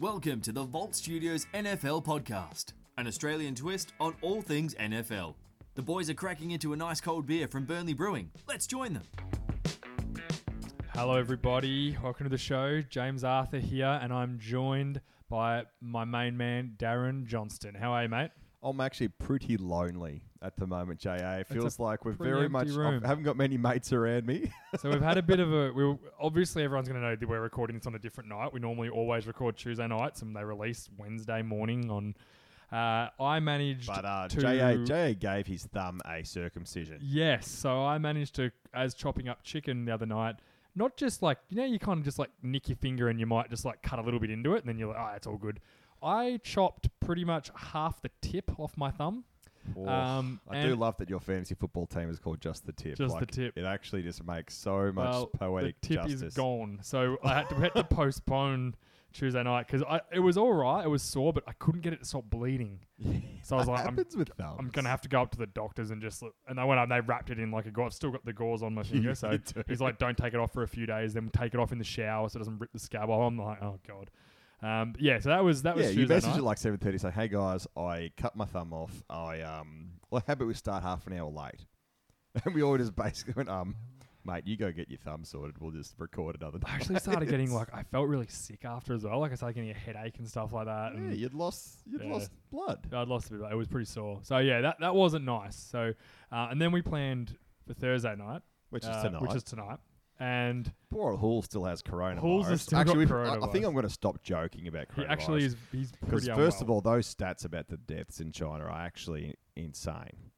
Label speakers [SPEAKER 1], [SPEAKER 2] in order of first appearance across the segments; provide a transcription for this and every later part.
[SPEAKER 1] Welcome to the Vault Studios NFL podcast, an Australian twist on all things NFL. The boys are cracking into a nice cold beer from Burnley Brewing. Let's join them.
[SPEAKER 2] Hello, everybody. Welcome to the show. James Arthur here, and I'm joined by my main man, Darren Johnston. How are you, mate?
[SPEAKER 3] I'm actually pretty lonely at the moment, JA. It feels like we're
[SPEAKER 2] pretty
[SPEAKER 3] very
[SPEAKER 2] empty
[SPEAKER 3] much
[SPEAKER 2] room.
[SPEAKER 3] I haven't got many mates around me.
[SPEAKER 2] So we've had a bit of a. We were, obviously, everyone's going to know that we're recording this on a different night. We normally always record Tuesday nights, and they release Wednesday morning. On uh, I managed
[SPEAKER 3] but uh,
[SPEAKER 2] to
[SPEAKER 3] JA, JA gave his thumb a circumcision.
[SPEAKER 2] Yes. So I managed to, as chopping up chicken the other night, not just like, you know, you kind of just like nick your finger and you might just like cut a little bit into it and then you're like, oh, it's all good. I chopped pretty much half the tip off my thumb.
[SPEAKER 3] Oh,
[SPEAKER 2] Um,
[SPEAKER 3] I do
[SPEAKER 2] and-
[SPEAKER 3] love that your fantasy football team is called Just the Tip.
[SPEAKER 2] Just the
[SPEAKER 3] like,
[SPEAKER 2] Tip.
[SPEAKER 3] It actually just makes so much
[SPEAKER 2] well,
[SPEAKER 3] poetic
[SPEAKER 2] the tip
[SPEAKER 3] justice.
[SPEAKER 2] is gone. So I had to, we had to postpone Tuesday night because it was all right. It was sore, but I couldn't get it to stop bleeding. So I was
[SPEAKER 3] That
[SPEAKER 2] like, I'm,
[SPEAKER 3] happens with thumbs.
[SPEAKER 2] I'm gonna have to go up to the doctors and just look. And they went up. and They wrapped it in like a gore. I've still got the gauze on my finger. So
[SPEAKER 3] You do.
[SPEAKER 2] he's like, "Don't take it off for a few days. Then take it off in the shower so it doesn't rip the scab off." I'm like, "Oh god." Um, yeah. So that was that was
[SPEAKER 3] Yeah, you
[SPEAKER 2] Tuesday
[SPEAKER 3] message
[SPEAKER 2] night.
[SPEAKER 3] at like seven thirty. Say, hey guys, I cut my thumb off. I um, well, how about we start half an hour late? And we all just basically went, um, mate, you go get your thumb sorted. We'll just record another.
[SPEAKER 2] I actually started getting like I felt really sick after as well. Like I started getting a headache and stuff like that.
[SPEAKER 3] Um, Yeah,
[SPEAKER 2] And
[SPEAKER 3] you'd lost you'd
[SPEAKER 2] Yeah.
[SPEAKER 3] lost blood.
[SPEAKER 2] I'd lost a bit. But it was pretty sore. So yeah, that that wasn't nice. So uh, and then we planned for Thursday night,
[SPEAKER 3] Which
[SPEAKER 2] uh,
[SPEAKER 3] is tonight.
[SPEAKER 2] Which is tonight. And
[SPEAKER 3] poor old Hall still has coronavirus.
[SPEAKER 2] Hall's has still
[SPEAKER 3] actually,
[SPEAKER 2] got
[SPEAKER 3] we've- I, I think
[SPEAKER 2] coronavirus.
[SPEAKER 3] I'm going to stop joking about coronavirus.
[SPEAKER 2] he actually is he's
[SPEAKER 3] because
[SPEAKER 2] pretty
[SPEAKER 3] first
[SPEAKER 2] unwell.
[SPEAKER 3] of all, those stats about the deaths in China are actually insane.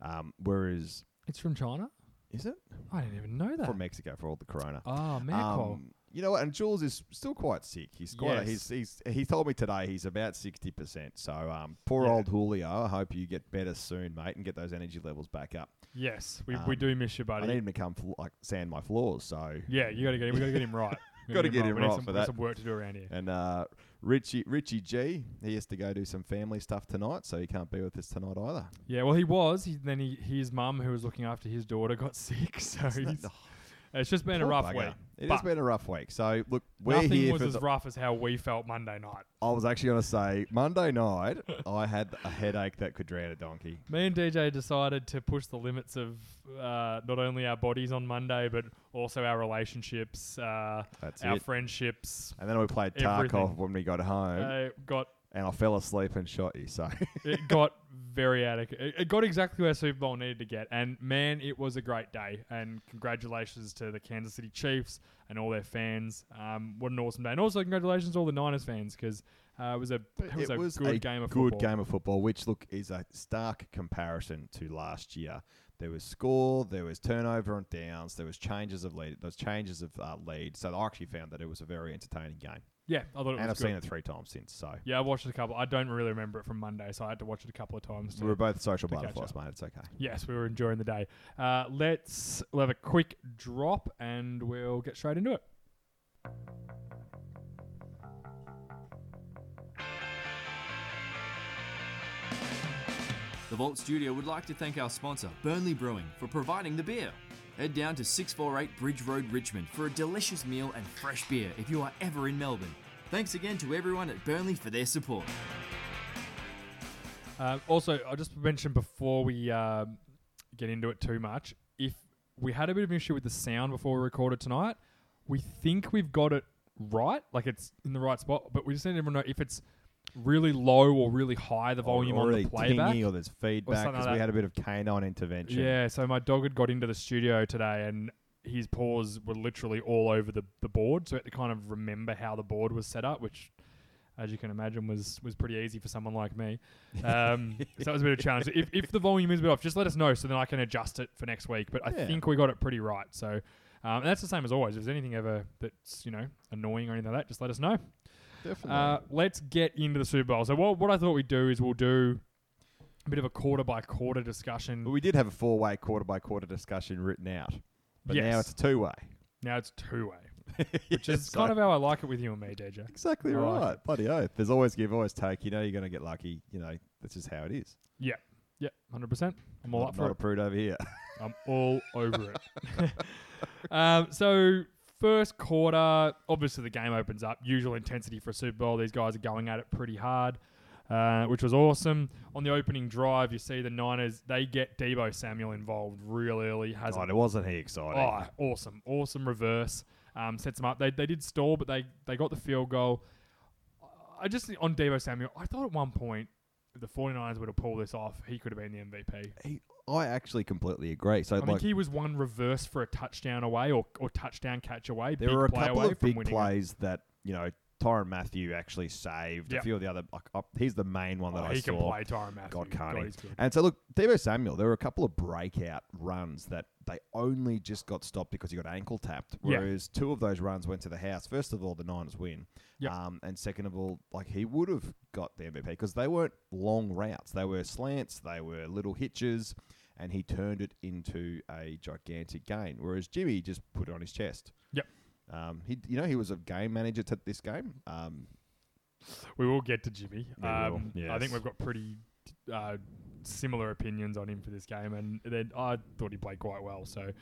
[SPEAKER 3] Um, whereas,
[SPEAKER 2] it's from China.
[SPEAKER 3] is it
[SPEAKER 2] I didn't even know that.
[SPEAKER 3] from Mexico for all the corona?
[SPEAKER 2] Ah, miracle.
[SPEAKER 3] Um, you know what? And Jules is still quite sick. He's quite.
[SPEAKER 2] Yes.
[SPEAKER 3] He's, he's he told me today he's about sixty percent. So um, poor
[SPEAKER 2] Yeah.
[SPEAKER 3] old Julio. I hope you get better soon, mate, and get those energy levels back up.
[SPEAKER 2] yes, we, we
[SPEAKER 3] um,
[SPEAKER 2] do miss you,
[SPEAKER 3] I
[SPEAKER 2] buddy.
[SPEAKER 3] need him to come fl- like sand my floors. So
[SPEAKER 2] yeah, you got to get him. We got to get him right. We
[SPEAKER 3] Gotta get him
[SPEAKER 2] We need
[SPEAKER 3] right
[SPEAKER 2] some,
[SPEAKER 3] for
[SPEAKER 2] we need
[SPEAKER 3] that.
[SPEAKER 2] Some work to do around here.
[SPEAKER 3] And uh, Richie Richie G, he has to go do some family stuff tonight, so he can't be with us tonight either.
[SPEAKER 2] Yeah, well, he was. He, then he, his mum, who was looking after his daughter, got sick. So he's, it's just been a
[SPEAKER 3] Poor
[SPEAKER 2] rough
[SPEAKER 3] bugger.
[SPEAKER 2] week.
[SPEAKER 3] It
[SPEAKER 2] but
[SPEAKER 3] has been a rough week. So look, we're
[SPEAKER 2] nothing
[SPEAKER 3] here
[SPEAKER 2] was
[SPEAKER 3] for
[SPEAKER 2] as
[SPEAKER 3] the,
[SPEAKER 2] rough as how we felt Monday night.
[SPEAKER 3] I was actually going to say Monday night I had a headache that could drown a donkey.
[SPEAKER 2] Me and DJ decided to push the limits of uh, not only our bodies on Monday, but also our relationships, uh,
[SPEAKER 3] That's
[SPEAKER 2] our
[SPEAKER 3] it.
[SPEAKER 2] friendships.
[SPEAKER 3] And then we played Tarkov
[SPEAKER 2] Everything.
[SPEAKER 3] when we got home,
[SPEAKER 2] Uh, got
[SPEAKER 3] and I fell asleep and shot you. So
[SPEAKER 2] it got very out of c- it, it got exactly where Super Bowl needed to get and man it was a great day and congratulations to the Kansas City Chiefs and all their fans um, what an awesome day and also congratulations to all the Niners fans because uh, it was a it was a good game of
[SPEAKER 3] good
[SPEAKER 2] football
[SPEAKER 3] game of football, which look is a stark comparison to last year. There was score, there was turnover and downs, there was changes of lead, those changes of uh, lead. So I actually found that it was a very entertaining game,
[SPEAKER 2] yeah I thought it
[SPEAKER 3] and I've
[SPEAKER 2] was good
[SPEAKER 3] seen it three times since. So
[SPEAKER 2] yeah I watched it a couple I don't really remember it from Monday so I had to watch it a couple of times
[SPEAKER 3] we
[SPEAKER 2] to
[SPEAKER 3] were both social
[SPEAKER 2] To catch
[SPEAKER 3] butterflies,
[SPEAKER 2] up.
[SPEAKER 3] mate. It's okay.
[SPEAKER 2] Yes, we were enjoying the day. Uh, let's we'll have a quick drop and we'll get straight into it.
[SPEAKER 1] The Vault Studio would like to thank our sponsor, Burnley Brewing, for providing the beer. Head down to 648 Bridge Road, Richmond for a delicious meal and fresh beer if you are ever in Melbourne. Thanks again to everyone at Burnley for their support.
[SPEAKER 2] Um, also, I'll just mention before we um, get into it too much, if we had a bit of an issue with the sound before we recorded tonight, we think we've got it right, like it's in the right spot, but we just need everyone to know if it's really low or really high, the volume
[SPEAKER 3] or
[SPEAKER 2] on
[SPEAKER 3] really
[SPEAKER 2] the playback.
[SPEAKER 3] tingy, or there's feedback
[SPEAKER 2] something
[SPEAKER 3] because
[SPEAKER 2] like
[SPEAKER 3] we
[SPEAKER 2] that.
[SPEAKER 3] had a bit of canine intervention.
[SPEAKER 2] Yeah, so my dog had got into the studio today and his paws were literally all over the, the board. So I had to kind of remember how the board was set up, which, as you can imagine, was, was pretty easy for someone like me. Um, so that was a bit of a challenge. If, if the volume is a bit off, just let us know so then I can adjust it for next week. But I
[SPEAKER 3] Yeah.
[SPEAKER 2] think we got it pretty right. So um, and that's the same as always. If there's anything ever that's, you know, annoying or anything like that, just let us know.
[SPEAKER 3] definitely.
[SPEAKER 2] Uh, let's get into the Super Bowl. So what, what I thought we'd do is we'll do a bit of a quarter by quarter discussion.
[SPEAKER 3] but we did have a four-way quarter by quarter discussion written out, but now
[SPEAKER 2] Yes.
[SPEAKER 3] it's a two-way.
[SPEAKER 2] Now it's two way, which is
[SPEAKER 3] so-
[SPEAKER 2] kind of how I like it with you and me, DJ.
[SPEAKER 3] Exactly
[SPEAKER 2] I like
[SPEAKER 3] right.
[SPEAKER 2] it.
[SPEAKER 3] Bloody oath. There's always give, always take. You know you're going to get lucky. You know, that's just how it is.
[SPEAKER 2] Yeah, yeah, hundred percent. I'm all
[SPEAKER 3] not,
[SPEAKER 2] up
[SPEAKER 3] not
[SPEAKER 2] for it.
[SPEAKER 3] a prude over here.
[SPEAKER 2] I'm all over it. um, so First quarter, obviously the game opens up. Usual intensity for a Super Bowl. These guys are going at it pretty hard, uh, which was awesome. On the opening drive, you see the Niners. They get Debo Samuel involved real early. Has a
[SPEAKER 3] God, it wasn't he exciting.
[SPEAKER 2] Oh, awesome, awesome reverse. Um, sets them up. They, they did stall, but they, they got the field goal. I just think on Debo Samuel, I thought at one point if the 49ers were to pull this off, he could have been the MVP.
[SPEAKER 3] He, I actually completely agree. So
[SPEAKER 2] Oh. I
[SPEAKER 3] like,
[SPEAKER 2] think he was one reverse for a touchdown away or, or touchdown catch away.
[SPEAKER 3] there
[SPEAKER 2] big
[SPEAKER 3] were a
[SPEAKER 2] play
[SPEAKER 3] couple
[SPEAKER 2] away
[SPEAKER 3] of
[SPEAKER 2] from
[SPEAKER 3] big
[SPEAKER 2] winning it.
[SPEAKER 3] plays that you know Tyron Matthew actually saved.
[SPEAKER 2] Yep.
[SPEAKER 3] A few of the other, like, up, he's the main one that
[SPEAKER 2] Oh,
[SPEAKER 3] I
[SPEAKER 2] he
[SPEAKER 3] saw.
[SPEAKER 2] can play Tyron Matthew.
[SPEAKER 3] God, can't he?
[SPEAKER 2] he's good.
[SPEAKER 3] And so, look, Debo Samuel, there were a couple of breakout runs that they only just got stopped because he got ankle tapped.
[SPEAKER 2] Yeah.
[SPEAKER 3] Whereas two of those runs went to the house. First of all, the Niners win.
[SPEAKER 2] Yep.
[SPEAKER 3] Um, and second of all, like he would have got the MVP because they weren't long routes. They were slants, they were little hitches, and he turned it into a gigantic gain. Whereas Jimmy just put it on his chest.
[SPEAKER 2] Yep.
[SPEAKER 3] Um, he, you know, he was a game manager to this game. Um,
[SPEAKER 2] We will get to Jimmy.
[SPEAKER 3] Yeah, we will.
[SPEAKER 2] um, I think
[SPEAKER 3] Yes.
[SPEAKER 2] we've got pretty uh, similar opinions on him for this game, and then I thought he played quite well. So,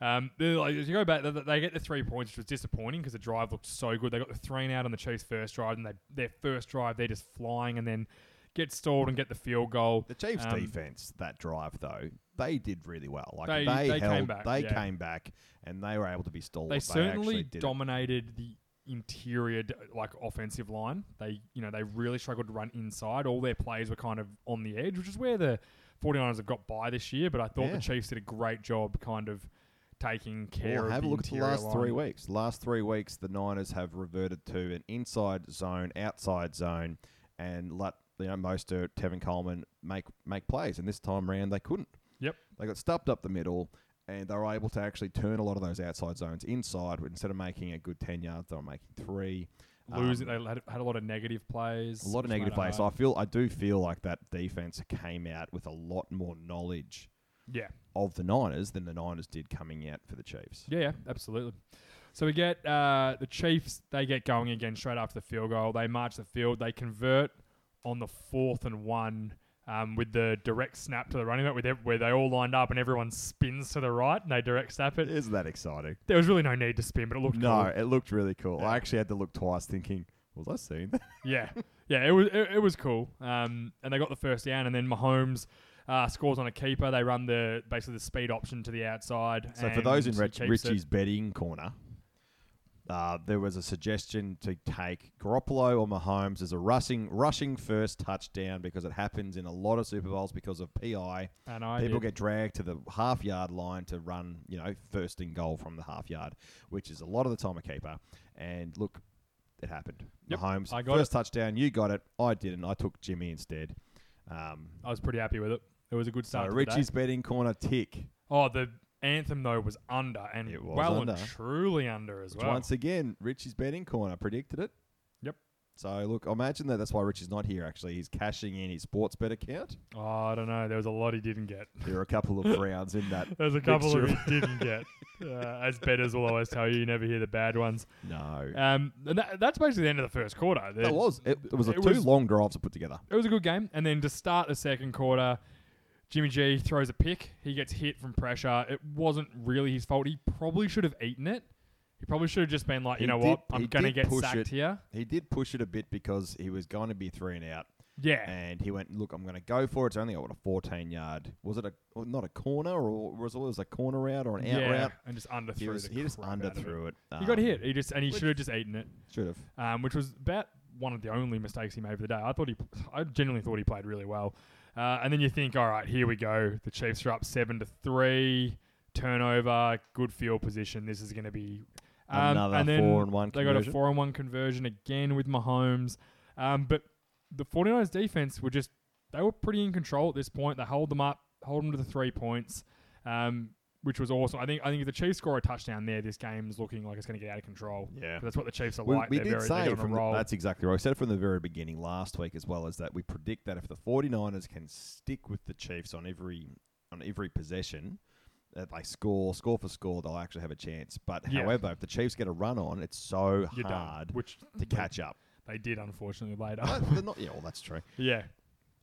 [SPEAKER 2] um, they're like, as you go back, they, they get the three points, which was disappointing because the drive looked so good. They got the three and out on the Chiefs' first drive, and they their first drive they're just flying, and then get stalled and get the field goal.
[SPEAKER 3] The Chiefs'
[SPEAKER 2] Um,
[SPEAKER 3] defense that drive though they did really well. Like
[SPEAKER 2] They-
[SPEAKER 3] they,
[SPEAKER 2] they came
[SPEAKER 3] held,
[SPEAKER 2] back,
[SPEAKER 3] they
[SPEAKER 2] yeah.
[SPEAKER 3] came back, and they were able to be stalled.
[SPEAKER 2] They certainly
[SPEAKER 3] did it.
[SPEAKER 2] dominated the interior d- like offensive line. They you know they really struggled to run inside. All their plays were kind of on the edge, which is where the 49ers have got by this year, but I thought
[SPEAKER 3] Yeah.
[SPEAKER 2] the Chiefs did a great job kind of taking care
[SPEAKER 3] Well,
[SPEAKER 2] of
[SPEAKER 3] have a
[SPEAKER 2] the
[SPEAKER 3] look at the
[SPEAKER 2] interior
[SPEAKER 3] last three
[SPEAKER 2] line.
[SPEAKER 3] weeks. Last three weeks, the Niners have reverted to an inside zone, outside zone, and let you know Mostert, Tevin Coleman make make plays. And this time round, they couldn't.
[SPEAKER 2] Yep.
[SPEAKER 3] They got stuffed up the middle, and they were able to actually turn a lot of those outside zones inside. Instead of making a good ten yards, they were making three.
[SPEAKER 2] Losing
[SPEAKER 3] Um,
[SPEAKER 2] they had, had a lot of negative plays.
[SPEAKER 3] a lot
[SPEAKER 2] which
[SPEAKER 3] of
[SPEAKER 2] made
[SPEAKER 3] negative
[SPEAKER 2] it
[SPEAKER 3] plays. So I
[SPEAKER 2] hard.
[SPEAKER 3] feel I do feel like that defense came out with a lot more knowledge
[SPEAKER 2] Yeah.
[SPEAKER 3] of the Niners than the Niners did coming out for the Chiefs.
[SPEAKER 2] Yeah, yeah, absolutely. So we get uh, the Chiefs. They get going again straight after the field goal. They march the field. They convert on the fourth and one um, with the direct snap to the running back, with ev- where they all lined up and everyone spins to the right and they direct snap it.
[SPEAKER 3] Isn't that exciting?
[SPEAKER 2] There was really no need to spin, but it looked
[SPEAKER 3] No,
[SPEAKER 2] cool.
[SPEAKER 3] it looked really cool.
[SPEAKER 2] Yeah.
[SPEAKER 3] I actually had to look twice, thinking, "Was I seeing that?"
[SPEAKER 2] Yeah, yeah, it was it, it was cool. Um, and they got the first down, and then Mahomes. Uh, scores on a keeper. They run the basically the speed option to the outside.
[SPEAKER 3] So, for those in
[SPEAKER 2] and he
[SPEAKER 3] Rich,
[SPEAKER 2] keeps it.
[SPEAKER 3] Richie's betting corner, uh, there was a suggestion to take Garoppolo or Mahomes as a rushing rushing first touchdown because it happens in a lot of Super Bowls because of PI.
[SPEAKER 2] and I
[SPEAKER 3] People
[SPEAKER 2] did.
[SPEAKER 3] get dragged to the half yard line to run, you know, first and goal from the half yard, which is a lot of the time a keeper. And look, it happened.
[SPEAKER 2] Yep,
[SPEAKER 3] Mahomes,
[SPEAKER 2] I got
[SPEAKER 3] first touchdown. You got it. I didn't. I took Jimmy instead. Um,
[SPEAKER 2] I was pretty happy with it. It was a good
[SPEAKER 3] so
[SPEAKER 2] start. to the day.
[SPEAKER 3] Richie's betting corner tick.
[SPEAKER 2] Oh, the anthem though was under and
[SPEAKER 3] It was
[SPEAKER 2] well
[SPEAKER 3] under.
[SPEAKER 2] and truly under as
[SPEAKER 3] Which
[SPEAKER 2] well.
[SPEAKER 3] Once again, Richie's betting corner predicted it.
[SPEAKER 2] Yep.
[SPEAKER 3] So look, I imagine that that's why Richie's not here. Actually, he's cashing in his sports bet account.
[SPEAKER 2] Oh, I don't know. There was a lot he didn't get.
[SPEAKER 3] There are a couple of rounds in that.
[SPEAKER 2] There's a couple
[SPEAKER 3] Mixture
[SPEAKER 2] of he didn't get. Uh, as betters will always tell you, you never hear the bad ones.
[SPEAKER 3] No,
[SPEAKER 2] Um, and that, that's basically the end of the first quarter.
[SPEAKER 3] that was it. it was a
[SPEAKER 2] it
[SPEAKER 3] two
[SPEAKER 2] was-
[SPEAKER 3] long drives to put together.
[SPEAKER 2] It was a good game. And then to start the second quarter, Jimmy G throws a pick. He gets hit from pressure. It wasn't really his fault. He probably should have eaten it. He probably should have just been like, you
[SPEAKER 3] He
[SPEAKER 2] know
[SPEAKER 3] did-
[SPEAKER 2] what, I'm
[SPEAKER 3] he
[SPEAKER 2] gonna
[SPEAKER 3] did
[SPEAKER 2] get
[SPEAKER 3] push
[SPEAKER 2] sacked
[SPEAKER 3] it.
[SPEAKER 2] here.
[SPEAKER 3] He did push it a bit because he was going to be three and out,
[SPEAKER 2] Yeah.
[SPEAKER 3] and he went, "Look, I'm going to go for it." It's only what a 14 yard. Was it a well, not a corner or was it, was a corner route or an out
[SPEAKER 2] yeah,
[SPEAKER 3] route?
[SPEAKER 2] and just underthrew
[SPEAKER 3] He was
[SPEAKER 2] the
[SPEAKER 3] he just
[SPEAKER 2] crap out of it.
[SPEAKER 3] underthrew it.
[SPEAKER 2] He got
[SPEAKER 3] Um,
[SPEAKER 2] hit. He just and he
[SPEAKER 3] which-
[SPEAKER 2] should have just eaten it,
[SPEAKER 3] Should have.
[SPEAKER 2] um, which was about one of the only mistakes he made for the day. I thought he, I genuinely thought he played really well. Uh, and then you think, all right, here we go. The Chiefs are up seven to three. Turnover, good field position. This is going to be um,
[SPEAKER 3] Another
[SPEAKER 2] and then
[SPEAKER 3] four and one.
[SPEAKER 2] They got a
[SPEAKER 3] conversion.
[SPEAKER 2] four and one conversion again with Mahomes, um, but the 49ers defense were just they were pretty in control at this point. They hold them up, hold them to the three points, um, which was awesome. I think I think if the Chiefs score a touchdown there, this game's looking like it's going to get out of control.
[SPEAKER 3] Yeah.
[SPEAKER 2] 'Cause That's what the Chiefs are
[SPEAKER 3] We,
[SPEAKER 2] like.
[SPEAKER 3] we
[SPEAKER 2] They're
[SPEAKER 3] did
[SPEAKER 2] very, they're
[SPEAKER 3] say
[SPEAKER 2] good on a
[SPEAKER 3] from the-
[SPEAKER 2] roll.
[SPEAKER 3] that's exactly right. We said it from the very beginning last week as well is that we predict that if the 49ers can stick with the Chiefs on every on every possession that they score score for score they'll actually have a chance. But
[SPEAKER 2] Yeah.
[SPEAKER 3] however, if the Chiefs get a run on, it's so
[SPEAKER 2] You're done,
[SPEAKER 3] hard
[SPEAKER 2] which
[SPEAKER 3] to catch up.
[SPEAKER 2] they did unfortunately later.
[SPEAKER 3] Uh, they're not, yeah, well, that's true.
[SPEAKER 2] Yeah.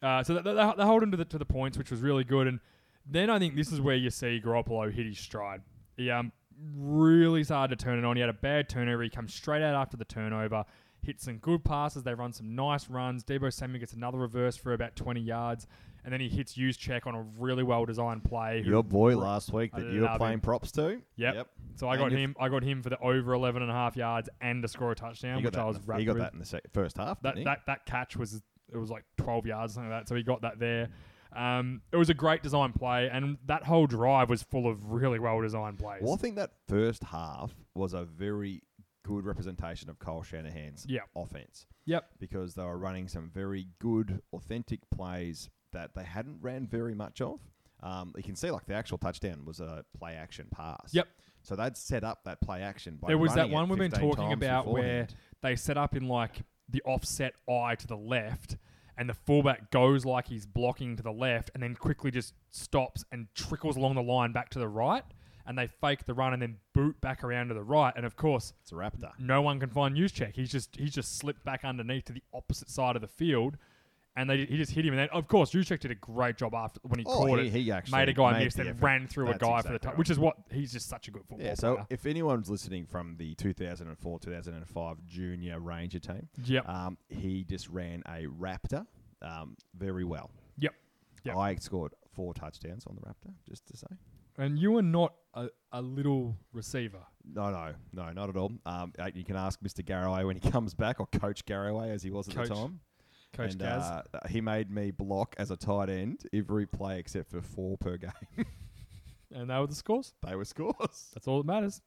[SPEAKER 2] Uh, so they, they, they hold him to the, to the points, which was really good. And then I think this is where you see Garoppolo hit his stride. He um, really started to turn it on. He had a bad turnover. He comes straight out after the turnover, hits some good passes. They run some nice runs. Debo Samuel gets another reverse for about 20 yards. And then he hits check on a really well designed play. who-
[SPEAKER 3] Your boy last week that
[SPEAKER 2] I
[SPEAKER 3] you were
[SPEAKER 2] love
[SPEAKER 3] playing
[SPEAKER 2] him.
[SPEAKER 3] props to.
[SPEAKER 2] Yep. So I
[SPEAKER 3] And
[SPEAKER 2] got
[SPEAKER 3] you-
[SPEAKER 2] him. I got him for the over 11 and a half yards and to score a touchdown,
[SPEAKER 3] He got,
[SPEAKER 2] which
[SPEAKER 3] that,
[SPEAKER 2] I was
[SPEAKER 3] in the,
[SPEAKER 2] wrapped
[SPEAKER 3] he got
[SPEAKER 2] with.
[SPEAKER 3] that in the sec- first half,
[SPEAKER 2] that,
[SPEAKER 3] didn't he?
[SPEAKER 2] that that catch was it was like 12 yards something like that so he got that there um, it was a great design play and that whole drive was full of really well designed plays
[SPEAKER 3] Well, I think that first half was a very good representation of Kyle Shanahan's
[SPEAKER 2] Yep.
[SPEAKER 3] offense
[SPEAKER 2] yep
[SPEAKER 3] because they were running some very good, authentic plays that they hadn't ran very much of. Um, you can see, like, the actual touchdown was a play action pass.
[SPEAKER 2] Yep.
[SPEAKER 3] So they'd set up that play action by
[SPEAKER 2] there was that
[SPEAKER 3] running it
[SPEAKER 2] one we've been
[SPEAKER 3] 15
[SPEAKER 2] talking
[SPEAKER 3] times
[SPEAKER 2] about where
[SPEAKER 3] beforehand.
[SPEAKER 2] they set up in like the offset eye to the left and the fullback goes like he's blocking to the left and then quickly just stops and trickles along the line back to the right and they fake the run and then boot back around to the right and of course
[SPEAKER 3] It's a Raptor.
[SPEAKER 2] no one can find check. He's just he's just slipped back underneath to the opposite side of the field, and they he just hit him. And then of course check did a great job after when he
[SPEAKER 3] Oh,
[SPEAKER 2] caught
[SPEAKER 3] he-
[SPEAKER 2] it,
[SPEAKER 3] he actually
[SPEAKER 2] made a guy
[SPEAKER 3] made
[SPEAKER 2] miss,
[SPEAKER 3] the
[SPEAKER 2] and
[SPEAKER 3] effort.
[SPEAKER 2] ran through
[SPEAKER 3] That's
[SPEAKER 2] a guy for
[SPEAKER 3] exactly
[SPEAKER 2] the touch,
[SPEAKER 3] right.
[SPEAKER 2] which is what he's just such a good football
[SPEAKER 3] Yeah, so
[SPEAKER 2] player.
[SPEAKER 3] if anyone's listening from the 2004 2005 junior Ranger team,
[SPEAKER 2] Yep.
[SPEAKER 3] um, he just ran a Raptor um, very well.
[SPEAKER 2] Yep. Yep.
[SPEAKER 3] I scored four touchdowns on the Raptor, just to say.
[SPEAKER 2] and you are not a, a little receiver.
[SPEAKER 3] No, no, no, not at all. Um, uh, you can ask Mr. Garraway when he comes back, or Coach Garraway as he was at
[SPEAKER 2] Coach.
[SPEAKER 3] the time.
[SPEAKER 2] Coach
[SPEAKER 3] and,
[SPEAKER 2] Gaz.
[SPEAKER 3] uh, he made me block as a tight end every play except for four per game.
[SPEAKER 2] and that were the scores.
[SPEAKER 3] they were scores.
[SPEAKER 2] That's all that matters.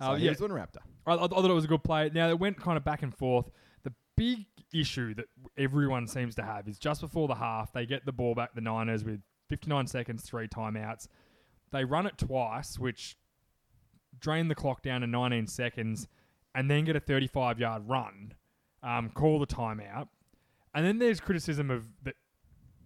[SPEAKER 3] So
[SPEAKER 2] Uh,
[SPEAKER 3] he
[SPEAKER 2] yeah,
[SPEAKER 3] was one Raptor.
[SPEAKER 2] I, I I thought it was a good play. Now it went kind of back and forth. The big issue that everyone seems to have is just before the half, they get the ball back, the Niners with 59 seconds, three timeouts. They run it twice, which drain the clock down to 19 seconds, and then get a 35 yard run, um, call the timeout, and then there's criticism of that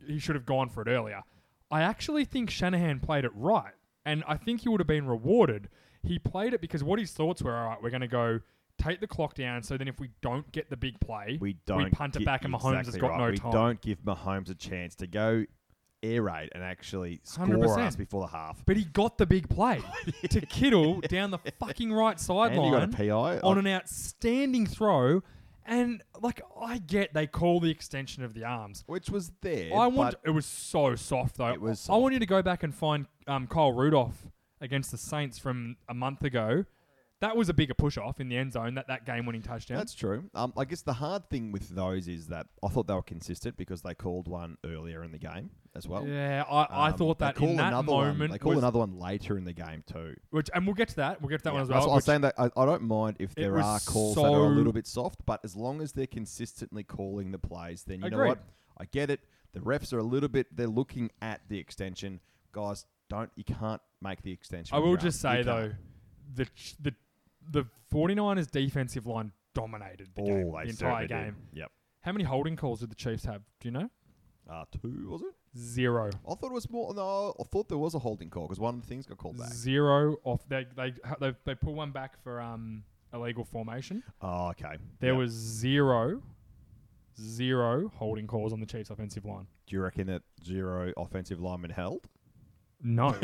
[SPEAKER 2] he should have gone for it earlier. I actually think Shanahan played it right, and I think he would have been rewarded. He played it because what his thoughts were: all right, we're going to go take the clock down. So then, if we don't get the big play,
[SPEAKER 3] We don't
[SPEAKER 2] punt it
[SPEAKER 3] gi-
[SPEAKER 2] back, and Mahomes has
[SPEAKER 3] exactly
[SPEAKER 2] got
[SPEAKER 3] right.
[SPEAKER 2] no
[SPEAKER 3] we
[SPEAKER 2] time.
[SPEAKER 3] don't give Mahomes a chance to go air raid and actually score
[SPEAKER 2] 100%.
[SPEAKER 3] us before the half.
[SPEAKER 2] But he got the big play to Kittle down the fucking right
[SPEAKER 3] And he got
[SPEAKER 2] sideline
[SPEAKER 3] a PI.
[SPEAKER 2] on
[SPEAKER 3] Like,
[SPEAKER 2] an outstanding throw. And like I get, they call the extension of the arms.
[SPEAKER 3] which was there.
[SPEAKER 2] I want
[SPEAKER 3] but
[SPEAKER 2] it was so soft though.
[SPEAKER 3] It was
[SPEAKER 2] I
[SPEAKER 3] soft.
[SPEAKER 2] want you to go back and find um, Kyle Rudolph against the Saints from a month ago. That was a bigger push off in the end zone. That that game winning touchdown.
[SPEAKER 3] That's true. Um, I guess the hard thing with those is that I thought they were consistent because they called one earlier in the game as well.
[SPEAKER 2] yeah, I, I
[SPEAKER 3] Um,
[SPEAKER 2] thought
[SPEAKER 3] they
[SPEAKER 2] that
[SPEAKER 3] call
[SPEAKER 2] in that
[SPEAKER 3] another one,
[SPEAKER 2] moment,
[SPEAKER 3] they call
[SPEAKER 2] was-
[SPEAKER 3] another one later in the game too.
[SPEAKER 2] which and we'll get to that. We'll get to that
[SPEAKER 3] Yeah,
[SPEAKER 2] one as
[SPEAKER 3] that's
[SPEAKER 2] well.
[SPEAKER 3] what I was
[SPEAKER 2] which-
[SPEAKER 3] saying that I, I don't mind if there
[SPEAKER 2] was
[SPEAKER 3] are calls that are a
[SPEAKER 2] so-
[SPEAKER 3] little bit soft, but as long as they're consistently calling the plays, then you know
[SPEAKER 2] Agreed.
[SPEAKER 3] what? I get it. The refs are a little bit. They're looking at the extension, guys. Don't you can't make the extension.
[SPEAKER 2] I
[SPEAKER 3] with
[SPEAKER 2] will
[SPEAKER 3] your
[SPEAKER 2] just
[SPEAKER 3] arm.
[SPEAKER 2] say
[SPEAKER 3] You
[SPEAKER 2] though,
[SPEAKER 3] can't.
[SPEAKER 2] the ch- the the 49ers defensive line dominated the game,
[SPEAKER 3] oh,
[SPEAKER 2] the
[SPEAKER 3] they
[SPEAKER 2] entire
[SPEAKER 3] certainly did.
[SPEAKER 2] game.
[SPEAKER 3] Yep.
[SPEAKER 2] How many holding calls did the Chiefs have? Do you know?
[SPEAKER 3] Uh, two was it?
[SPEAKER 2] Zero.
[SPEAKER 3] I thought it was more. No, I thought there was a holding call because one of the things got called back.
[SPEAKER 2] Zero off. They they they, they pull one back for um illegal formation.
[SPEAKER 3] Oh, okay.
[SPEAKER 2] There
[SPEAKER 3] Yep.
[SPEAKER 2] was zero, zero holding calls on the Chiefs offensive line.
[SPEAKER 3] Do you reckon that zero offensive linemen held?
[SPEAKER 2] No,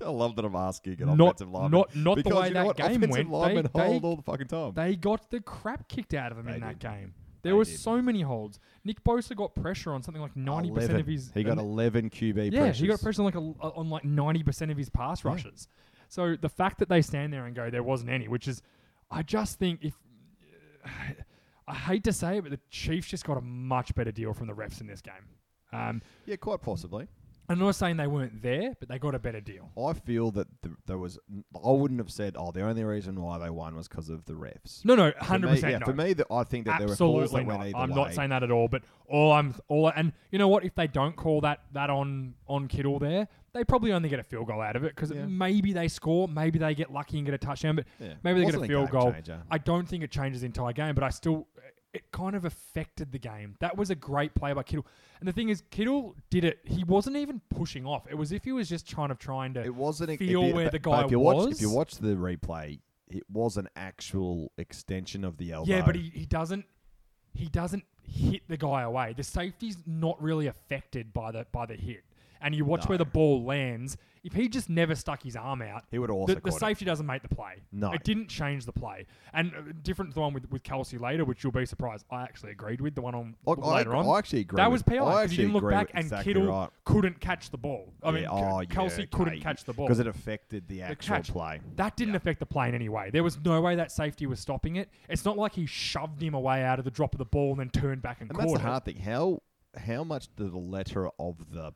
[SPEAKER 3] I love that I'm asking an
[SPEAKER 2] Not-
[SPEAKER 3] offensive lineman.
[SPEAKER 2] not- not the
[SPEAKER 3] because
[SPEAKER 2] way
[SPEAKER 3] you know
[SPEAKER 2] that
[SPEAKER 3] what?
[SPEAKER 2] game
[SPEAKER 3] offensive
[SPEAKER 2] went. They-
[SPEAKER 3] Linemen
[SPEAKER 2] they-
[SPEAKER 3] hold all the fucking time.
[SPEAKER 2] they got the crap kicked out of them
[SPEAKER 3] They
[SPEAKER 2] in that
[SPEAKER 3] did.
[SPEAKER 2] game. There
[SPEAKER 3] They
[SPEAKER 2] were
[SPEAKER 3] did.
[SPEAKER 2] so many holds. Nick Bosa got pressure on something like ninety percent of
[SPEAKER 3] 11.
[SPEAKER 2] his.
[SPEAKER 3] He got
[SPEAKER 2] and-
[SPEAKER 3] eleven QB.
[SPEAKER 2] Yeah,
[SPEAKER 3] pressures.
[SPEAKER 2] he got pressure on like a, on like ninety percent of his pass
[SPEAKER 3] Yeah.
[SPEAKER 2] rushes. So the fact that they stand there and go, there wasn't any, which is, I just think if I hate to say it, but the Chiefs just got a much better deal from the refs in this game. Um,
[SPEAKER 3] Yeah, quite possibly.
[SPEAKER 2] I'm not saying they weren't there, but they got a better deal.
[SPEAKER 3] I feel that the, there was. I wouldn't have said, "Oh, the only reason why they won was because of the refs."
[SPEAKER 2] No, no,
[SPEAKER 3] For me-
[SPEAKER 2] hundred percent.
[SPEAKER 3] Yeah,
[SPEAKER 2] no.
[SPEAKER 3] for me, that I think that there were calls
[SPEAKER 2] Absolutely
[SPEAKER 3] that
[SPEAKER 2] not.
[SPEAKER 3] went either
[SPEAKER 2] I'm
[SPEAKER 3] way.
[SPEAKER 2] not saying that at all. But all I'm all and you know what? If they don't call that that on on Kittle there, they probably only get a field goal out of it because
[SPEAKER 3] Yeah.
[SPEAKER 2] maybe they score, maybe they get lucky and get a touchdown, but
[SPEAKER 3] Yeah.
[SPEAKER 2] maybe they
[SPEAKER 3] Wasn't a
[SPEAKER 2] get a field
[SPEAKER 3] game
[SPEAKER 2] goal.
[SPEAKER 3] changer.
[SPEAKER 2] I don't think it changes the entire game, but I still it kind of affected the game. That was a great play by Kittle. And the thing is, Kittle did it. He wasn't even pushing off. It was if he was just trying to trying to
[SPEAKER 3] It wasn't e, if
[SPEAKER 2] feel
[SPEAKER 3] you-
[SPEAKER 2] where
[SPEAKER 3] but-
[SPEAKER 2] the
[SPEAKER 3] but
[SPEAKER 2] guy
[SPEAKER 3] if you watch, If
[SPEAKER 2] was.
[SPEAKER 3] you watch the replay, it was an actual extension of the elbow.
[SPEAKER 2] Yeah, but he, he doesn't he doesn't hit the guy away. The safety's not really affected by the by the hit. and you watch
[SPEAKER 3] No.
[SPEAKER 2] where the ball lands, if he just never stuck his arm out,
[SPEAKER 3] He would have also
[SPEAKER 2] the, the
[SPEAKER 3] caught it.
[SPEAKER 2] safety doesn't make the play.
[SPEAKER 3] No.
[SPEAKER 2] It didn't change the play. And uh, different to the one with, with Kelsey later, which you'll be surprised. I actually agreed with the one on
[SPEAKER 3] I- I-
[SPEAKER 2] later on.
[SPEAKER 3] I actually agree
[SPEAKER 2] That
[SPEAKER 3] with-
[SPEAKER 2] was PI
[SPEAKER 3] I
[SPEAKER 2] because
[SPEAKER 3] actually
[SPEAKER 2] he didn't look
[SPEAKER 3] agree
[SPEAKER 2] back
[SPEAKER 3] with-
[SPEAKER 2] and
[SPEAKER 3] exactly
[SPEAKER 2] Kittle
[SPEAKER 3] right.
[SPEAKER 2] couldn't catch the ball. I mean,
[SPEAKER 3] Yeah,
[SPEAKER 2] K-
[SPEAKER 3] oh,
[SPEAKER 2] Kelsey couldn't catch the ball.
[SPEAKER 3] because it affected the
[SPEAKER 2] The
[SPEAKER 3] actual
[SPEAKER 2] catch,
[SPEAKER 3] play.
[SPEAKER 2] That didn't affect the play in any way. There was no way that safety was stopping it. It's not like he shoved him away out of the drop of the ball and then turned back and,
[SPEAKER 3] And
[SPEAKER 2] caught
[SPEAKER 3] that's the
[SPEAKER 2] it.
[SPEAKER 3] hard thing. How how much do the letter of the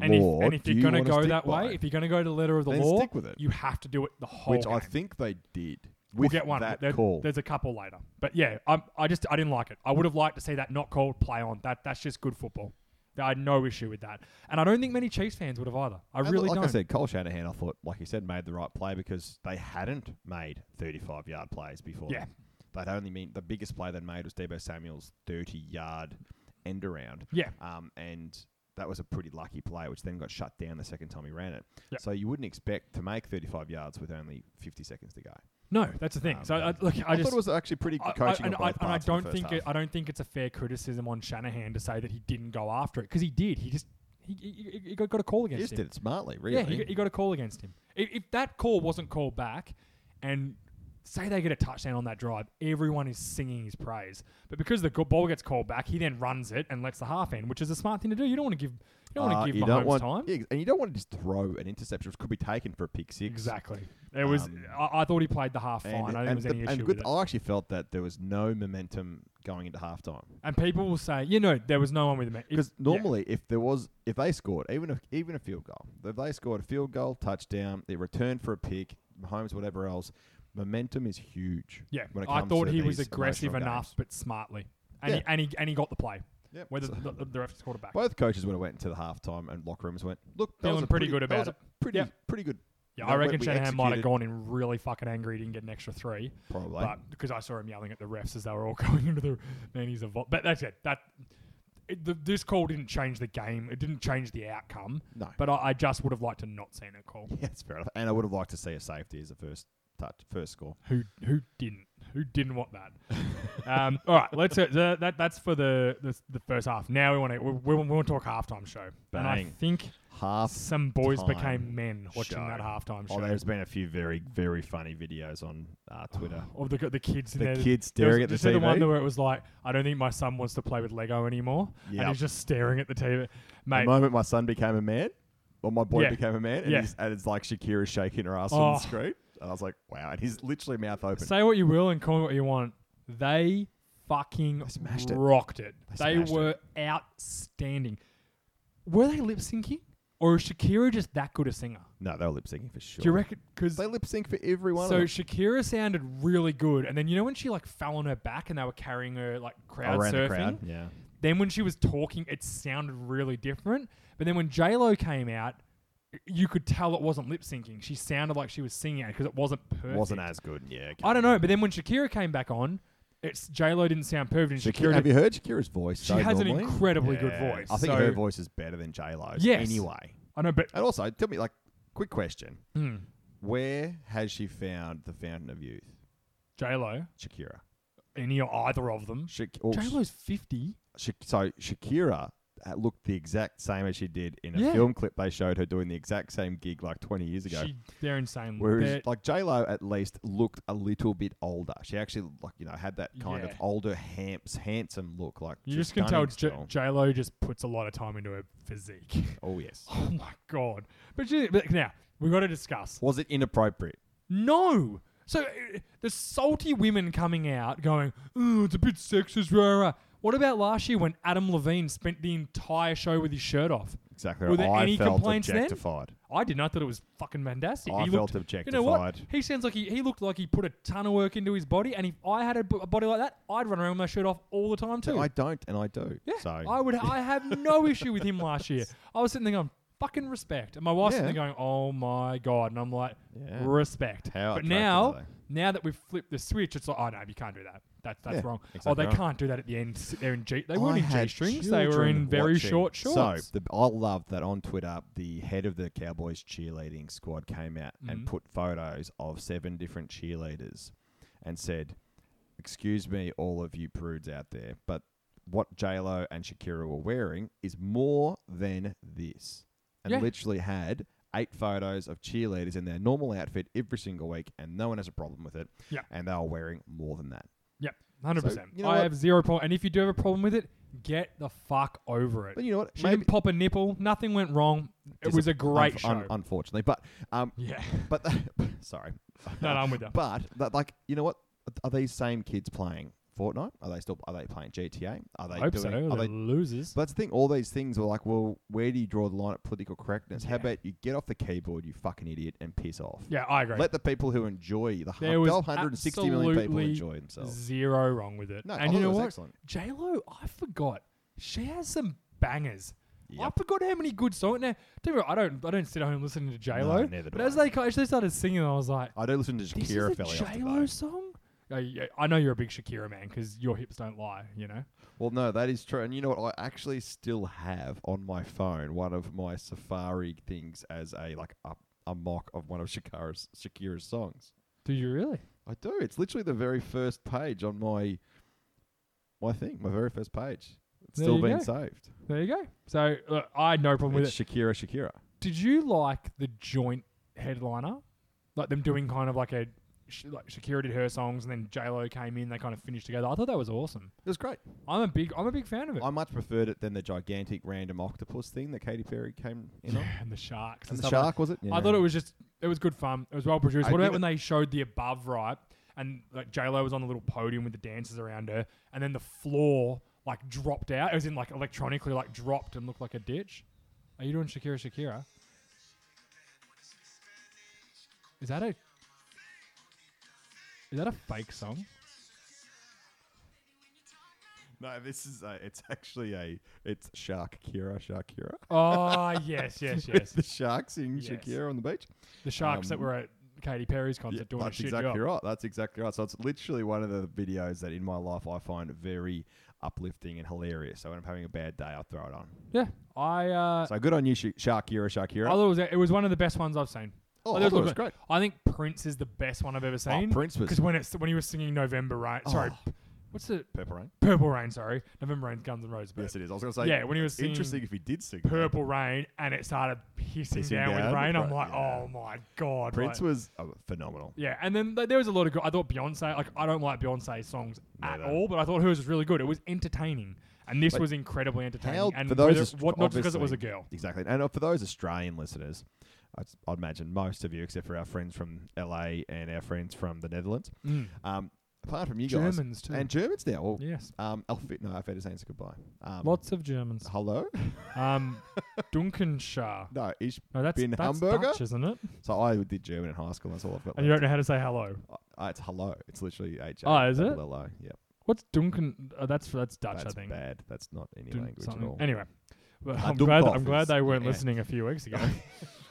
[SPEAKER 2] and if,
[SPEAKER 3] law
[SPEAKER 2] and if
[SPEAKER 3] do
[SPEAKER 2] you're
[SPEAKER 3] you
[SPEAKER 2] going to go
[SPEAKER 3] wanna stick
[SPEAKER 2] that
[SPEAKER 3] by?
[SPEAKER 2] way, if you're going to go to the letter of the
[SPEAKER 3] Then
[SPEAKER 2] law,
[SPEAKER 3] stick with it.
[SPEAKER 2] you have to do it the whole
[SPEAKER 3] which I
[SPEAKER 2] game.
[SPEAKER 3] think they did with
[SPEAKER 2] We'll get one.
[SPEAKER 3] that
[SPEAKER 2] There-
[SPEAKER 3] call.
[SPEAKER 2] There's a couple later, but yeah, I, I just I didn't like it. I would have liked to see that not called play on. That that's just good football. I had no issue with that, and I don't think many Chiefs fans would have either. I
[SPEAKER 3] And
[SPEAKER 2] really
[SPEAKER 3] Uh, like
[SPEAKER 2] don't.
[SPEAKER 3] I said, Cole Shanahan, I thought, like you said, made the right play because they hadn't made 35 yard plays before.
[SPEAKER 2] Yeah.
[SPEAKER 3] They'd only mean the biggest play they made was Debo Samuel's 30 yard end around.
[SPEAKER 2] Yeah.
[SPEAKER 3] Um, and that was a pretty lucky play, which then got shut down the second time he ran it.
[SPEAKER 2] Yep.
[SPEAKER 3] So you wouldn't expect to make 35 yards with only 50 seconds to go.
[SPEAKER 2] no, that's the thing. so I, look, I,
[SPEAKER 3] um, I
[SPEAKER 2] just
[SPEAKER 3] thought it was actually pretty good
[SPEAKER 2] I- I-
[SPEAKER 3] coaching
[SPEAKER 2] and,
[SPEAKER 3] on
[SPEAKER 2] I,
[SPEAKER 3] both
[SPEAKER 2] and I
[SPEAKER 3] parts in the
[SPEAKER 2] don't
[SPEAKER 3] first
[SPEAKER 2] think it,
[SPEAKER 3] half.
[SPEAKER 2] I don't think it's a fair criticism on Shanahan to say that he didn't go after it because he did. He just he, he, he- he got, got a call
[SPEAKER 3] He
[SPEAKER 2] against
[SPEAKER 3] just
[SPEAKER 2] him.
[SPEAKER 3] did it smartly, really.
[SPEAKER 2] Yeah, he, got- he got a call against him. If, if that call wasn't called back, and say they get a touchdown on that drive, everyone is singing his praise. But because the go- ball gets called back, he then runs it and lets the half end, which is a smart thing to do. You don't want to give you don't
[SPEAKER 3] Uh,
[SPEAKER 2] want to give
[SPEAKER 3] you
[SPEAKER 2] Mahomes
[SPEAKER 3] don't want,
[SPEAKER 2] time.
[SPEAKER 3] yeah, ex- and you don't want to just throw an interception, which could be taken for a pick six.
[SPEAKER 2] Exactly. It was.
[SPEAKER 3] Um,
[SPEAKER 2] I, I thought he played the half fine.
[SPEAKER 3] And,
[SPEAKER 2] I
[SPEAKER 3] and
[SPEAKER 2] don't think there was any
[SPEAKER 3] the-
[SPEAKER 2] issue
[SPEAKER 3] and
[SPEAKER 2] with
[SPEAKER 3] good,
[SPEAKER 2] it.
[SPEAKER 3] I actually felt that there was no momentum going into halftime
[SPEAKER 2] And people will say, you know, there was no one with him. It-
[SPEAKER 3] because
[SPEAKER 2] yeah.
[SPEAKER 3] normally if there was if they scored even a, even a field goal if they scored a field goal touchdown they returned for a pick Mahomes whatever else momentum is huge
[SPEAKER 2] Yeah,
[SPEAKER 3] when it
[SPEAKER 2] I
[SPEAKER 3] comes
[SPEAKER 2] thought
[SPEAKER 3] to
[SPEAKER 2] he was
[SPEAKER 3] these
[SPEAKER 2] aggressive
[SPEAKER 3] emotional
[SPEAKER 2] enough,
[SPEAKER 3] games.
[SPEAKER 2] but smartly, and,
[SPEAKER 3] Yeah.
[SPEAKER 2] he, and he and he got the play.
[SPEAKER 3] Yep.
[SPEAKER 2] Whether
[SPEAKER 3] So-
[SPEAKER 2] the, the, the refs called it back.
[SPEAKER 3] both coaches would have went into the halftime and locker rooms went look that was
[SPEAKER 2] Feeling
[SPEAKER 3] a
[SPEAKER 2] pretty good
[SPEAKER 3] that was
[SPEAKER 2] about
[SPEAKER 3] a pretty
[SPEAKER 2] Yep.
[SPEAKER 3] pretty good
[SPEAKER 2] Yeah,
[SPEAKER 3] that
[SPEAKER 2] I
[SPEAKER 3] we-
[SPEAKER 2] reckon
[SPEAKER 3] we
[SPEAKER 2] Shanahan might have
[SPEAKER 3] executed
[SPEAKER 2] gone in really fucking angry, didn't get an extra three,
[SPEAKER 3] probably
[SPEAKER 2] but because I saw him yelling at the refs as they were all going into the man, he's a vo- but that's it. That it, the, this call didn't change the game. It didn't change the outcome.
[SPEAKER 3] No.
[SPEAKER 2] but I, I just would have liked to not seen a call.
[SPEAKER 3] yeah that's fair enough and I would have liked to see a safety as a first touch first score
[SPEAKER 2] Who who didn't? Who didn't want that? um, all right, let's uh, the, that that's for the, the the first half. Now we want to we, we, we want to talk halftime show. And I
[SPEAKER 3] Bang.
[SPEAKER 2] think
[SPEAKER 3] half
[SPEAKER 2] some boys
[SPEAKER 3] Time
[SPEAKER 2] became men watching
[SPEAKER 3] show.
[SPEAKER 2] that halftime show.
[SPEAKER 3] Oh, there's been a few very, very funny videos on uh, Twitter.
[SPEAKER 2] Of the the kids in
[SPEAKER 3] The
[SPEAKER 2] there.
[SPEAKER 3] kids
[SPEAKER 2] There was-
[SPEAKER 3] staring at
[SPEAKER 2] did
[SPEAKER 3] the
[SPEAKER 2] you see the one
[SPEAKER 3] TV?
[SPEAKER 2] where it was like, I don't think my son wants to play with Lego anymore, and
[SPEAKER 3] Yep.
[SPEAKER 2] he's just staring at the TV.
[SPEAKER 3] the
[SPEAKER 2] Mate,
[SPEAKER 3] moment my son became a man, or my boy
[SPEAKER 2] Yeah.
[SPEAKER 3] became a man, and,
[SPEAKER 2] Yeah.
[SPEAKER 3] he's, and it's like Shakira's shaking her ass on the
[SPEAKER 2] Oh.
[SPEAKER 3] screen. And I was like, wow. And he's literally mouth open.
[SPEAKER 2] say what you will and call me what you want. They fucking
[SPEAKER 3] smashed it.
[SPEAKER 2] rocked it.
[SPEAKER 3] They
[SPEAKER 2] They,
[SPEAKER 3] smashed
[SPEAKER 2] were outstanding. Were they lip syncing, or is Shakira just that good a singer?
[SPEAKER 3] no, they were lip syncing for sure.
[SPEAKER 2] Do you reckon? Because
[SPEAKER 3] They lip sync for every one
[SPEAKER 2] So
[SPEAKER 3] of them.
[SPEAKER 2] Shakira sounded really good, and then you know when she like fell on her back and they were carrying her like crowd
[SPEAKER 3] Around
[SPEAKER 2] surfing.
[SPEAKER 3] the crowd. Yeah.
[SPEAKER 2] Then when she was talking, it sounded really different. But then when J Lo came out, you could tell it wasn't lip syncing. She sounded like she was singing because it wasn't perfect.
[SPEAKER 3] Wasn't as good. Yeah.
[SPEAKER 2] I don't know. But then when Shakira came back on, it's J Lo didn't sound perfect. And
[SPEAKER 3] Shakira,
[SPEAKER 2] Shakira,
[SPEAKER 3] have you heard Shakira's voice?
[SPEAKER 2] she
[SPEAKER 3] though,
[SPEAKER 2] has
[SPEAKER 3] normally?
[SPEAKER 2] an incredibly good
[SPEAKER 3] Yeah.
[SPEAKER 2] voice.
[SPEAKER 3] I think
[SPEAKER 2] so,
[SPEAKER 3] her voice is better than J Lo's.
[SPEAKER 2] Yes.
[SPEAKER 3] Anyway.
[SPEAKER 2] I know, but
[SPEAKER 3] And also, tell me, like, quick question:
[SPEAKER 2] mm,
[SPEAKER 3] Where has she found the fountain of youth?
[SPEAKER 2] J Lo,
[SPEAKER 3] Shakira.
[SPEAKER 2] any or either of them.
[SPEAKER 3] Shak- or
[SPEAKER 2] J Lo's fifty.
[SPEAKER 3] Sha- so Shakira uh, looked the exact same as she did in a
[SPEAKER 2] Yeah.
[SPEAKER 3] film clip they showed her doing the exact same gig like 20 years ago.
[SPEAKER 2] She, they're insane.
[SPEAKER 3] Whereas
[SPEAKER 2] They're-
[SPEAKER 3] like J Lo at least looked a little bit older. She actually like you know had that kind of
[SPEAKER 2] Yeah.
[SPEAKER 3] older hamps handsome look. Like
[SPEAKER 2] You
[SPEAKER 3] she's
[SPEAKER 2] just can tell
[SPEAKER 3] stunning
[SPEAKER 2] J-
[SPEAKER 3] still.
[SPEAKER 2] Lo just puts a lot of time into her physique.
[SPEAKER 3] oh yes.
[SPEAKER 2] oh my god! But, she, but now we got to discuss.
[SPEAKER 3] Was it inappropriate?
[SPEAKER 2] No, so uh, the salty women coming out going, "Oh, it's a bit sexist." Rah, rah. What about last year when Adam Levine spent the entire show with his shirt off?
[SPEAKER 3] Exactly.
[SPEAKER 2] Were there
[SPEAKER 3] I
[SPEAKER 2] any
[SPEAKER 3] felt
[SPEAKER 2] complaints then?
[SPEAKER 3] objectified.
[SPEAKER 2] I did not thought it was fucking fantastic.
[SPEAKER 3] I
[SPEAKER 2] he
[SPEAKER 3] felt
[SPEAKER 2] looked, You know what?
[SPEAKER 3] objectified.
[SPEAKER 2] He sounds like he, he looked like he put a ton of work into his body, and if I had a, b- a body like that, I'd run around with my shirt off all the time too.
[SPEAKER 3] I don't, and I do.
[SPEAKER 2] Yeah,
[SPEAKER 3] so
[SPEAKER 2] I would. I have no issue with him last year. I was sitting there going, "Fucking respect," and my wife's sitting there going, "Oh my god," and I'm like,
[SPEAKER 3] Yeah.
[SPEAKER 2] "Respect."
[SPEAKER 3] How
[SPEAKER 2] but
[SPEAKER 3] attractive are
[SPEAKER 2] now,
[SPEAKER 3] they?
[SPEAKER 2] now that we've flipped the switch, it's like, "Oh no, you can't do that. That's that's
[SPEAKER 3] Yeah,
[SPEAKER 2] wrong." oh,
[SPEAKER 3] exactly
[SPEAKER 2] they
[SPEAKER 3] right.
[SPEAKER 2] can't do that at the end. Sit there in G. They
[SPEAKER 3] I
[SPEAKER 2] weren't in
[SPEAKER 3] had
[SPEAKER 2] G strings. They were
[SPEAKER 3] children
[SPEAKER 2] in very
[SPEAKER 3] watching.
[SPEAKER 2] short shorts.
[SPEAKER 3] So the, I love that on Twitter, the head of the Cowboys cheerleading squad came out and
[SPEAKER 2] Mhm.
[SPEAKER 3] put photos of seven different cheerleaders and said, "Excuse me, all of you prudes out there, but what J Lo and Shakira were wearing is more than this." and
[SPEAKER 2] Yeah.
[SPEAKER 3] literally had eight photos of cheerleaders in their normal outfit every single week, and no one has a problem with it.
[SPEAKER 2] Yeah.
[SPEAKER 3] And they are wearing more than that.
[SPEAKER 2] Yep, hundred
[SPEAKER 3] So,
[SPEAKER 2] percent.
[SPEAKER 3] you know
[SPEAKER 2] I
[SPEAKER 3] what?
[SPEAKER 2] have zero problem. And if you do have a problem with it, get the fuck over it.
[SPEAKER 3] But you know what?
[SPEAKER 2] she didn't pop a nipple. Nothing went wrong. It
[SPEAKER 3] Dis-
[SPEAKER 2] was a great show.
[SPEAKER 3] un- un- unfortunately, but um,
[SPEAKER 2] yeah,
[SPEAKER 3] but sorry.
[SPEAKER 2] no, no, I'm with you.
[SPEAKER 3] But that, like, you know what? Are these same kids playing Fortnite? Are they still? Are they playing GTA? Are they
[SPEAKER 2] I hope
[SPEAKER 3] doing?
[SPEAKER 2] so.
[SPEAKER 3] Are
[SPEAKER 2] They're
[SPEAKER 3] they?
[SPEAKER 2] losers.
[SPEAKER 3] But that's the thing. All these things were like, well, where do you draw the line at political correctness? How
[SPEAKER 2] Yeah.
[SPEAKER 3] about you get off the keyboard, you fucking idiot, and piss off?
[SPEAKER 2] yeah, I agree.
[SPEAKER 3] Let the people who enjoy the
[SPEAKER 2] There
[SPEAKER 3] hun-
[SPEAKER 2] was
[SPEAKER 3] 160 million people
[SPEAKER 2] absolutely
[SPEAKER 3] enjoy themselves.
[SPEAKER 2] Zero wrong with it.
[SPEAKER 3] No, I
[SPEAKER 2] and
[SPEAKER 3] thought
[SPEAKER 2] you
[SPEAKER 3] it
[SPEAKER 2] know
[SPEAKER 3] was
[SPEAKER 2] what?
[SPEAKER 3] excellent.
[SPEAKER 2] J Lo, I forgot. She has some bangers. I
[SPEAKER 3] Yep.
[SPEAKER 2] forgot how many good songs. Now, don't get me wrong, I don't. I don't sit at home listening to J Lo.
[SPEAKER 3] neither do
[SPEAKER 2] but as
[SPEAKER 3] I.
[SPEAKER 2] they as they started singing, I was like,
[SPEAKER 3] I do listen to
[SPEAKER 2] "This is
[SPEAKER 3] Shakira
[SPEAKER 2] a
[SPEAKER 3] fairly
[SPEAKER 2] J
[SPEAKER 3] often.
[SPEAKER 2] Lo
[SPEAKER 3] though.
[SPEAKER 2] song." Yeah, yeah, I know you're a big Shakira man because your hips don't lie. You know.
[SPEAKER 3] Well, no, that is true. And you know what? I actually still have on my phone one of my Safari things as a like a, a mock of one of Shakira's Shakira's songs.
[SPEAKER 2] Do you really?
[SPEAKER 3] I do. It's literally the very first page on my my thing, my very first page. It's
[SPEAKER 2] There
[SPEAKER 3] still
[SPEAKER 2] you
[SPEAKER 3] being
[SPEAKER 2] go.
[SPEAKER 3] saved.
[SPEAKER 2] There you go. So look, I had no problem with it.
[SPEAKER 3] It's Shakira, Shakira.
[SPEAKER 2] Did you like the joint headliner? Like them doing kind of like a sh- like Shakira did her songs and then J Lo came in. They kind of finished together. I thought that was awesome.
[SPEAKER 3] It was great.
[SPEAKER 2] I'm a big I'm a big fan of it.
[SPEAKER 3] I much preferred it than the gigantic random octopus thing that Katy Perry came in on.
[SPEAKER 2] and the sharks and,
[SPEAKER 3] And the
[SPEAKER 2] stuff like
[SPEAKER 3] shark was it?
[SPEAKER 2] I thought it was just it was good fun. It was well produced.
[SPEAKER 3] I
[SPEAKER 2] what about
[SPEAKER 3] think
[SPEAKER 2] when they showed the above right and like J Lo was on the little podium with the dancers around her, and then the floor like dropped out. It was in like electronically like dropped and looked like a ditch. Are you doing Shakira Shakira? Is that a is that a fake song?
[SPEAKER 3] No, this is a, it's actually a it's Shark Kira, Shakira.
[SPEAKER 2] Oh yes, yes, yes.
[SPEAKER 3] the sharks in
[SPEAKER 2] Yes.
[SPEAKER 3] Shakira on the beach.
[SPEAKER 2] The sharks that
[SPEAKER 3] Um,
[SPEAKER 2] were at Katy Perry's concert
[SPEAKER 3] Yeah,
[SPEAKER 2] doing a
[SPEAKER 3] that's
[SPEAKER 2] shit
[SPEAKER 3] exactly
[SPEAKER 2] job.
[SPEAKER 3] right. That's exactly right. So it's literally one of the videos that in my life I find very uplifting and hilarious. So when I'm having a bad day, I'll throw it on.
[SPEAKER 2] Yeah, I uh,
[SPEAKER 3] So good on you, Sh- Shakira, Shakira.
[SPEAKER 2] I thought it was it was one of the best ones I've seen.
[SPEAKER 3] oh,
[SPEAKER 2] I thought it was
[SPEAKER 3] was great.
[SPEAKER 2] I think Prince is the best one I've ever
[SPEAKER 3] Oh,
[SPEAKER 2] seen.
[SPEAKER 3] Prince was
[SPEAKER 2] Because when it's when he was singing November Rain, sorry,
[SPEAKER 3] Oh.
[SPEAKER 2] what's the
[SPEAKER 3] Purple Rain.
[SPEAKER 2] Purple Rain? Sorry, November Rain's Guns N' Roses. but
[SPEAKER 3] Yes, it is. I was going to say.
[SPEAKER 2] yeah, when he was singing
[SPEAKER 3] interesting if he did sing. that.
[SPEAKER 2] Purple Rain and it started hissing
[SPEAKER 3] Pissing
[SPEAKER 2] down,
[SPEAKER 3] down,
[SPEAKER 2] with rain, I'm
[SPEAKER 3] right,
[SPEAKER 2] like,
[SPEAKER 3] yeah.
[SPEAKER 2] oh my god,
[SPEAKER 3] Prince
[SPEAKER 2] like-
[SPEAKER 3] was oh, phenomenal.
[SPEAKER 2] yeah, and then like, there was a lot of good. I thought Beyonce, like I don't like Beyonce's songs at
[SPEAKER 3] Neither.
[SPEAKER 2] all, but I thought hers was really good. It was entertaining, and this
[SPEAKER 3] But
[SPEAKER 2] was incredibly entertaining.
[SPEAKER 3] How
[SPEAKER 2] and
[SPEAKER 3] for those
[SPEAKER 2] whether-
[SPEAKER 3] Aust-
[SPEAKER 2] what, not just because it was a
[SPEAKER 3] obviously-
[SPEAKER 2] girl.
[SPEAKER 3] Exactly. And uh, for those Australian listeners, I'd, I'd imagine most of you, except for our friends from LA and our friends from the Netherlands,
[SPEAKER 2] Mm.
[SPEAKER 3] um, apart from you guys
[SPEAKER 2] Germans too.
[SPEAKER 3] and Germans now. Well,
[SPEAKER 2] yes,
[SPEAKER 3] Um, Alfie, no, Alfie saying goodbye. Um,
[SPEAKER 2] lots of Germans.
[SPEAKER 3] Hello?
[SPEAKER 2] Um, Dunkenshire.
[SPEAKER 3] No, ich
[SPEAKER 2] No, that's,
[SPEAKER 3] Bin
[SPEAKER 2] that's
[SPEAKER 3] Hamburger?
[SPEAKER 2] Dutch, isn't it?
[SPEAKER 3] So I did German in high school. That's all I've got.
[SPEAKER 2] And you don't
[SPEAKER 3] Left.
[SPEAKER 2] know how to say hello.
[SPEAKER 3] Uh, it's hello. It's literally H.
[SPEAKER 2] Oh, is it?
[SPEAKER 3] Hello. Yep.
[SPEAKER 2] What's Duncan? Uh, that's that's Dutch,
[SPEAKER 3] That's
[SPEAKER 2] I think.
[SPEAKER 3] bad. That's not any
[SPEAKER 2] Dun-
[SPEAKER 3] language
[SPEAKER 2] something.
[SPEAKER 3] at all.
[SPEAKER 2] Anyway, but
[SPEAKER 3] Ah,
[SPEAKER 2] I'm, glad,
[SPEAKER 3] Dunkhoff
[SPEAKER 2] I'm glad
[SPEAKER 3] is-
[SPEAKER 2] they weren't
[SPEAKER 3] yeah.
[SPEAKER 2] listening a few weeks ago.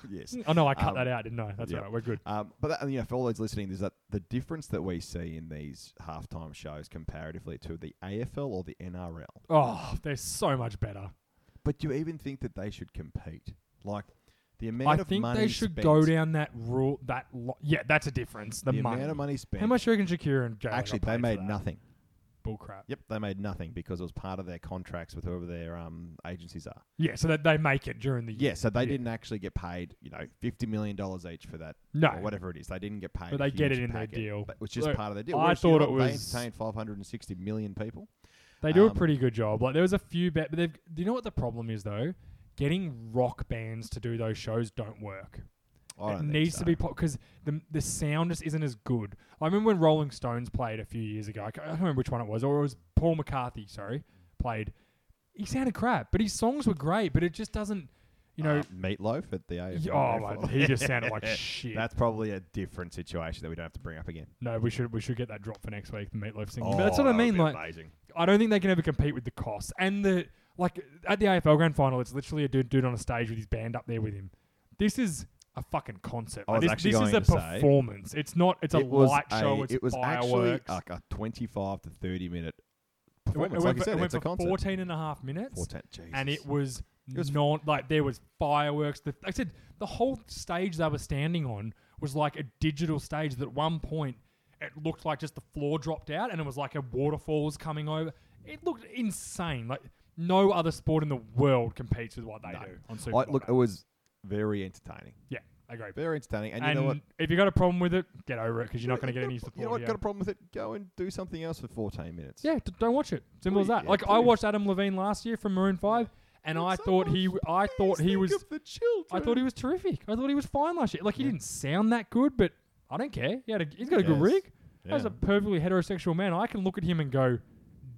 [SPEAKER 3] yes.
[SPEAKER 2] oh no, I cut
[SPEAKER 3] Um,
[SPEAKER 2] that out, didn't I? That's
[SPEAKER 3] yeah.
[SPEAKER 2] all right. We're good.
[SPEAKER 3] Um, but that, you know, for all those listening, there's that the difference that we see in these halftime shows comparatively to the AFL or the NRL.
[SPEAKER 2] Oh, they're so much better.
[SPEAKER 3] But do you even think that they should compete? Like the amount
[SPEAKER 2] I
[SPEAKER 3] of
[SPEAKER 2] think
[SPEAKER 3] money
[SPEAKER 2] they should
[SPEAKER 3] spent,
[SPEAKER 2] go down that rule. That lo- yeah, that's a difference. The,
[SPEAKER 3] the
[SPEAKER 2] money.
[SPEAKER 3] amount of money spent.
[SPEAKER 2] How much do you reckon Shakira and Jay
[SPEAKER 3] Actually, they made nothing.
[SPEAKER 2] Bullcrap.
[SPEAKER 3] Yep, they made nothing because it was part of their contracts with whoever their um, agencies are.
[SPEAKER 2] Yeah, so that they make it during the year.
[SPEAKER 3] Yeah, so they
[SPEAKER 2] Yeah.
[SPEAKER 3] didn't actually get paid, you know, fifty million dollars each for that,
[SPEAKER 2] No,
[SPEAKER 3] or whatever it is. They didn't get paid,
[SPEAKER 2] But
[SPEAKER 3] a
[SPEAKER 2] they get
[SPEAKER 3] huge
[SPEAKER 2] it in their
[SPEAKER 3] packet,
[SPEAKER 2] deal.
[SPEAKER 3] but, which is
[SPEAKER 2] Look,
[SPEAKER 3] part of their deal.
[SPEAKER 2] I
[SPEAKER 3] Whereas, you
[SPEAKER 2] thought
[SPEAKER 3] know
[SPEAKER 2] it
[SPEAKER 3] what? they
[SPEAKER 2] was-
[SPEAKER 3] entertained five hundred and sixty million people.
[SPEAKER 2] They do a
[SPEAKER 3] Um,
[SPEAKER 2] pretty good job. Like there was a few, be- but they've. Do you know what the problem is though? Getting rock bands to do those shows don't work.
[SPEAKER 3] I
[SPEAKER 2] it
[SPEAKER 3] don't think
[SPEAKER 2] needs
[SPEAKER 3] so.
[SPEAKER 2] to be because the the sound just isn't as good. I remember when Rolling Stones played a few years ago. I can't I don't remember which one it was, or it was Paul McCartney. Sorry, played. He sounded crap, but his songs were great. But it just doesn't, you know.
[SPEAKER 3] Uh, meatloaf at the AFL.
[SPEAKER 2] y- oh, my, he just sounded like shit.
[SPEAKER 3] That's probably a different situation that we don't have to bring up again.
[SPEAKER 2] no, we should we should get that drop for next week. The meatloaf
[SPEAKER 3] Oh,
[SPEAKER 2] singing. but that's what I mean. Like,
[SPEAKER 3] amazing.
[SPEAKER 2] I don't think they can ever compete with the costs and the like at the AFL grand final. It's literally a dude, dude on a stage with his band up there with him. This is a fucking concert.
[SPEAKER 3] I
[SPEAKER 2] Like,
[SPEAKER 3] was
[SPEAKER 2] this
[SPEAKER 3] actually
[SPEAKER 2] this is
[SPEAKER 3] going
[SPEAKER 2] a
[SPEAKER 3] to say-
[SPEAKER 2] performance. It's not. It's a
[SPEAKER 3] it was
[SPEAKER 2] light show.
[SPEAKER 3] a-
[SPEAKER 2] It's
[SPEAKER 3] it was actually
[SPEAKER 2] fireworks.
[SPEAKER 3] like a twenty-five to thirty-minute
[SPEAKER 2] it went, it
[SPEAKER 3] performance. like
[SPEAKER 2] went
[SPEAKER 3] I
[SPEAKER 2] for,
[SPEAKER 3] said,
[SPEAKER 2] it went
[SPEAKER 3] it's a
[SPEAKER 2] for
[SPEAKER 3] concert.
[SPEAKER 2] 14 and a half minutes,
[SPEAKER 3] 14,
[SPEAKER 2] and
[SPEAKER 3] Jesus.
[SPEAKER 2] it was,
[SPEAKER 3] was-
[SPEAKER 2] non like there was fireworks. The, like I said the whole stage they were standing on was like a digital stage. That at one point it looked like just the floor dropped out, and it was like a waterfall was coming over. It looked insane. Like no other sport in the world competes with what they
[SPEAKER 3] No.
[SPEAKER 2] do on Super
[SPEAKER 3] I,
[SPEAKER 2] Bowl
[SPEAKER 3] look, it
[SPEAKER 2] night.
[SPEAKER 3] was very entertaining.
[SPEAKER 2] Yeah, I agree.
[SPEAKER 3] Very entertaining. And, you know what?
[SPEAKER 2] If you got a problem with it, get over it because you're not going to
[SPEAKER 3] You
[SPEAKER 2] get
[SPEAKER 3] know-
[SPEAKER 2] any support.
[SPEAKER 3] You know what?
[SPEAKER 2] here.
[SPEAKER 3] Got a problem with it? Go and do something else for 14 minutes.
[SPEAKER 2] Yeah, d- don't watch it. Simple as
[SPEAKER 3] Please,
[SPEAKER 2] that.
[SPEAKER 3] yeah,
[SPEAKER 2] like I
[SPEAKER 3] please.
[SPEAKER 2] watched Adam Levine last year from Maroon Five, and I thought he, w- I thought he was,
[SPEAKER 3] the children.
[SPEAKER 2] I thought he was terrific. I thought he was fine last year. Like he didn't sound that good, but I don't care. He had a, he's got a good
[SPEAKER 3] Yes.
[SPEAKER 2] rig. As
[SPEAKER 3] Yeah.
[SPEAKER 2] a perfectly heterosexual man, I can look at him and go,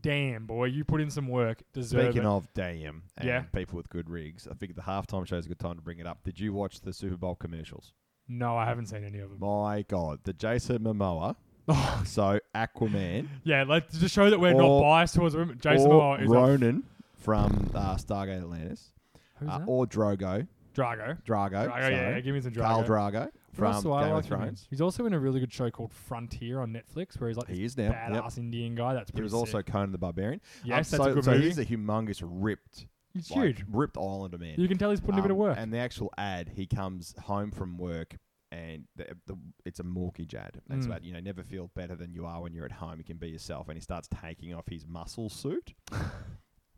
[SPEAKER 2] "Damn, boy, you put in some work. Deserve
[SPEAKER 3] Speaking
[SPEAKER 2] it."
[SPEAKER 3] of damn and
[SPEAKER 2] Yeah.
[SPEAKER 3] people with good rigs, I think the halftime show is a good time to bring it up. Did you watch the Super Bowl commercials?
[SPEAKER 2] no, I haven't seen any of them.
[SPEAKER 3] My God, the Jason Momoa,
[SPEAKER 2] Oh.
[SPEAKER 3] so Aquaman,
[SPEAKER 2] yeah, like to show that we're not
[SPEAKER 3] Or-
[SPEAKER 2] biased towards women. Jason
[SPEAKER 3] or
[SPEAKER 2] Momoa is a
[SPEAKER 3] Ronan from uh, Stargate Atlantis,
[SPEAKER 2] Who's
[SPEAKER 3] uh,
[SPEAKER 2] that?
[SPEAKER 3] or Drogo,
[SPEAKER 2] Drago.
[SPEAKER 3] Drago,
[SPEAKER 2] Drago, yeah,
[SPEAKER 3] sorry,
[SPEAKER 2] yeah, give me some Drago.
[SPEAKER 3] Khal Drago
[SPEAKER 2] What
[SPEAKER 3] from
[SPEAKER 2] else
[SPEAKER 3] Game
[SPEAKER 2] do I
[SPEAKER 3] of
[SPEAKER 2] like him in?
[SPEAKER 3] Thrones.
[SPEAKER 2] He's also in a really good show called Frontier on Netflix, where he's like this
[SPEAKER 3] He is now. yep.
[SPEAKER 2] badass Indian guy. That's
[SPEAKER 3] He
[SPEAKER 2] pretty.
[SPEAKER 3] was
[SPEAKER 2] sick.
[SPEAKER 3] also Conan the Barbarian. Um,
[SPEAKER 2] yes,
[SPEAKER 3] so,
[SPEAKER 2] that's a good
[SPEAKER 3] so
[SPEAKER 2] movie.
[SPEAKER 3] he's a humongous ripped,
[SPEAKER 2] He's
[SPEAKER 3] like,
[SPEAKER 2] huge.
[SPEAKER 3] ripped Islander man.
[SPEAKER 2] You can tell he's putting a bit of
[SPEAKER 3] Um,
[SPEAKER 2] work.
[SPEAKER 3] And the actual ad, he comes home from work and the, the, it's a mortgage ad. It's
[SPEAKER 2] Mm.
[SPEAKER 3] about, you know, never feel better than you are when you're at home. You can be yourself. And he starts taking off his muscle suit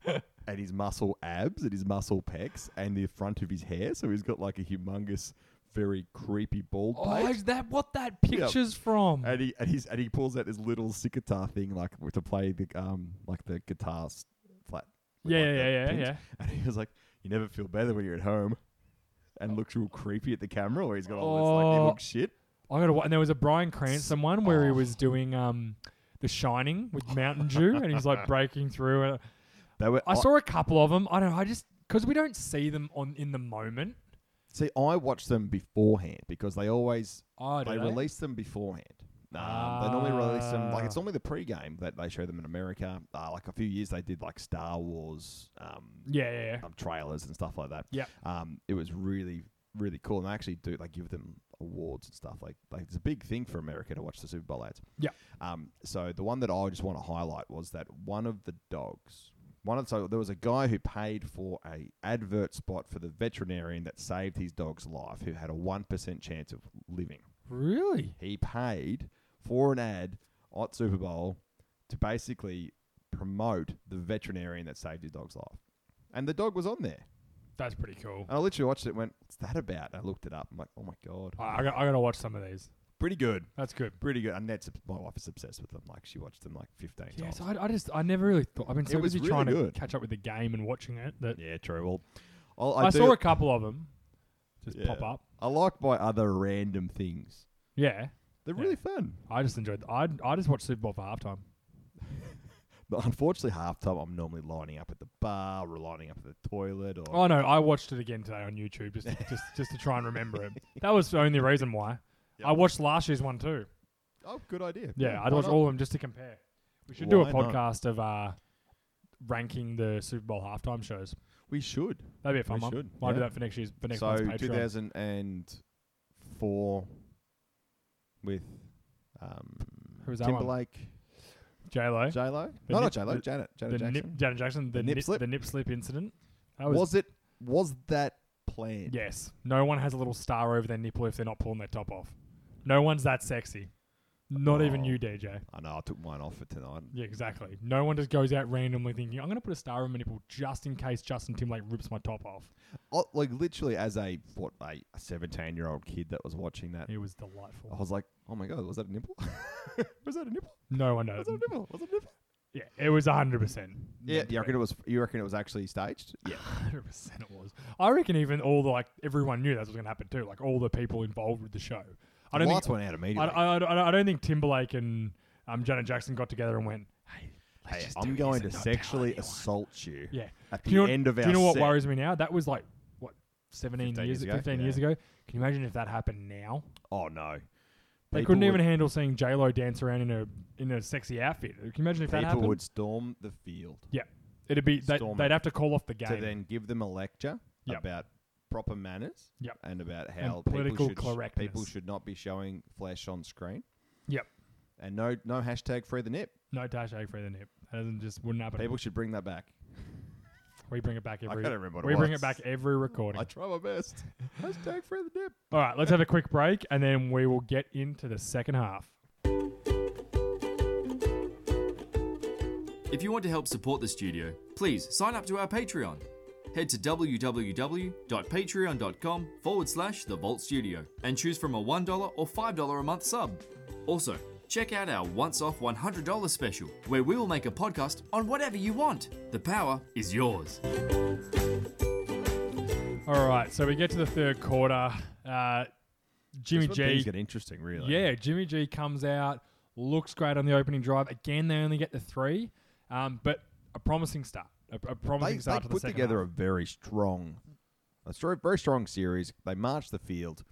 [SPEAKER 3] and his muscle abs and his muscle pecs and the front of his hair. So he's got like a humongous, very creepy bald
[SPEAKER 2] oh,
[SPEAKER 3] pate.
[SPEAKER 2] is that what that picture's from?
[SPEAKER 3] And he and he's and he pulls out this little sitar thing like to play the um like the guitar s- flat.
[SPEAKER 2] yeah,
[SPEAKER 3] like
[SPEAKER 2] yeah,
[SPEAKER 3] the
[SPEAKER 2] yeah, yeah,
[SPEAKER 3] pinch.
[SPEAKER 2] yeah.
[SPEAKER 3] And he was like, "You never feel better when you're at home," and looks real creepy at the camera, or he's got all this like,
[SPEAKER 2] Oh.
[SPEAKER 3] "You look shit."
[SPEAKER 2] I got to. And there was a Brian Cranston one where he
[SPEAKER 3] oh.
[SPEAKER 2] was doing um, The Shining with Mountain Dew, and he's like breaking through. And
[SPEAKER 3] They were.
[SPEAKER 2] I saw a couple of them. I don't. know. I just because we don't see them on in the moment.
[SPEAKER 3] see, I watched them beforehand because they always
[SPEAKER 2] I
[SPEAKER 3] they
[SPEAKER 2] don't.
[SPEAKER 3] release them beforehand. Um, They normally release them like it's
[SPEAKER 2] Ah.
[SPEAKER 3] normally the pre-game that they show them in America. Uh, like a few years they did like Star Wars um,
[SPEAKER 2] Yeah, yeah, yeah.
[SPEAKER 3] um, trailers and stuff like that.
[SPEAKER 2] Yep.
[SPEAKER 3] Um, it was really, really cool. And they actually do like give them awards and stuff. Like, like it's a big thing for America to watch the Super Bowl ads.
[SPEAKER 2] Yep.
[SPEAKER 3] Um, so the one that I just want to highlight was that one of the dogs, one of so there was a guy who paid for a advert spot for the veterinarian that saved his dog's life, who had a one percent chance of living.
[SPEAKER 2] Really?
[SPEAKER 3] He paid for an ad at Super Bowl to basically promote the veterinarian that saved his dog's life. And the dog was on there.
[SPEAKER 2] That's pretty cool.
[SPEAKER 3] And I literally watched it and went, What's that about? And I looked it up. I'm like, Oh my God.
[SPEAKER 2] I, I, got, I got to watch some of these.
[SPEAKER 3] Pretty good.
[SPEAKER 2] That's good.
[SPEAKER 3] Pretty good. And that's my wife is obsessed with them. Like, she watched them like 15
[SPEAKER 2] Yeah,
[SPEAKER 3] times.
[SPEAKER 2] so I, I just I never really thought. I've been so
[SPEAKER 3] It was
[SPEAKER 2] busy
[SPEAKER 3] really
[SPEAKER 2] trying
[SPEAKER 3] good.
[SPEAKER 2] to catch up with the game and watching it that
[SPEAKER 3] yeah, true. Well, I'll,
[SPEAKER 2] I,
[SPEAKER 3] I, do,
[SPEAKER 2] saw a couple of them just
[SPEAKER 3] Yeah.
[SPEAKER 2] pop up.
[SPEAKER 3] I like my other random things.
[SPEAKER 2] Yeah,
[SPEAKER 3] They're
[SPEAKER 2] Yeah.
[SPEAKER 3] really fun.
[SPEAKER 2] I just enjoyed. I I just watched Super Bowl for halftime.
[SPEAKER 3] But unfortunately, halftime, I'm normally lining up at the bar or lining up at the toilet or.
[SPEAKER 2] Oh no, I watched it again today on YouTube just just just to try and remember it. That was the only reason why.
[SPEAKER 3] Yep.
[SPEAKER 2] I watched last year's one too.
[SPEAKER 3] Oh, good idea.
[SPEAKER 2] Yeah, I'd
[SPEAKER 3] why
[SPEAKER 2] watch
[SPEAKER 3] not?
[SPEAKER 2] all of them just to compare. We should do a
[SPEAKER 3] Why not?
[SPEAKER 2] podcast of uh, ranking the Super Bowl halftime shows.
[SPEAKER 3] We should.
[SPEAKER 2] That'd be a fun
[SPEAKER 3] We
[SPEAKER 2] one.
[SPEAKER 3] should,
[SPEAKER 2] Might do
[SPEAKER 3] yeah.
[SPEAKER 2] that for next year's for next
[SPEAKER 3] so
[SPEAKER 2] month's Patreon.
[SPEAKER 3] 2004 with um,
[SPEAKER 2] Who was that one?
[SPEAKER 3] Timberlake,
[SPEAKER 2] J Lo,
[SPEAKER 3] J Lo.
[SPEAKER 2] The
[SPEAKER 3] No, not
[SPEAKER 2] nip-
[SPEAKER 3] J Lo.
[SPEAKER 2] the-
[SPEAKER 3] Janet. Janet
[SPEAKER 2] the
[SPEAKER 3] Jackson.
[SPEAKER 2] nip, Janet Jackson, the, nip,
[SPEAKER 3] slip.
[SPEAKER 2] the nip slip incident. That
[SPEAKER 3] was,
[SPEAKER 2] was
[SPEAKER 3] it? Was that planned?
[SPEAKER 2] Yes. No one has a little star over their nipple if they're not pulling their top off. No one's that sexy. Not even
[SPEAKER 3] Oh.
[SPEAKER 2] you, DJ.
[SPEAKER 3] I know. I took mine off for tonight.
[SPEAKER 2] Yeah, exactly. No one just goes out randomly thinking, I'm going to put a star on my nipple just in case Justin Timberlake rips my top off.
[SPEAKER 3] Oh, like literally, as a what a 17 year old kid that was watching that,
[SPEAKER 2] It was
[SPEAKER 3] I
[SPEAKER 2] delightful.
[SPEAKER 3] was like, oh my god, was that a nipple? was that a nipple?
[SPEAKER 2] No one knows.
[SPEAKER 3] Was that a nipple? Was that a nipple?
[SPEAKER 2] Yeah, it was 100%.
[SPEAKER 3] Yeah.
[SPEAKER 2] meant
[SPEAKER 3] You
[SPEAKER 2] to
[SPEAKER 3] reckon
[SPEAKER 2] be.
[SPEAKER 3] it was? You reckon it was actually staged? Yeah.
[SPEAKER 2] 100% it was. I reckon even all the, like, everyone knew that's what was going to happen too. Like, all the people involved with the show. I don't
[SPEAKER 3] Lights
[SPEAKER 2] think,
[SPEAKER 3] went out
[SPEAKER 2] I,
[SPEAKER 3] immediately.
[SPEAKER 2] I, I, I don't think Timberlake and um, Janet Jackson got together and went, hey, let's
[SPEAKER 3] Hey,
[SPEAKER 2] just do
[SPEAKER 3] I'm
[SPEAKER 2] this and
[SPEAKER 3] going to
[SPEAKER 2] not tell
[SPEAKER 3] sexually
[SPEAKER 2] anyone."
[SPEAKER 3] assault you.
[SPEAKER 2] Yeah.
[SPEAKER 3] At the
[SPEAKER 2] Do you know,
[SPEAKER 3] end of
[SPEAKER 2] do
[SPEAKER 3] our
[SPEAKER 2] you know what
[SPEAKER 3] set.
[SPEAKER 2] worries me now? That was like what 17
[SPEAKER 3] 15
[SPEAKER 2] years,
[SPEAKER 3] years ago?
[SPEAKER 2] 15 years
[SPEAKER 3] Yeah.
[SPEAKER 2] ago. Can you imagine if that happened now?
[SPEAKER 3] Oh no.
[SPEAKER 2] They
[SPEAKER 3] People
[SPEAKER 2] couldn't
[SPEAKER 3] would-
[SPEAKER 2] even handle seeing J Lo dance around in a in a sexy outfit. Can you imagine if that
[SPEAKER 3] people
[SPEAKER 2] happened?
[SPEAKER 3] would storm the field
[SPEAKER 2] It'd be they,
[SPEAKER 3] storm
[SPEAKER 2] they'd
[SPEAKER 3] it.
[SPEAKER 2] have to call off the game.
[SPEAKER 3] to then give them a lecture
[SPEAKER 2] Yep.
[SPEAKER 3] about proper manners
[SPEAKER 2] Yep.
[SPEAKER 3] and about how
[SPEAKER 2] political
[SPEAKER 3] people should,
[SPEAKER 2] correctness.
[SPEAKER 3] people should not be showing flesh on screen.
[SPEAKER 2] Yep.
[SPEAKER 3] And no no hashtag free the nip.
[SPEAKER 2] no dash egg for the nip. That doesn't just wouldn't happen.
[SPEAKER 3] People should bring that back.
[SPEAKER 2] we bring it back
[SPEAKER 3] I
[SPEAKER 2] every.
[SPEAKER 3] can't remember what
[SPEAKER 2] we
[SPEAKER 3] it
[SPEAKER 2] bring
[SPEAKER 3] was.
[SPEAKER 2] it back every recording.
[SPEAKER 3] I try my best. hashtag free the nip.
[SPEAKER 2] All right, let's have a quick break and then we will get into the second half.
[SPEAKER 1] If you want to help support the studio, please sign up to our Patreon. head to www.patreon.com forward slash The Vault Studio and choose from a $1 or $5 a month sub. Also, check out our once off $100 special where we will make a podcast on whatever you want. The power is yours.
[SPEAKER 2] All right, so we get to the third quarter. Uh, Jimmy
[SPEAKER 3] That's when things
[SPEAKER 2] G.
[SPEAKER 3] get interesting, really.
[SPEAKER 2] Yeah, Jimmy G comes out, looks great on the opening drive. Again, they only get the three, um, but a promising start. A, a
[SPEAKER 3] they,
[SPEAKER 2] promising
[SPEAKER 3] they
[SPEAKER 2] start to the
[SPEAKER 3] put
[SPEAKER 2] second
[SPEAKER 3] together
[SPEAKER 2] half.
[SPEAKER 3] a very strong, a stro- very strong series. They marched the field.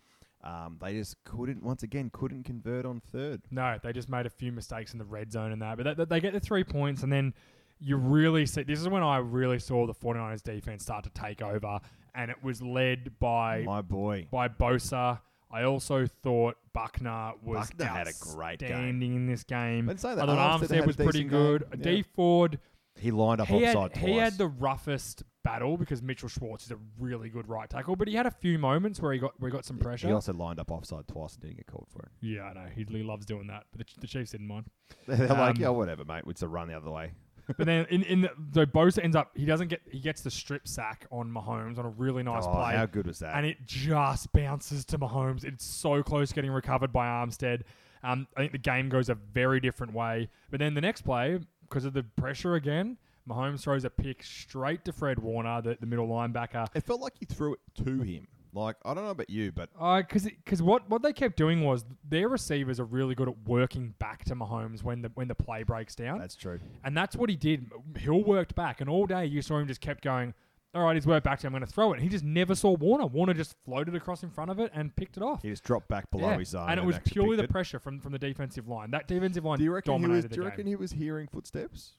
[SPEAKER 3] Um, they just couldn't, once again, couldn't convert on third.
[SPEAKER 2] No, they just made a few mistakes in the red zone and that, but they, they get the three points, and then you really see. This is when I really saw the 49ers defense start to take over, and it was led by
[SPEAKER 3] My boy,
[SPEAKER 2] by Bosa. I also thought Buckner was
[SPEAKER 3] Buckner had a great game.
[SPEAKER 2] outstanding in this game.
[SPEAKER 3] I'd say that
[SPEAKER 2] I thought
[SPEAKER 3] Armstead had
[SPEAKER 2] Armstead
[SPEAKER 3] a
[SPEAKER 2] was pretty
[SPEAKER 3] decent
[SPEAKER 2] good.
[SPEAKER 3] game.
[SPEAKER 2] D
[SPEAKER 3] Yeah.
[SPEAKER 2] Ford,
[SPEAKER 3] he lined up
[SPEAKER 2] he
[SPEAKER 3] offside
[SPEAKER 2] had,
[SPEAKER 3] twice.
[SPEAKER 2] he had the roughest battle because Mitchell Schwartz is a really good right tackle, but he had a few moments where he got where he got some pressure.
[SPEAKER 3] He also lined up offside twice and didn't get called for it.
[SPEAKER 2] yeah, I know he, he loves doing that, but the, the Chiefs didn't mind.
[SPEAKER 3] They're
[SPEAKER 2] Um,
[SPEAKER 3] like, yeah, whatever, mate. It's a run the other way.
[SPEAKER 2] But then in in the, so Bosa ends up he doesn't get he gets the strip sack on Mahomes on a really nice
[SPEAKER 3] Oh,
[SPEAKER 2] play.
[SPEAKER 3] how good was that?
[SPEAKER 2] and it just bounces to Mahomes. It's so close getting recovered by Armstead. Um, I think the game goes a very different way. But then the next play, because of the pressure again, Mahomes throws a pick straight to Fred Warner, the, the middle linebacker.
[SPEAKER 3] It felt like he threw it to him. Like I don't know about you, but
[SPEAKER 2] Because because what, what they kept doing was their receivers are really good at working back to Mahomes when the when the play breaks down.
[SPEAKER 3] that's true.
[SPEAKER 2] And that's what he did. Hill worked back, and all day you saw him just kept going, All right, he's worked back to him. I'm going to throw it. He just never saw Warner. Warner just floated across in front of it and picked it off.
[SPEAKER 3] He just dropped back below
[SPEAKER 2] Yeah.
[SPEAKER 3] his uh, zone,
[SPEAKER 2] And it was
[SPEAKER 3] actually
[SPEAKER 2] purely the
[SPEAKER 3] picked it.
[SPEAKER 2] pressure from, from the defensive line. That defensive line
[SPEAKER 3] Do you reckon he was?
[SPEAKER 2] dominated
[SPEAKER 3] Do you
[SPEAKER 2] the
[SPEAKER 3] reckon
[SPEAKER 2] game.
[SPEAKER 3] he was hearing footsteps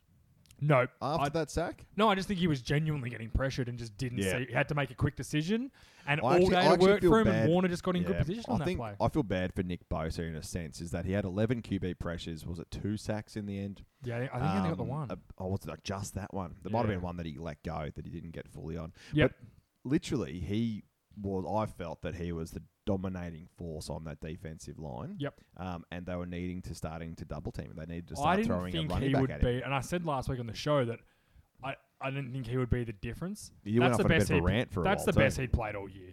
[SPEAKER 2] no,
[SPEAKER 3] after
[SPEAKER 2] I,
[SPEAKER 3] that sack?
[SPEAKER 2] no, I just think he was genuinely getting pressured and just didn't
[SPEAKER 3] Yeah.
[SPEAKER 2] see. He had to make a quick decision, and
[SPEAKER 3] I
[SPEAKER 2] all
[SPEAKER 3] actually- I
[SPEAKER 2] day it
[SPEAKER 3] actually
[SPEAKER 2] worked
[SPEAKER 3] feel
[SPEAKER 2] for him.
[SPEAKER 3] bad.
[SPEAKER 2] And Warner just got in good
[SPEAKER 3] Yeah.
[SPEAKER 2] position
[SPEAKER 3] I
[SPEAKER 2] on that
[SPEAKER 3] think
[SPEAKER 2] play.
[SPEAKER 3] I feel bad for Nick Bosa in a sense, is that he had 11 QB pressures. Was it two sacks in the end?
[SPEAKER 2] yeah, I think he only got the
[SPEAKER 3] Um,
[SPEAKER 2] one.
[SPEAKER 3] uh, oh, was it like just that one? There might have
[SPEAKER 2] Yeah.
[SPEAKER 3] been one that he let go that he didn't get fully on.
[SPEAKER 2] Yep.
[SPEAKER 3] But literally, he was. I felt that he was the dominating force on that defensive line.
[SPEAKER 2] Yep.
[SPEAKER 3] Um, and they were needing to starting to double team. They needed to
[SPEAKER 2] I
[SPEAKER 3] start
[SPEAKER 2] didn't
[SPEAKER 3] throwing a
[SPEAKER 2] think
[SPEAKER 3] running
[SPEAKER 2] he
[SPEAKER 3] back
[SPEAKER 2] would
[SPEAKER 3] at him.
[SPEAKER 2] be, and I said last week on the show that I, I didn't think he would be the difference.
[SPEAKER 3] You went
[SPEAKER 2] that's
[SPEAKER 3] off
[SPEAKER 2] the
[SPEAKER 3] on a bit
[SPEAKER 2] best
[SPEAKER 3] of
[SPEAKER 2] he-
[SPEAKER 3] a rant for a
[SPEAKER 2] That's
[SPEAKER 3] while,
[SPEAKER 2] the best
[SPEAKER 3] too.
[SPEAKER 2] he'd played all year.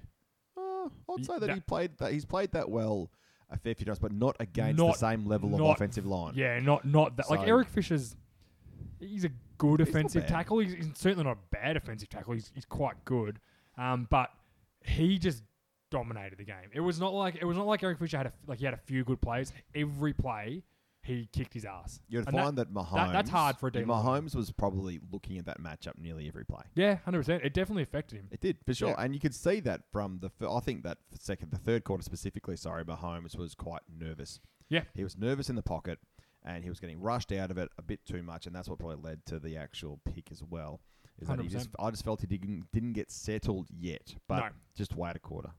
[SPEAKER 3] Uh,
[SPEAKER 2] Y-
[SPEAKER 3] I'd say that,
[SPEAKER 2] that-
[SPEAKER 3] he played that. He's played that well a fair few times, but not against
[SPEAKER 2] Not-
[SPEAKER 3] the same level
[SPEAKER 2] not-
[SPEAKER 3] of offensive line.
[SPEAKER 2] Yeah, not not that. like
[SPEAKER 3] So-
[SPEAKER 2] Eric Fisher's, he's a good
[SPEAKER 3] not
[SPEAKER 2] offensive
[SPEAKER 3] bad.
[SPEAKER 2] tackle. He's, he's certainly not a bad offensive tackle. He's, he's quite good, um, but he just dominated the game. It was not like it was not like Eric Fisher had a, like he had a few good plays. Every play, he kicked his ass.
[SPEAKER 3] You'd
[SPEAKER 2] And
[SPEAKER 3] find that, Mahomes.
[SPEAKER 2] that- that's hard for a D line.
[SPEAKER 3] Mahomes was probably looking at that matchup nearly every play.
[SPEAKER 2] yeah, hundred percent. It definitely affected him.
[SPEAKER 3] It did for sure,
[SPEAKER 2] Yeah.
[SPEAKER 3] and you could see that from the. fir- I think that f- second, the third quarter specifically. Sorry, Mahomes was quite nervous.
[SPEAKER 2] Yeah.
[SPEAKER 3] he was nervous in the pocket, and he was getting rushed out of it a bit too much, and that's what probably led to the actual pick as well. Is that he just?
[SPEAKER 2] 100%.
[SPEAKER 3] I just felt he didn't didn't get settled yet, but
[SPEAKER 2] No.
[SPEAKER 3] just wait a quarter.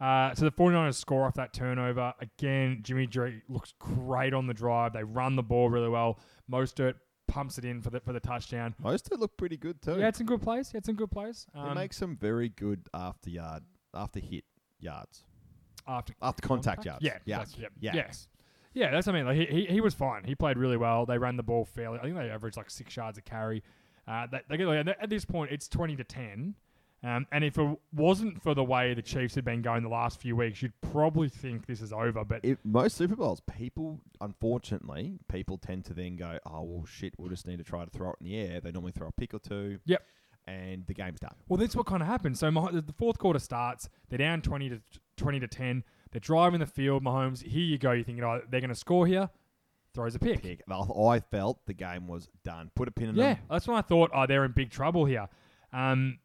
[SPEAKER 2] Uh, so the 49ers score off that turnover. Again, Jimmy G looks great on the drive. They run the ball really well. Mostert pumps it in for the for the touchdown.
[SPEAKER 3] Most of it looked pretty good too.
[SPEAKER 2] He had some good plays. He had some good plays.
[SPEAKER 3] He
[SPEAKER 2] Um,
[SPEAKER 3] makes some very good after yard, after hit yards,
[SPEAKER 2] after
[SPEAKER 3] after contact, yards.
[SPEAKER 2] Yeah,
[SPEAKER 3] yards.
[SPEAKER 2] that's- yep, yes. Yeah, that's what I mean. Like he, he, he was fine. He played really well. They ran the ball fairly. I think they averaged like six yards a carry. Uh, they, they get, and at this point, it's twenty to ten. Um, and if it wasn't for the way the Chiefs had been going the last few weeks, you'd probably think this is over. But
[SPEAKER 3] It, most Super Bowls, people, unfortunately, people tend to then go, oh, well, shit, we'll just need to try to throw it in the air. They normally throw a pick or two.
[SPEAKER 2] Yep.
[SPEAKER 3] And the game's done.
[SPEAKER 2] Well, that's what kind of happened. So Mah- the the fourth quarter starts. They're down twenty to twenty to ten. They're driving the field. Mahomes, here you go. You're thinking, oh, they're going to score here. Throws a pick.
[SPEAKER 3] Pick. I I felt the game was done. Put a pin in
[SPEAKER 2] Yeah,
[SPEAKER 3] them.
[SPEAKER 2] that's when I thought, oh, they're in big trouble here. Um,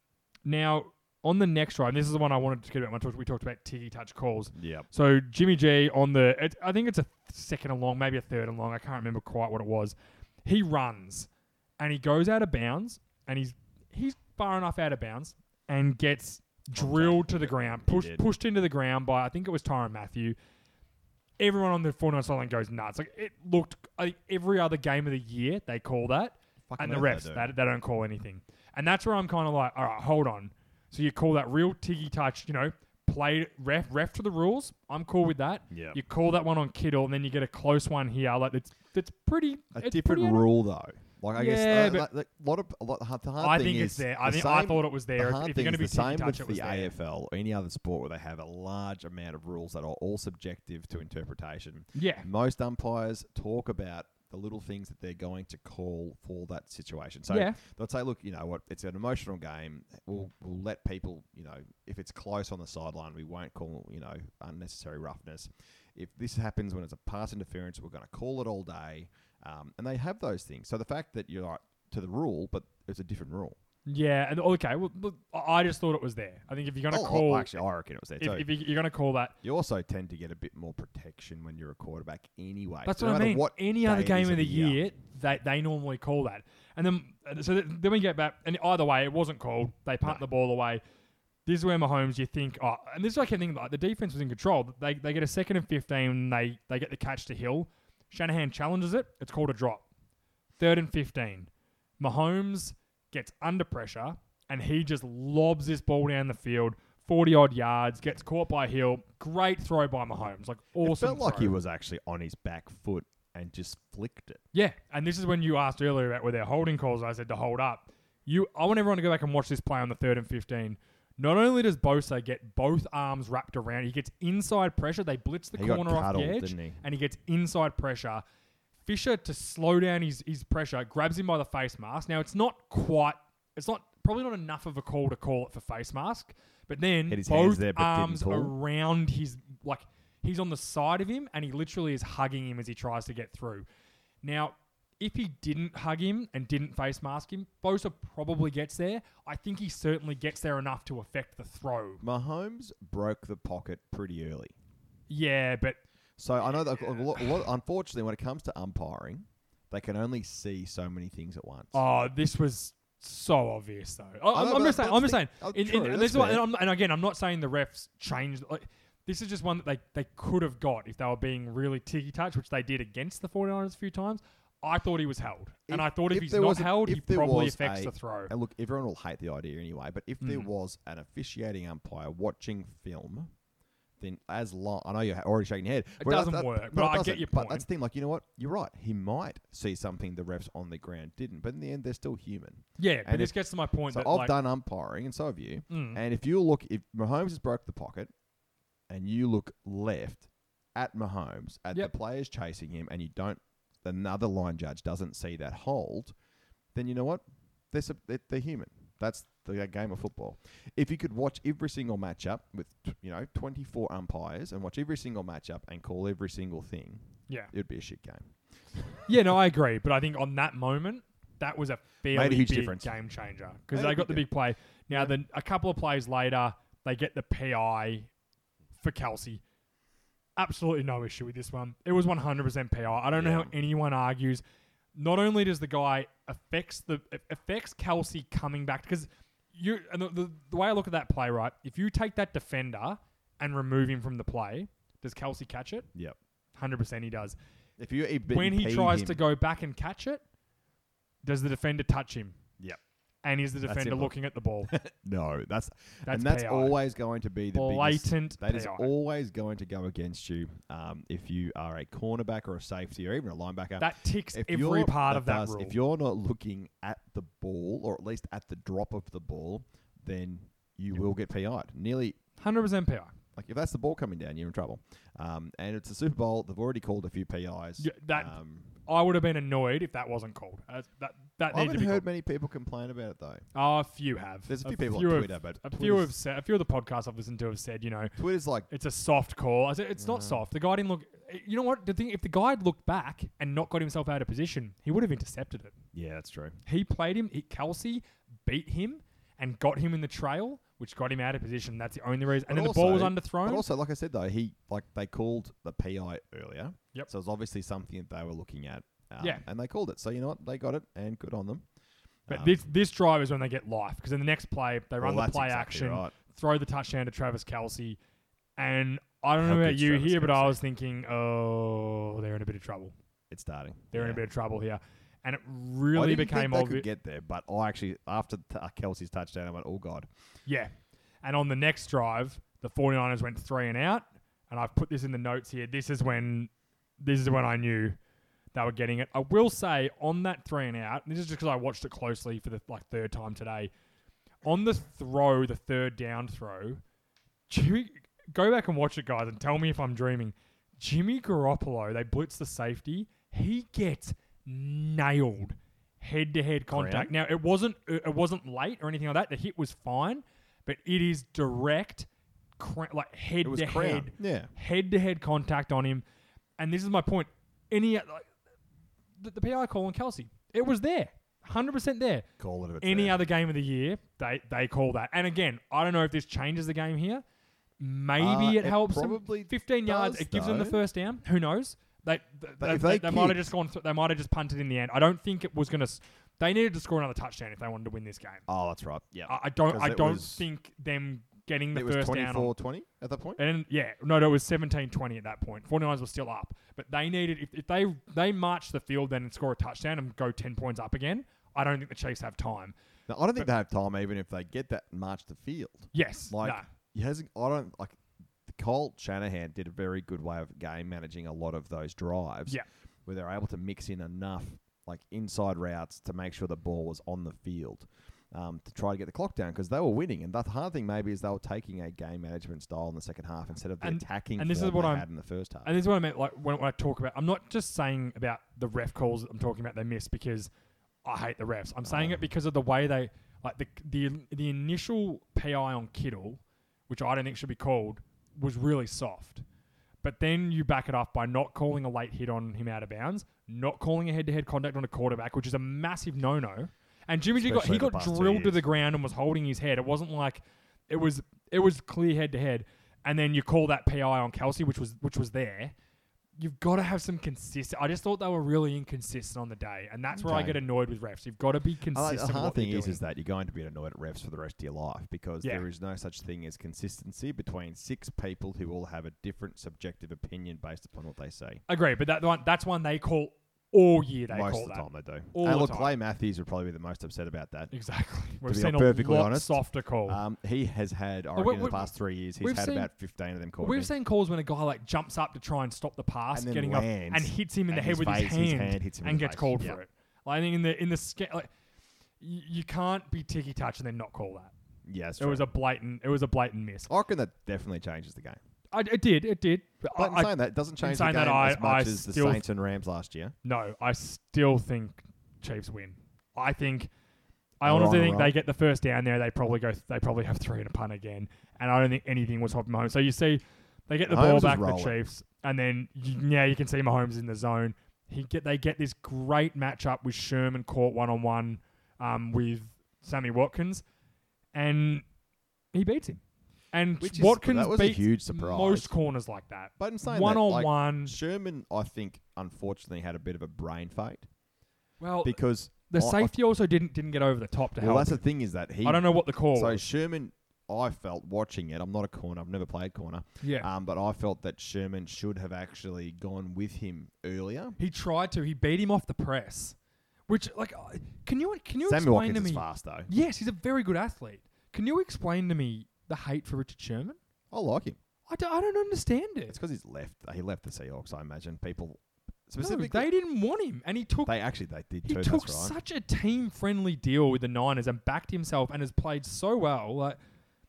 [SPEAKER 2] now on the next drive, and this is the one I wanted to get about. when I talked- We talked about Tiggy touch calls.
[SPEAKER 3] Yep.
[SPEAKER 2] So Jimmy G on the, it, I think it's a second and long, maybe a third and long. I can't remember quite what it was. He runs, and he goes out of bounds, and he's he's far enough out of bounds, and gets drilled to the ground, pushed
[SPEAKER 3] did.
[SPEAKER 2] pushed into the ground by I think it was Tyron Matthew. Everyone on the 49ers line goes nuts. Like it looked like every other game of the year they call that,
[SPEAKER 3] Fucking
[SPEAKER 2] and the
[SPEAKER 3] oath
[SPEAKER 2] refs
[SPEAKER 3] they
[SPEAKER 2] they, they don't call anything. And that's where I'm kind of like, all right, hold on. So you call that real tiggy touch, you know, play ref ref to the rules. I'm cool with that.
[SPEAKER 3] Yeah.
[SPEAKER 2] You call that one on Kittle, and then you get a close one here. Like it's it's pretty
[SPEAKER 3] A
[SPEAKER 2] it's
[SPEAKER 3] different
[SPEAKER 2] pretty-
[SPEAKER 3] rule, though. Like I
[SPEAKER 2] Yeah,
[SPEAKER 3] guess a
[SPEAKER 2] but-
[SPEAKER 3] lot of a lot. The hard, the hard
[SPEAKER 2] I
[SPEAKER 3] thing
[SPEAKER 2] think
[SPEAKER 3] is
[SPEAKER 2] it's there. I
[SPEAKER 3] the
[SPEAKER 2] think I
[SPEAKER 3] same-
[SPEAKER 2] thought it was there.
[SPEAKER 3] The
[SPEAKER 2] If-
[SPEAKER 3] hard
[SPEAKER 2] if
[SPEAKER 3] thing
[SPEAKER 2] you're going to
[SPEAKER 3] is
[SPEAKER 2] be
[SPEAKER 3] the same
[SPEAKER 2] ticky touch, it
[SPEAKER 3] with
[SPEAKER 2] was
[SPEAKER 3] the
[SPEAKER 2] there.
[SPEAKER 3] AFL or any other sport where they have a large amount of rules that are all subjective to interpretation.
[SPEAKER 2] Yeah.
[SPEAKER 3] Most umpires talk about the little things that they're going to call for that situation. So
[SPEAKER 2] Yeah.
[SPEAKER 3] they'll say, look, you know what, it's an emotional game. We'll, we'll let people, you know, if it's close on the sideline, we won't call, you know, unnecessary roughness. If this happens when it's a pass interference, we're going to call it all day. Um, and they have those things. So the fact that you're like, to the rule, but it's a different rule.
[SPEAKER 2] Yeah, and okay. Well, look, I I just thought it was there. I think if you're going
[SPEAKER 3] Oh,
[SPEAKER 2] to
[SPEAKER 3] I-
[SPEAKER 2] call,
[SPEAKER 3] actually, I reckon it was there
[SPEAKER 2] if,
[SPEAKER 3] too.
[SPEAKER 2] if you- you're going to call that,
[SPEAKER 3] you also tend to get a bit more protection when you're a quarterback anyway.
[SPEAKER 2] that's
[SPEAKER 3] no
[SPEAKER 2] what I
[SPEAKER 3] matter
[SPEAKER 2] mean.
[SPEAKER 3] What
[SPEAKER 2] Any
[SPEAKER 3] day
[SPEAKER 2] other
[SPEAKER 3] it
[SPEAKER 2] game
[SPEAKER 3] is
[SPEAKER 2] of the year, they they normally call that, and then and so th- then we get back, and either way, it wasn't called. They punt the ball away. This is where Mahomes, you think, oh, and this is like I think like the defense was in control. They they get a second and fifteen. They they get the catch to Hill. Shanahan challenges it. It's called a drop. Third and fifteen. Mahomes gets under pressure and he just lobs this ball down the field, forty odd yards. Gets caught by Hill. Great throw by Mahomes. Like awesome.
[SPEAKER 3] It felt like
[SPEAKER 2] throw.
[SPEAKER 3] he was actually on his back foot and just flicked it.
[SPEAKER 2] Yeah, and this is when you asked earlier about where their holding calls. I said to hold up. You, I want everyone to go back and watch this play on the third and fifteen. Not only does Bosa get both arms wrapped around, he gets inside pressure. They blitz the
[SPEAKER 3] He got
[SPEAKER 2] corner off the
[SPEAKER 3] cuddled,
[SPEAKER 2] edge,
[SPEAKER 3] didn't he?
[SPEAKER 2] and he gets inside pressure. Fisher to slow down his his pressure grabs him by the face mask. Now it's not quite, it's not probably not enough of a call to call it for face mask, but then
[SPEAKER 3] Had his hands
[SPEAKER 2] both
[SPEAKER 3] there, but didn't
[SPEAKER 2] arms
[SPEAKER 3] pull.
[SPEAKER 2] around his like he's on the side of him and he literally is hugging him as he tries to get through. Now, if he didn't hug him and didn't face mask him, Bosa probably gets there. I think he certainly gets there enough to affect the throw.
[SPEAKER 3] Mahomes broke the pocket pretty early.
[SPEAKER 2] Yeah, but
[SPEAKER 3] So I know that a lot, a lot, unfortunately, when it comes to umpiring, they can only see so many things at once.
[SPEAKER 2] oh, this was so obvious though. I,
[SPEAKER 3] I
[SPEAKER 2] am
[SPEAKER 3] know,
[SPEAKER 2] I'm
[SPEAKER 3] but-
[SPEAKER 2] just saying.
[SPEAKER 3] but
[SPEAKER 2] I'm just
[SPEAKER 3] the-
[SPEAKER 2] saying.
[SPEAKER 3] oh,
[SPEAKER 2] in- in-
[SPEAKER 3] true,
[SPEAKER 2] and,
[SPEAKER 3] that's
[SPEAKER 2] this is why-
[SPEAKER 3] fair.
[SPEAKER 2] and I'm- and again, I'm not saying the refs changed. Like, this is just one that they, they could have got if they were being really ticky touch, which they did against the 49ers a few times. I thought he was held, and
[SPEAKER 3] If-
[SPEAKER 2] I thought if,
[SPEAKER 3] if
[SPEAKER 2] he's
[SPEAKER 3] there
[SPEAKER 2] not
[SPEAKER 3] was a-
[SPEAKER 2] held, he
[SPEAKER 3] if there
[SPEAKER 2] probably
[SPEAKER 3] was
[SPEAKER 2] affects
[SPEAKER 3] a-
[SPEAKER 2] the throw.
[SPEAKER 3] And look, everyone will hate the idea anyway, but if
[SPEAKER 2] Mm.
[SPEAKER 3] there was an officiating umpire watching film, then as long I know you're already shaking your head,
[SPEAKER 2] It
[SPEAKER 3] but
[SPEAKER 2] doesn't work, but
[SPEAKER 3] no, it
[SPEAKER 2] I get
[SPEAKER 3] doesn't.
[SPEAKER 2] your
[SPEAKER 3] But that's the thing, like you know what, you're right. He might see something the refs on the ground didn't, but in the end, they're still human.
[SPEAKER 2] yeah, but
[SPEAKER 3] and
[SPEAKER 2] this
[SPEAKER 3] if-
[SPEAKER 2] gets to my point
[SPEAKER 3] So
[SPEAKER 2] that
[SPEAKER 3] I've
[SPEAKER 2] like,
[SPEAKER 3] done umpiring, and so have you.
[SPEAKER 2] Mm.
[SPEAKER 3] And if you look, if Mahomes has broke the pocket, and you look left at Mahomes, at
[SPEAKER 2] Yep.
[SPEAKER 3] the players chasing him, and you don't, another line judge doesn't see that hold, then you know what? They're, sub- they're, they're human. That's the game of football. If you could watch every single matchup with t- you know 24 umpires and watch every single matchup and call every single thing,
[SPEAKER 2] yeah,
[SPEAKER 3] it'd be a shit game.
[SPEAKER 2] Yeah, no, I agree. But I think on that moment, that was a fairly
[SPEAKER 3] huge
[SPEAKER 2] big
[SPEAKER 3] difference.
[SPEAKER 2] game changer because
[SPEAKER 3] Made a
[SPEAKER 2] they got
[SPEAKER 3] big
[SPEAKER 2] the big play. Now, then a couple of plays later, they get the PI for Kelsey. Absolutely no issue with this one. It was 100% PI. I don't know how anyone argues. Not only does the guy affects the it affects Kelsey coming back because you and the, the, the way I look at that play, right? If you take that defender and remove him from the play, does Kelsey catch it?
[SPEAKER 3] Yep.
[SPEAKER 2] 100% he does
[SPEAKER 3] If you if
[SPEAKER 2] when he
[SPEAKER 3] impede
[SPEAKER 2] tries
[SPEAKER 3] him-
[SPEAKER 2] to go back and catch it, does the defender touch him?
[SPEAKER 3] Yep.
[SPEAKER 2] And is the defender
[SPEAKER 3] simple.
[SPEAKER 2] looking at the ball?
[SPEAKER 3] No,
[SPEAKER 2] That's
[SPEAKER 3] that's, and that's
[SPEAKER 2] PI.
[SPEAKER 3] always going to be the biggest-
[SPEAKER 2] Blatant
[SPEAKER 3] That is
[SPEAKER 2] PI.
[SPEAKER 3] always going to go against you um, if you are a cornerback or a safety or even a linebacker.
[SPEAKER 2] that ticks
[SPEAKER 3] if
[SPEAKER 2] every
[SPEAKER 3] you're-
[SPEAKER 2] part of that
[SPEAKER 3] does-
[SPEAKER 2] rule.
[SPEAKER 3] If you're not looking at the ball or at least at the drop of the ball, then you will get PI'd. Nearly
[SPEAKER 2] 100% PI.
[SPEAKER 3] like if that's the ball coming down, you're in trouble. Um, and it's a Super Bowl. They've already called a few PIs.
[SPEAKER 2] Yeah, that-
[SPEAKER 3] um,
[SPEAKER 2] I would have been annoyed if that wasn't called. Uh, that that needed to
[SPEAKER 3] I haven't
[SPEAKER 2] be
[SPEAKER 3] heard
[SPEAKER 2] called.
[SPEAKER 3] many people complain about it though.
[SPEAKER 2] Oh, a few have.
[SPEAKER 3] There's a few people on
[SPEAKER 2] have-
[SPEAKER 3] Twitter, but
[SPEAKER 2] a few
[SPEAKER 3] Twitter's-
[SPEAKER 2] have said, a few of the podcasts I've listened to have said, you know,
[SPEAKER 3] Twitter's like
[SPEAKER 2] it's a soft call. I said it's
[SPEAKER 3] Mm.
[SPEAKER 2] not soft. The guy didn't look. eh, You know what? The thing, if the guy had looked back and not got himself out of position, he would have intercepted it.
[SPEAKER 3] yeah, that's true.
[SPEAKER 2] He played him. He, Kelsey beat him and got him in the trail, which got him out of position. That's the only reason. And
[SPEAKER 3] But
[SPEAKER 2] then the ball was
[SPEAKER 3] also-
[SPEAKER 2] underthrown.
[SPEAKER 3] But also, like I said though, he like they called the PI earlier.
[SPEAKER 2] Yep.
[SPEAKER 3] So it was obviously something that they were looking at. Um,
[SPEAKER 2] Yeah.
[SPEAKER 3] And they called it. So you know what? They got it, and good on them.
[SPEAKER 2] but
[SPEAKER 3] um,
[SPEAKER 2] this this drive is when they get life because in the next play they run
[SPEAKER 3] Well,
[SPEAKER 2] the
[SPEAKER 3] that's
[SPEAKER 2] play
[SPEAKER 3] exactly
[SPEAKER 2] action,
[SPEAKER 3] right.
[SPEAKER 2] throw the touchdown to Travis Kelsey, and I don't
[SPEAKER 3] How
[SPEAKER 2] know about
[SPEAKER 3] good's
[SPEAKER 2] you
[SPEAKER 3] Travis
[SPEAKER 2] here, but I
[SPEAKER 3] Kelce?
[SPEAKER 2] was thinking, oh, they're in a bit of trouble.
[SPEAKER 3] It's starting.
[SPEAKER 2] They're in
[SPEAKER 3] Yeah.
[SPEAKER 2] a bit of trouble here, and it
[SPEAKER 3] I
[SPEAKER 2] really
[SPEAKER 3] didn't think
[SPEAKER 2] became
[SPEAKER 3] they
[SPEAKER 2] obvious.
[SPEAKER 3] could get there, but I actually after t- uh, Kelsey's touchdown, I went, "Oh God!"
[SPEAKER 2] Yeah. And on the next drive, the 49ers went three and out. And I've put this in the notes here. This is when this is when I knew They were getting it. I will say on that three and out, and this is just because I watched it closely for the like third time today. On the throw, the third down throw, Jimmy, go back and watch it, guys, and tell me if I'm dreaming. Jimmy Garoppolo, they blitz the safety. He gets nailed head to head contact. Now it wasn't uh, it wasn't late or anything like that. The hit was fine, but it is direct, cra- like head
[SPEAKER 3] It was
[SPEAKER 2] to
[SPEAKER 3] Crown.
[SPEAKER 2] head,
[SPEAKER 3] Yeah.
[SPEAKER 2] head to head contact on him. And this is my point. Any uh, like, the, the PI call on Kelsey, it was there, hundred percent there.
[SPEAKER 3] Call it if it's
[SPEAKER 2] Any
[SPEAKER 3] there.
[SPEAKER 2] other game of the year, they they call that. And again, I don't know if this changes the game here. Maybe
[SPEAKER 3] Uh,
[SPEAKER 2] it,
[SPEAKER 3] it
[SPEAKER 2] helps. them.
[SPEAKER 3] probably
[SPEAKER 2] Fifteen yards,
[SPEAKER 3] does,
[SPEAKER 2] it gives them the
[SPEAKER 3] though.
[SPEAKER 2] first down. Who knows? They they,
[SPEAKER 3] But
[SPEAKER 2] they,
[SPEAKER 3] if they
[SPEAKER 2] they might have
[SPEAKER 3] kick-
[SPEAKER 2] just gone. Th- they might have just punted in the end. I don't think it was gonna. s- They needed to score another touchdown if they wanted to win this game.
[SPEAKER 3] Oh, that's right. Yeah.
[SPEAKER 2] I, I don't.
[SPEAKER 3] 'Cause
[SPEAKER 2] I
[SPEAKER 3] it
[SPEAKER 2] don't
[SPEAKER 3] was-
[SPEAKER 2] think them getting Uh, the
[SPEAKER 3] It was
[SPEAKER 2] first down. on- Eh,
[SPEAKER 3] 24 20 at that point.
[SPEAKER 2] and yeah, no, no, it was 17-20 at that point. 49ers were still up, but they needed if, if they they march the field then and score a touchdown and go 10 points up again. I don't think the Chiefs have time.
[SPEAKER 3] Now, I don't think they have time even if they get that march to field.
[SPEAKER 2] Yes,
[SPEAKER 3] Like
[SPEAKER 2] nah.
[SPEAKER 3] he hasn't. I don't like. Colt Shanahan did a very good way of game managing a lot of those drives.
[SPEAKER 2] Yeah.
[SPEAKER 3] where they're able to mix in enough like inside routes to make sure the ball was on the field. Um, to try to get the clock down because they were winning, and the hard thing maybe is they were taking a game management style in the second half instead of the
[SPEAKER 2] And-
[SPEAKER 3] attacking
[SPEAKER 2] and this is
[SPEAKER 3] form
[SPEAKER 2] what
[SPEAKER 3] they
[SPEAKER 2] I'm-
[SPEAKER 3] had in the first half.
[SPEAKER 2] And this is what I meant, like when, when I talk about, I'm not just saying about the ref calls that I'm talking about they miss because I hate the refs. I'm saying it because of the way they, like the the the initial PI on Kittle, which I don't think should be called, was really soft. But then you back it up by not calling a late hit on him out of bounds, not calling a head-to-head contact on a quarterback, which is a massive no-no. And Jimmy G got
[SPEAKER 3] Especially
[SPEAKER 2] he
[SPEAKER 3] the
[SPEAKER 2] got
[SPEAKER 3] past two
[SPEAKER 2] drilled to
[SPEAKER 3] years.
[SPEAKER 2] the ground and was holding his head. It wasn't like it was it was clear head-to-head. And then you call that PI on Kelsey, which was which was there you've got to have some consistent. I just thought they were really inconsistent on the day, and that's where I
[SPEAKER 3] Okay.
[SPEAKER 2] get annoyed with refs. You've got to be
[SPEAKER 3] I like-
[SPEAKER 2] consistent.
[SPEAKER 3] the
[SPEAKER 2] with
[SPEAKER 3] hard
[SPEAKER 2] what
[SPEAKER 3] thing
[SPEAKER 2] you're
[SPEAKER 3] is,
[SPEAKER 2] doing.
[SPEAKER 3] is that you're going to be annoyed at refs for the rest of your life because
[SPEAKER 2] Yeah.
[SPEAKER 3] there is no such thing as consistency between six people who all have a different subjective opinion based upon what they say.
[SPEAKER 2] agree, but that one that's one they call all year. They
[SPEAKER 3] most
[SPEAKER 2] call
[SPEAKER 3] of the
[SPEAKER 2] that
[SPEAKER 3] time they do.
[SPEAKER 2] All
[SPEAKER 3] and
[SPEAKER 2] the
[SPEAKER 3] look,
[SPEAKER 2] time.
[SPEAKER 3] Clay Matthews would probably be the most upset about that.
[SPEAKER 2] exactly. We've
[SPEAKER 3] be
[SPEAKER 2] seen a
[SPEAKER 3] perfectly
[SPEAKER 2] lot
[SPEAKER 3] honest,
[SPEAKER 2] softer call.
[SPEAKER 3] Um, he has had, I reckon, in
[SPEAKER 2] we-
[SPEAKER 3] the past three years, he's
[SPEAKER 2] we've
[SPEAKER 3] had
[SPEAKER 2] seen-
[SPEAKER 3] about 15 of them called.
[SPEAKER 2] We've
[SPEAKER 3] in.
[SPEAKER 2] seen calls when a guy like jumps up to try and stop the pass,
[SPEAKER 3] And then
[SPEAKER 2] getting up,
[SPEAKER 3] lands,
[SPEAKER 2] and hits him in the
[SPEAKER 3] and
[SPEAKER 2] head
[SPEAKER 3] his
[SPEAKER 2] with
[SPEAKER 3] face- his hand hits him in
[SPEAKER 2] and
[SPEAKER 3] the
[SPEAKER 2] gets
[SPEAKER 3] face.
[SPEAKER 2] called
[SPEAKER 3] Yeah.
[SPEAKER 2] for it. Like, I think in the in the sca- like, you, you can't be ticky touch and then not call that.
[SPEAKER 3] Yeah, that's
[SPEAKER 2] It was
[SPEAKER 3] true.
[SPEAKER 2] a blatant. It was a blatant miss.
[SPEAKER 3] I reckon that definitely changes the game.
[SPEAKER 2] I, it did. It did. But I-
[SPEAKER 3] But
[SPEAKER 2] I-
[SPEAKER 3] in saying that, it doesn't change the
[SPEAKER 2] saying
[SPEAKER 3] game
[SPEAKER 2] that, I-
[SPEAKER 3] as much
[SPEAKER 2] I
[SPEAKER 3] as the
[SPEAKER 2] still-
[SPEAKER 3] Saints and Rams last year.
[SPEAKER 2] No, I still think Chiefs win. I think I
[SPEAKER 3] All right,
[SPEAKER 2] honestly
[SPEAKER 3] all
[SPEAKER 2] think
[SPEAKER 3] right.
[SPEAKER 2] they get the first down there. They probably go. They probably have three and a punt again. And I don't think anything was hopping Mahomes. So you see, they get the
[SPEAKER 3] Mahomes
[SPEAKER 2] ball
[SPEAKER 3] is
[SPEAKER 2] back the
[SPEAKER 3] rolling.
[SPEAKER 2] Chiefs, and then you, yeah, you can see Mahomes in the zone. He get they get this great matchup with Sherman caught one on one um, with Sammy Watkins, and he beats him. And
[SPEAKER 3] Which is-
[SPEAKER 2] Watkins
[SPEAKER 3] that was a
[SPEAKER 2] beats
[SPEAKER 3] huge surprise.
[SPEAKER 2] most corners like that.
[SPEAKER 3] But in saying that,
[SPEAKER 2] One on
[SPEAKER 3] like,
[SPEAKER 2] one.
[SPEAKER 3] Sherman, I think, unfortunately, had a bit of a brain fade
[SPEAKER 2] Well,
[SPEAKER 3] because
[SPEAKER 2] the
[SPEAKER 3] Oh, I- I-
[SPEAKER 2] safety also didn't didn't get over the top to
[SPEAKER 3] well,
[SPEAKER 2] help.
[SPEAKER 3] that's the thing is that he
[SPEAKER 2] I don't know what the call
[SPEAKER 3] So
[SPEAKER 2] was.
[SPEAKER 3] Sherman, I felt watching it. I'm not a corner. I've never played corner.
[SPEAKER 2] yeah.
[SPEAKER 3] Um, but I felt that Sherman should have actually gone with him earlier.
[SPEAKER 2] he tried to. He beat him off the press, which like, I- can you can you
[SPEAKER 3] Sammy
[SPEAKER 2] explain
[SPEAKER 3] Watkins
[SPEAKER 2] to me?
[SPEAKER 3] is fast though.
[SPEAKER 2] Yes, he's a very good athlete. Can you explain to me the hate for Richard Sherman?
[SPEAKER 3] I like him.
[SPEAKER 2] I, do, I don't understand
[SPEAKER 3] It's
[SPEAKER 2] it.
[SPEAKER 3] because he's left. uh, He left the Seahawks. I imagine people
[SPEAKER 2] No,
[SPEAKER 3] specifically.
[SPEAKER 2] they didn't want him, and he took
[SPEAKER 3] they actually they did.
[SPEAKER 2] he
[SPEAKER 3] too,
[SPEAKER 2] took
[SPEAKER 3] that's right.
[SPEAKER 2] such a team friendly deal with the Niners and backed himself and has played so well. Like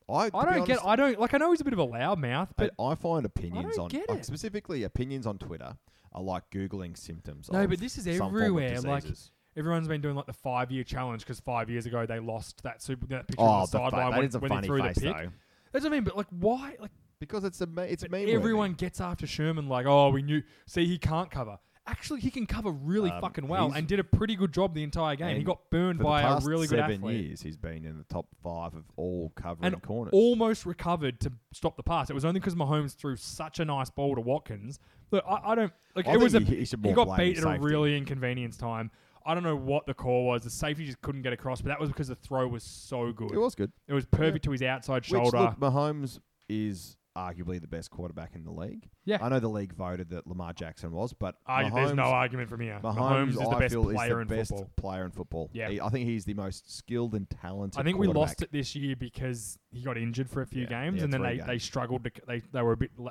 [SPEAKER 3] I, to
[SPEAKER 2] I
[SPEAKER 3] be
[SPEAKER 2] don't get.
[SPEAKER 3] honest,
[SPEAKER 2] I don't like. I know he's a bit of a loudmouth, but
[SPEAKER 3] I, I find opinions
[SPEAKER 2] don't
[SPEAKER 3] on
[SPEAKER 2] get
[SPEAKER 3] like,
[SPEAKER 2] it.
[SPEAKER 3] specifically opinions on Twitter are like googling symptoms.
[SPEAKER 2] No,
[SPEAKER 3] of
[SPEAKER 2] but this is
[SPEAKER 3] some form of
[SPEAKER 2] everywhere, like-
[SPEAKER 3] diseases.
[SPEAKER 2] Everyone's been doing like the five year challenge because five years ago they lost that super that picture
[SPEAKER 3] oh,
[SPEAKER 2] on the
[SPEAKER 3] the
[SPEAKER 2] sideline
[SPEAKER 3] that
[SPEAKER 2] when,
[SPEAKER 3] is a
[SPEAKER 2] when
[SPEAKER 3] funny
[SPEAKER 2] he threw
[SPEAKER 3] face
[SPEAKER 2] the pick.
[SPEAKER 3] though,
[SPEAKER 2] That's what I mean. But like, why? Like,
[SPEAKER 3] because it's a ma- it's
[SPEAKER 2] but
[SPEAKER 3] meme.
[SPEAKER 2] everyone gets after Sherman like, oh, we knew. See, he can't cover. Actually, he can cover really
[SPEAKER 3] Um,
[SPEAKER 2] fucking well
[SPEAKER 3] he's-
[SPEAKER 2] and did a pretty good job the entire game. He
[SPEAKER 3] and
[SPEAKER 2] got burned
[SPEAKER 3] for
[SPEAKER 2] by
[SPEAKER 3] the
[SPEAKER 2] a
[SPEAKER 3] past
[SPEAKER 2] really good
[SPEAKER 3] seven
[SPEAKER 2] athlete
[SPEAKER 3] years, he's been in the top five of all covering
[SPEAKER 2] and
[SPEAKER 3] corners.
[SPEAKER 2] almost recovered to stop the pass. It was only because Mahomes threw such a nice ball to Watkins. Look, I, I don't like.
[SPEAKER 3] I
[SPEAKER 2] it
[SPEAKER 3] think
[SPEAKER 2] was a,
[SPEAKER 3] he- he should more
[SPEAKER 2] got
[SPEAKER 3] blame
[SPEAKER 2] beat
[SPEAKER 3] his
[SPEAKER 2] at a
[SPEAKER 3] safety.
[SPEAKER 2] really inconvenience time. I don't know what the call was. The safety just couldn't get across, but that was because the throw was so good.
[SPEAKER 3] it was good.
[SPEAKER 2] It was perfect to his outside
[SPEAKER 3] Which,
[SPEAKER 2] shoulder.
[SPEAKER 3] look, Mahomes is arguably the best quarterback in the league.
[SPEAKER 2] Yeah.
[SPEAKER 3] I know the league voted that Lamar Jackson was, but
[SPEAKER 2] Argu-
[SPEAKER 3] Mahomes,
[SPEAKER 2] there's no argument from here.
[SPEAKER 3] Mahomes,
[SPEAKER 2] Mahomes, is the
[SPEAKER 3] I
[SPEAKER 2] best
[SPEAKER 3] feel,
[SPEAKER 2] player
[SPEAKER 3] is
[SPEAKER 2] in
[SPEAKER 3] the best
[SPEAKER 2] football.
[SPEAKER 3] player in football.
[SPEAKER 2] Yeah.
[SPEAKER 3] He- I think he's the most skilled and talented.
[SPEAKER 2] I think we lost
[SPEAKER 3] quarterback.
[SPEAKER 2] it this year because he got injured for a few
[SPEAKER 3] Yeah,
[SPEAKER 2] games,
[SPEAKER 3] yeah,
[SPEAKER 2] and then
[SPEAKER 3] three
[SPEAKER 2] they,
[SPEAKER 3] games.
[SPEAKER 2] they struggled. To, c- they they were a bit. La-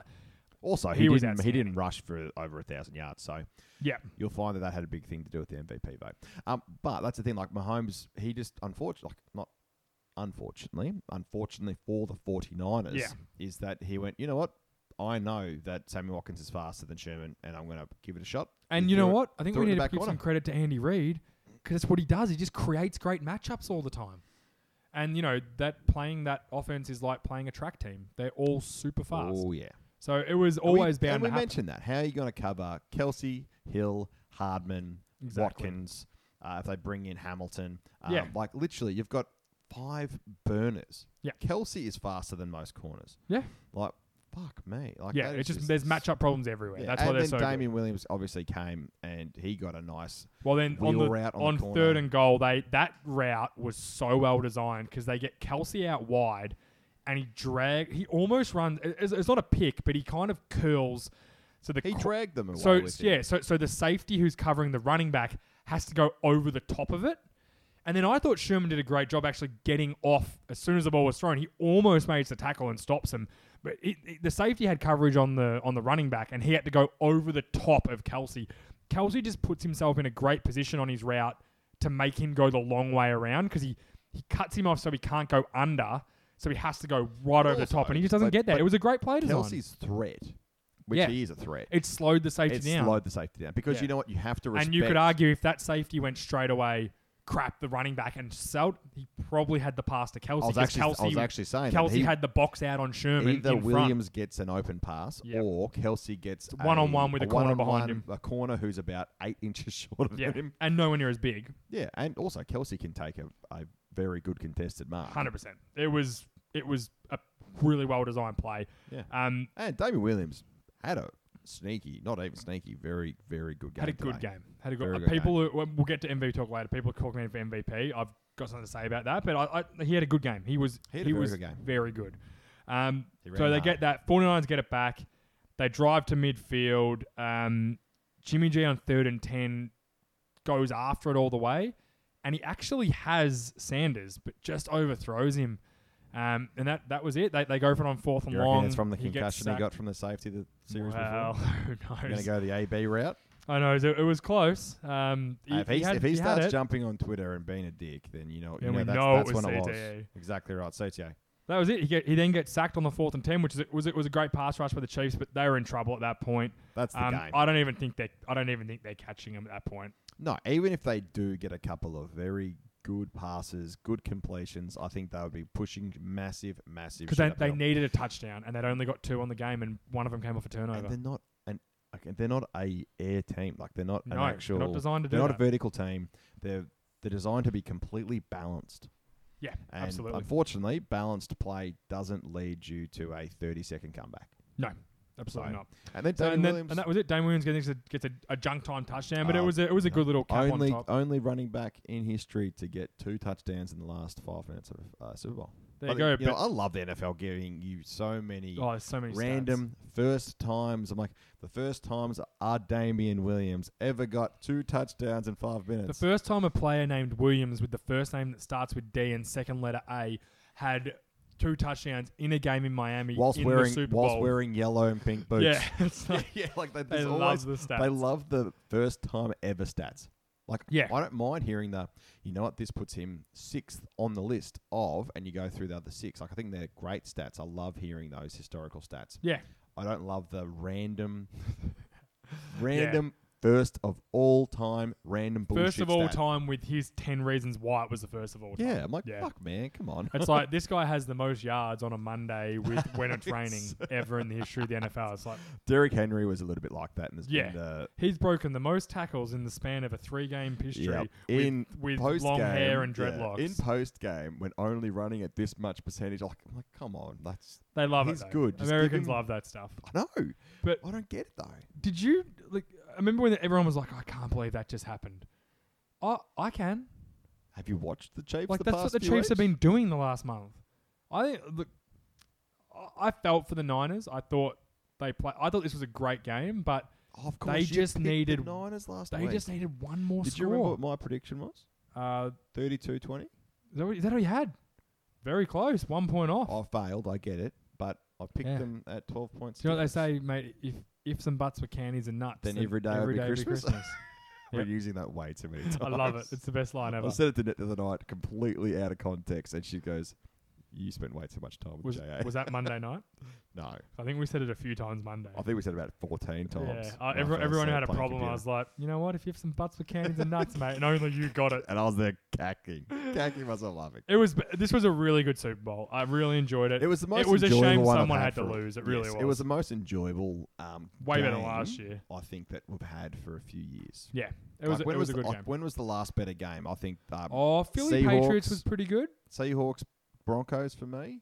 [SPEAKER 3] Also, he,
[SPEAKER 2] He was
[SPEAKER 3] didn't he
[SPEAKER 2] outstanding.
[SPEAKER 3] didn't rush for over a thousand yards, so
[SPEAKER 2] Yeah.
[SPEAKER 3] you'll find that that had a big thing to do with the MVP vote. Um, but that's the thing, like Mahomes, he just unfortunately, like not unfortunately, unfortunately for the 49ers,
[SPEAKER 2] Yeah.
[SPEAKER 3] is that he went, you know what? I know that Sammy Watkins is faster than Sherman, and I'm going to give it a shot.
[SPEAKER 2] And
[SPEAKER 3] He
[SPEAKER 2] you know
[SPEAKER 3] threw it-
[SPEAKER 2] what? I think
[SPEAKER 3] threw
[SPEAKER 2] we
[SPEAKER 3] it in
[SPEAKER 2] need
[SPEAKER 3] the
[SPEAKER 2] to
[SPEAKER 3] back
[SPEAKER 2] give
[SPEAKER 3] corner.
[SPEAKER 2] some credit to Andy Reid because that's what he does. He just creates great matchups all the time. And you know that playing that offense is like playing a track team. They're all super fast,
[SPEAKER 3] Oh yeah,
[SPEAKER 2] so it was
[SPEAKER 3] And we-
[SPEAKER 2] always bound
[SPEAKER 3] And we
[SPEAKER 2] to happen.
[SPEAKER 3] mentioned that. How are you going to cover Kelsey, Hill, Hardman,
[SPEAKER 2] Exactly.
[SPEAKER 3] Watkins? Uh, if they bring in Hamilton, um,
[SPEAKER 2] Yeah.
[SPEAKER 3] like literally, you've got five burners.
[SPEAKER 2] Yeah.
[SPEAKER 3] Kelsey is faster than most corners.
[SPEAKER 2] Yeah,
[SPEAKER 3] Like fuck me. Like
[SPEAKER 2] yeah.
[SPEAKER 3] that
[SPEAKER 2] It's
[SPEAKER 3] is
[SPEAKER 2] just, there's matchup problems everywhere.
[SPEAKER 3] Yeah,
[SPEAKER 2] That's
[SPEAKER 3] and
[SPEAKER 2] why they're
[SPEAKER 3] then
[SPEAKER 2] so good.
[SPEAKER 3] Damien Williams obviously came and he got a nice.
[SPEAKER 2] Well, then on
[SPEAKER 3] wheel
[SPEAKER 2] the,
[SPEAKER 3] route on the
[SPEAKER 2] on
[SPEAKER 3] corner.
[SPEAKER 2] third and goal, they that route was so well designed because they get Kelsey out wide, and he drag. He almost runs. It's, it's not a pick, but he kind of curls. So the
[SPEAKER 3] He
[SPEAKER 2] cr-
[SPEAKER 3] dragged them away.
[SPEAKER 2] so
[SPEAKER 3] with him.
[SPEAKER 2] yeah, so so the safety who's covering the running back has to go over the top of it. And then I thought Sherman did a great job actually getting off as soon as the ball was thrown. He almost makes the tackle and stops him, but it, it- the safety had coverage on the on the running back, and he had to go over the top of Kelsey. Kelsey just puts himself in a great position on his route to make him go the long way around because he he cuts him off so he can't go under, so he has to go right over the top,
[SPEAKER 3] also,
[SPEAKER 2] and he just doesn't
[SPEAKER 3] but-
[SPEAKER 2] get there.
[SPEAKER 3] but
[SPEAKER 2] It was a great play design.
[SPEAKER 3] Kelsey's threat, which
[SPEAKER 2] Yeah.
[SPEAKER 3] he is a threat.
[SPEAKER 2] it slowed the safety
[SPEAKER 3] It
[SPEAKER 2] down.
[SPEAKER 3] slowed the safety down because
[SPEAKER 2] Yeah.
[SPEAKER 3] you know what you have to respect.
[SPEAKER 2] And you could argue if that safety went straight away, crap, the running back and Selt, he probably had the pass to Kelsey.
[SPEAKER 3] I was
[SPEAKER 2] 'cause
[SPEAKER 3] actually,
[SPEAKER 2] Kelsey,
[SPEAKER 3] I was actually saying that
[SPEAKER 2] Kelsey
[SPEAKER 3] he-
[SPEAKER 2] had the box out on Sherman
[SPEAKER 3] either
[SPEAKER 2] in
[SPEAKER 3] Williams gets an open pass
[SPEAKER 2] Yep.
[SPEAKER 3] or Kelsey gets a-
[SPEAKER 2] one-on-one with a corner
[SPEAKER 3] one-on-one,
[SPEAKER 2] behind him.
[SPEAKER 3] a corner who's about eight inches shorter
[SPEAKER 2] front. Yeah,
[SPEAKER 3] than him.
[SPEAKER 2] and nowhere near as big.
[SPEAKER 3] Yeah, and also Kelsey can take a, a very good contested mark.
[SPEAKER 2] Hundred percent. It was it was a really well designed play.
[SPEAKER 3] Yeah.
[SPEAKER 2] Um,
[SPEAKER 3] And David Williams had a sneaky, not even sneaky, very very good game.
[SPEAKER 2] had a good
[SPEAKER 3] today.
[SPEAKER 2] game. Had a good.
[SPEAKER 3] Very
[SPEAKER 2] uh,
[SPEAKER 3] good
[SPEAKER 2] people, who- we'll we'll get to MVP talk later. People are talking about MVP. I've got something to say about that, but I, I, he had a good game. He was he,
[SPEAKER 3] He had a very
[SPEAKER 2] was
[SPEAKER 3] good game.
[SPEAKER 2] very good. Um,
[SPEAKER 3] He
[SPEAKER 2] so
[SPEAKER 3] ran
[SPEAKER 2] they
[SPEAKER 3] hard.
[SPEAKER 2] get that 49ers get it back. They drive to midfield. Um, Jimmy G on third and ten goes after it all the way, and he actually has Sanders, but just overthrows him. Um, and that, that was it. They, they go for it on fourth and
[SPEAKER 3] You reckon
[SPEAKER 2] long.
[SPEAKER 3] it's from the
[SPEAKER 2] He gets
[SPEAKER 3] concussion he
[SPEAKER 2] sacked.
[SPEAKER 3] got from the safety the series
[SPEAKER 2] Well,
[SPEAKER 3] before?
[SPEAKER 2] who
[SPEAKER 3] You're
[SPEAKER 2] knows?
[SPEAKER 3] going to go the AB route.
[SPEAKER 2] I know it, it was close. Um, he,
[SPEAKER 3] if he,
[SPEAKER 2] he had,
[SPEAKER 3] if he,
[SPEAKER 2] had
[SPEAKER 3] starts
[SPEAKER 2] it.
[SPEAKER 3] jumping on Twitter and being a dick, then you know,
[SPEAKER 2] Then
[SPEAKER 3] you
[SPEAKER 2] we
[SPEAKER 3] know that's,
[SPEAKER 2] know it
[SPEAKER 3] that's
[SPEAKER 2] was E.
[SPEAKER 3] when it was.
[SPEAKER 2] CTA.
[SPEAKER 3] Exactly right, E. CTA.
[SPEAKER 2] that was it. He, get, he then gets sacked on the fourth and ten, which is it was it was a great pass rush by the Chiefs, but they were in trouble at that point.
[SPEAKER 3] That's the
[SPEAKER 2] Um,
[SPEAKER 3] game.
[SPEAKER 2] I don't even think they I don't even think they're catching him at that point.
[SPEAKER 3] No, even if they do get a couple of very good passes, good completions, I think they would be pushing massive, massive.
[SPEAKER 2] because
[SPEAKER 3] shit
[SPEAKER 2] they,
[SPEAKER 3] up
[SPEAKER 2] they
[SPEAKER 3] hill.
[SPEAKER 2] needed a touchdown and they'd only got two on the game and one of them came off a turnover.
[SPEAKER 3] and they're not an okay, they're not a air team. Like they're not
[SPEAKER 2] No,
[SPEAKER 3] an
[SPEAKER 2] they're
[SPEAKER 3] actual.
[SPEAKER 2] not designed to
[SPEAKER 3] they're
[SPEAKER 2] do
[SPEAKER 3] not
[SPEAKER 2] that.
[SPEAKER 3] a vertical team. They're they're designed to be completely balanced.
[SPEAKER 2] yeah,
[SPEAKER 3] And
[SPEAKER 2] absolutely.
[SPEAKER 3] Unfortunately, balanced play doesn't lead you to a thirty second comeback.
[SPEAKER 2] no, absolutely
[SPEAKER 3] So,
[SPEAKER 2] not.
[SPEAKER 3] And then
[SPEAKER 2] So,
[SPEAKER 3] Damien
[SPEAKER 2] and, then,
[SPEAKER 3] Williams
[SPEAKER 2] and that was it. Dame Williams gets a, gets a, a junk time touchdown, but it
[SPEAKER 3] Oh,
[SPEAKER 2] was a, it was a good little cap
[SPEAKER 3] only
[SPEAKER 2] on top.
[SPEAKER 3] only running back in history to get two touchdowns in the last five minutes of uh, Super Bowl.
[SPEAKER 2] There you
[SPEAKER 3] I
[SPEAKER 2] go.
[SPEAKER 3] think- You know,
[SPEAKER 2] but-
[SPEAKER 3] I love the NFL giving you so many
[SPEAKER 2] oh, there's so many stats.
[SPEAKER 3] random first times. I'm like, the first times our Damian Williams ever got two touchdowns in five
[SPEAKER 2] The
[SPEAKER 3] minutes.
[SPEAKER 2] first time a player named Williams with the first name that starts with D and second letter A had two touchdowns in a game in Miami
[SPEAKER 3] whilst
[SPEAKER 2] in
[SPEAKER 3] wearing
[SPEAKER 2] the Super
[SPEAKER 3] whilst
[SPEAKER 2] Bowl.
[SPEAKER 3] wearing yellow and pink boots.
[SPEAKER 2] yeah, it's like,
[SPEAKER 3] yeah, like they,
[SPEAKER 2] they
[SPEAKER 3] there's
[SPEAKER 2] love
[SPEAKER 3] always-
[SPEAKER 2] the stats.
[SPEAKER 3] they love the first time ever stats. Like
[SPEAKER 2] Yeah.
[SPEAKER 3] I don't mind hearing the you know what this puts him sixth on the list of and you go through the other six. Like I think they're great stats. I love hearing those historical stats.
[SPEAKER 2] yeah,
[SPEAKER 3] I don't love the random, random first of all time random bullshit.
[SPEAKER 2] first of all
[SPEAKER 3] stat.
[SPEAKER 2] time with his ten reasons why it was the first of all time.
[SPEAKER 3] Yeah, I'm like,
[SPEAKER 2] Yeah.
[SPEAKER 3] fuck, man, come on.
[SPEAKER 2] It's like this guy has the most yards on a Monday with when it's raining ever in the history of the NFL. It's like
[SPEAKER 3] Derrick Henry was a little bit like that in this.
[SPEAKER 2] Yeah.
[SPEAKER 3] in the-
[SPEAKER 2] he's broken the most tackles in the span of a three-game history
[SPEAKER 3] Yep.
[SPEAKER 2] with,
[SPEAKER 3] in
[SPEAKER 2] with
[SPEAKER 3] post
[SPEAKER 2] long
[SPEAKER 3] game,
[SPEAKER 2] hair and
[SPEAKER 3] yeah,
[SPEAKER 2] dreadlocks.
[SPEAKER 3] in post game, when only running at this much percentage, like, I'm like, come on, that's
[SPEAKER 2] they love
[SPEAKER 3] he's
[SPEAKER 2] it. though.
[SPEAKER 3] good. Just give
[SPEAKER 2] Americans
[SPEAKER 3] him-
[SPEAKER 2] love that stuff.
[SPEAKER 3] I know,
[SPEAKER 2] But-
[SPEAKER 3] I don't get it though.
[SPEAKER 2] Did you like? I remember when everyone was like, "I can't believe that just happened." I I can.
[SPEAKER 3] Have you watched the Chiefs?
[SPEAKER 2] Like
[SPEAKER 3] the
[SPEAKER 2] that's
[SPEAKER 3] past
[SPEAKER 2] what the
[SPEAKER 3] few
[SPEAKER 2] Chiefs have
[SPEAKER 3] weeks?
[SPEAKER 2] been doing the last month. I think look, I- I felt for the Niners. I thought they play. I thought this was a great game, but
[SPEAKER 3] Oh, of course,
[SPEAKER 2] they
[SPEAKER 3] you
[SPEAKER 2] just
[SPEAKER 3] picked the
[SPEAKER 2] needed-
[SPEAKER 3] Niners last
[SPEAKER 2] they
[SPEAKER 3] week.
[SPEAKER 2] just needed one more
[SPEAKER 3] Did you
[SPEAKER 2] score.
[SPEAKER 3] remember what my prediction was?
[SPEAKER 2] uh,
[SPEAKER 3] 32-20? Oh,
[SPEAKER 2] Is that, what, is that what you had? Very close, one point off.
[SPEAKER 3] I failed. I get it, but I picked
[SPEAKER 2] Yeah.
[SPEAKER 3] them at twelve points.
[SPEAKER 2] Do you know what they
[SPEAKER 3] difference.
[SPEAKER 2] say, mate? If if some butts were candies and nuts,
[SPEAKER 3] Then every day would be Christmas. We're
[SPEAKER 2] Yep.
[SPEAKER 3] using that way too many times.
[SPEAKER 2] I love it. It's the best line ever.
[SPEAKER 3] I said it to Nick the other night, completely out of context, and she goes, "You spent way too much time with
[SPEAKER 2] Was,
[SPEAKER 3] JA."
[SPEAKER 2] was that Monday night?
[SPEAKER 3] no,
[SPEAKER 2] I think we said it a few times Monday.
[SPEAKER 3] I think we said about fourteen times.
[SPEAKER 2] Yeah, uh,
[SPEAKER 3] when I
[SPEAKER 2] everyone,
[SPEAKER 3] fell
[SPEAKER 2] everyone who
[SPEAKER 3] asleep
[SPEAKER 2] had a
[SPEAKER 3] playing
[SPEAKER 2] problem. I
[SPEAKER 3] computer.
[SPEAKER 2] was like, you know what? If you have some butts with candies and nuts, mate, and only you got it.
[SPEAKER 3] and I was there cacking, cacking myself laughing.
[SPEAKER 2] It was. This was a really good Super Bowl. I really enjoyed it.
[SPEAKER 3] It was the most.
[SPEAKER 2] It was a
[SPEAKER 3] enjoyable
[SPEAKER 2] shame
[SPEAKER 3] one I've
[SPEAKER 2] someone
[SPEAKER 3] had
[SPEAKER 2] had to
[SPEAKER 3] for a-
[SPEAKER 2] lose. It really
[SPEAKER 3] yes,
[SPEAKER 2] was.
[SPEAKER 3] It was the most enjoyable. Um,
[SPEAKER 2] way better
[SPEAKER 3] game,
[SPEAKER 2] last year.
[SPEAKER 3] I think that we've had for a few years.
[SPEAKER 2] Yeah, it was. a,
[SPEAKER 3] Like, when
[SPEAKER 2] it was, a
[SPEAKER 3] the,
[SPEAKER 2] good
[SPEAKER 3] like,
[SPEAKER 2] game.
[SPEAKER 3] When was the last better game? I think um,
[SPEAKER 2] Oh, Philly Patriots was
[SPEAKER 3] Seahawks.
[SPEAKER 2] pretty good.
[SPEAKER 3] Seahawks Broncos for me.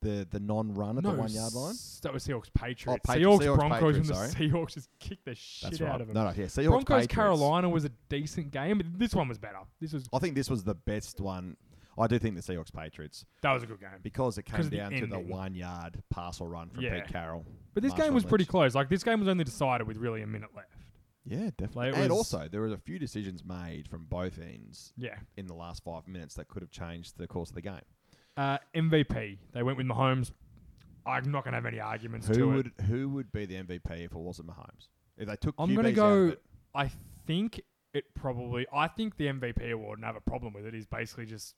[SPEAKER 3] The the non run at the one yard line.
[SPEAKER 2] s- That was Seahawks Patriots.
[SPEAKER 3] Patriots-
[SPEAKER 2] Seahawks,
[SPEAKER 3] Seahawks,
[SPEAKER 2] Broncos
[SPEAKER 3] Patriots,
[SPEAKER 2] and the Seahawks just kicked the shit
[SPEAKER 3] That's
[SPEAKER 2] out
[SPEAKER 3] right.
[SPEAKER 2] of them.
[SPEAKER 3] No, no, yeah. Seahawks
[SPEAKER 2] Broncos
[SPEAKER 3] Patriots.
[SPEAKER 2] Carolina was a decent game, but this one was better. This was
[SPEAKER 3] I think this was the best one. I do think the Seahawks Patriots
[SPEAKER 2] that was a good game.
[SPEAKER 3] because it came
[SPEAKER 2] Because of the
[SPEAKER 3] down to the
[SPEAKER 2] ending.
[SPEAKER 3] one yard pass or run from
[SPEAKER 2] Yeah.
[SPEAKER 3] Pete Carroll.
[SPEAKER 2] But this game
[SPEAKER 3] Marshawn
[SPEAKER 2] was pretty
[SPEAKER 3] Lynch.
[SPEAKER 2] close. Like this game was only decided with really a minute left.
[SPEAKER 3] Yeah, definitely.
[SPEAKER 2] Like, it
[SPEAKER 3] and
[SPEAKER 2] was-
[SPEAKER 3] also there was a few decisions made from both ends
[SPEAKER 2] Yeah.
[SPEAKER 3] in the last five minutes that could have changed the course of the game.
[SPEAKER 2] Uh, MVP. They went with Mahomes. I'm not gonna have any arguments
[SPEAKER 3] Who
[SPEAKER 2] to it.
[SPEAKER 3] would who would be the MVP if it wasn't Mahomes? If they took
[SPEAKER 2] I'm gonna
[SPEAKER 3] QBs out of
[SPEAKER 2] go-
[SPEAKER 3] it,
[SPEAKER 2] I think it probably. I think the MVP award and I have a problem with it is basically just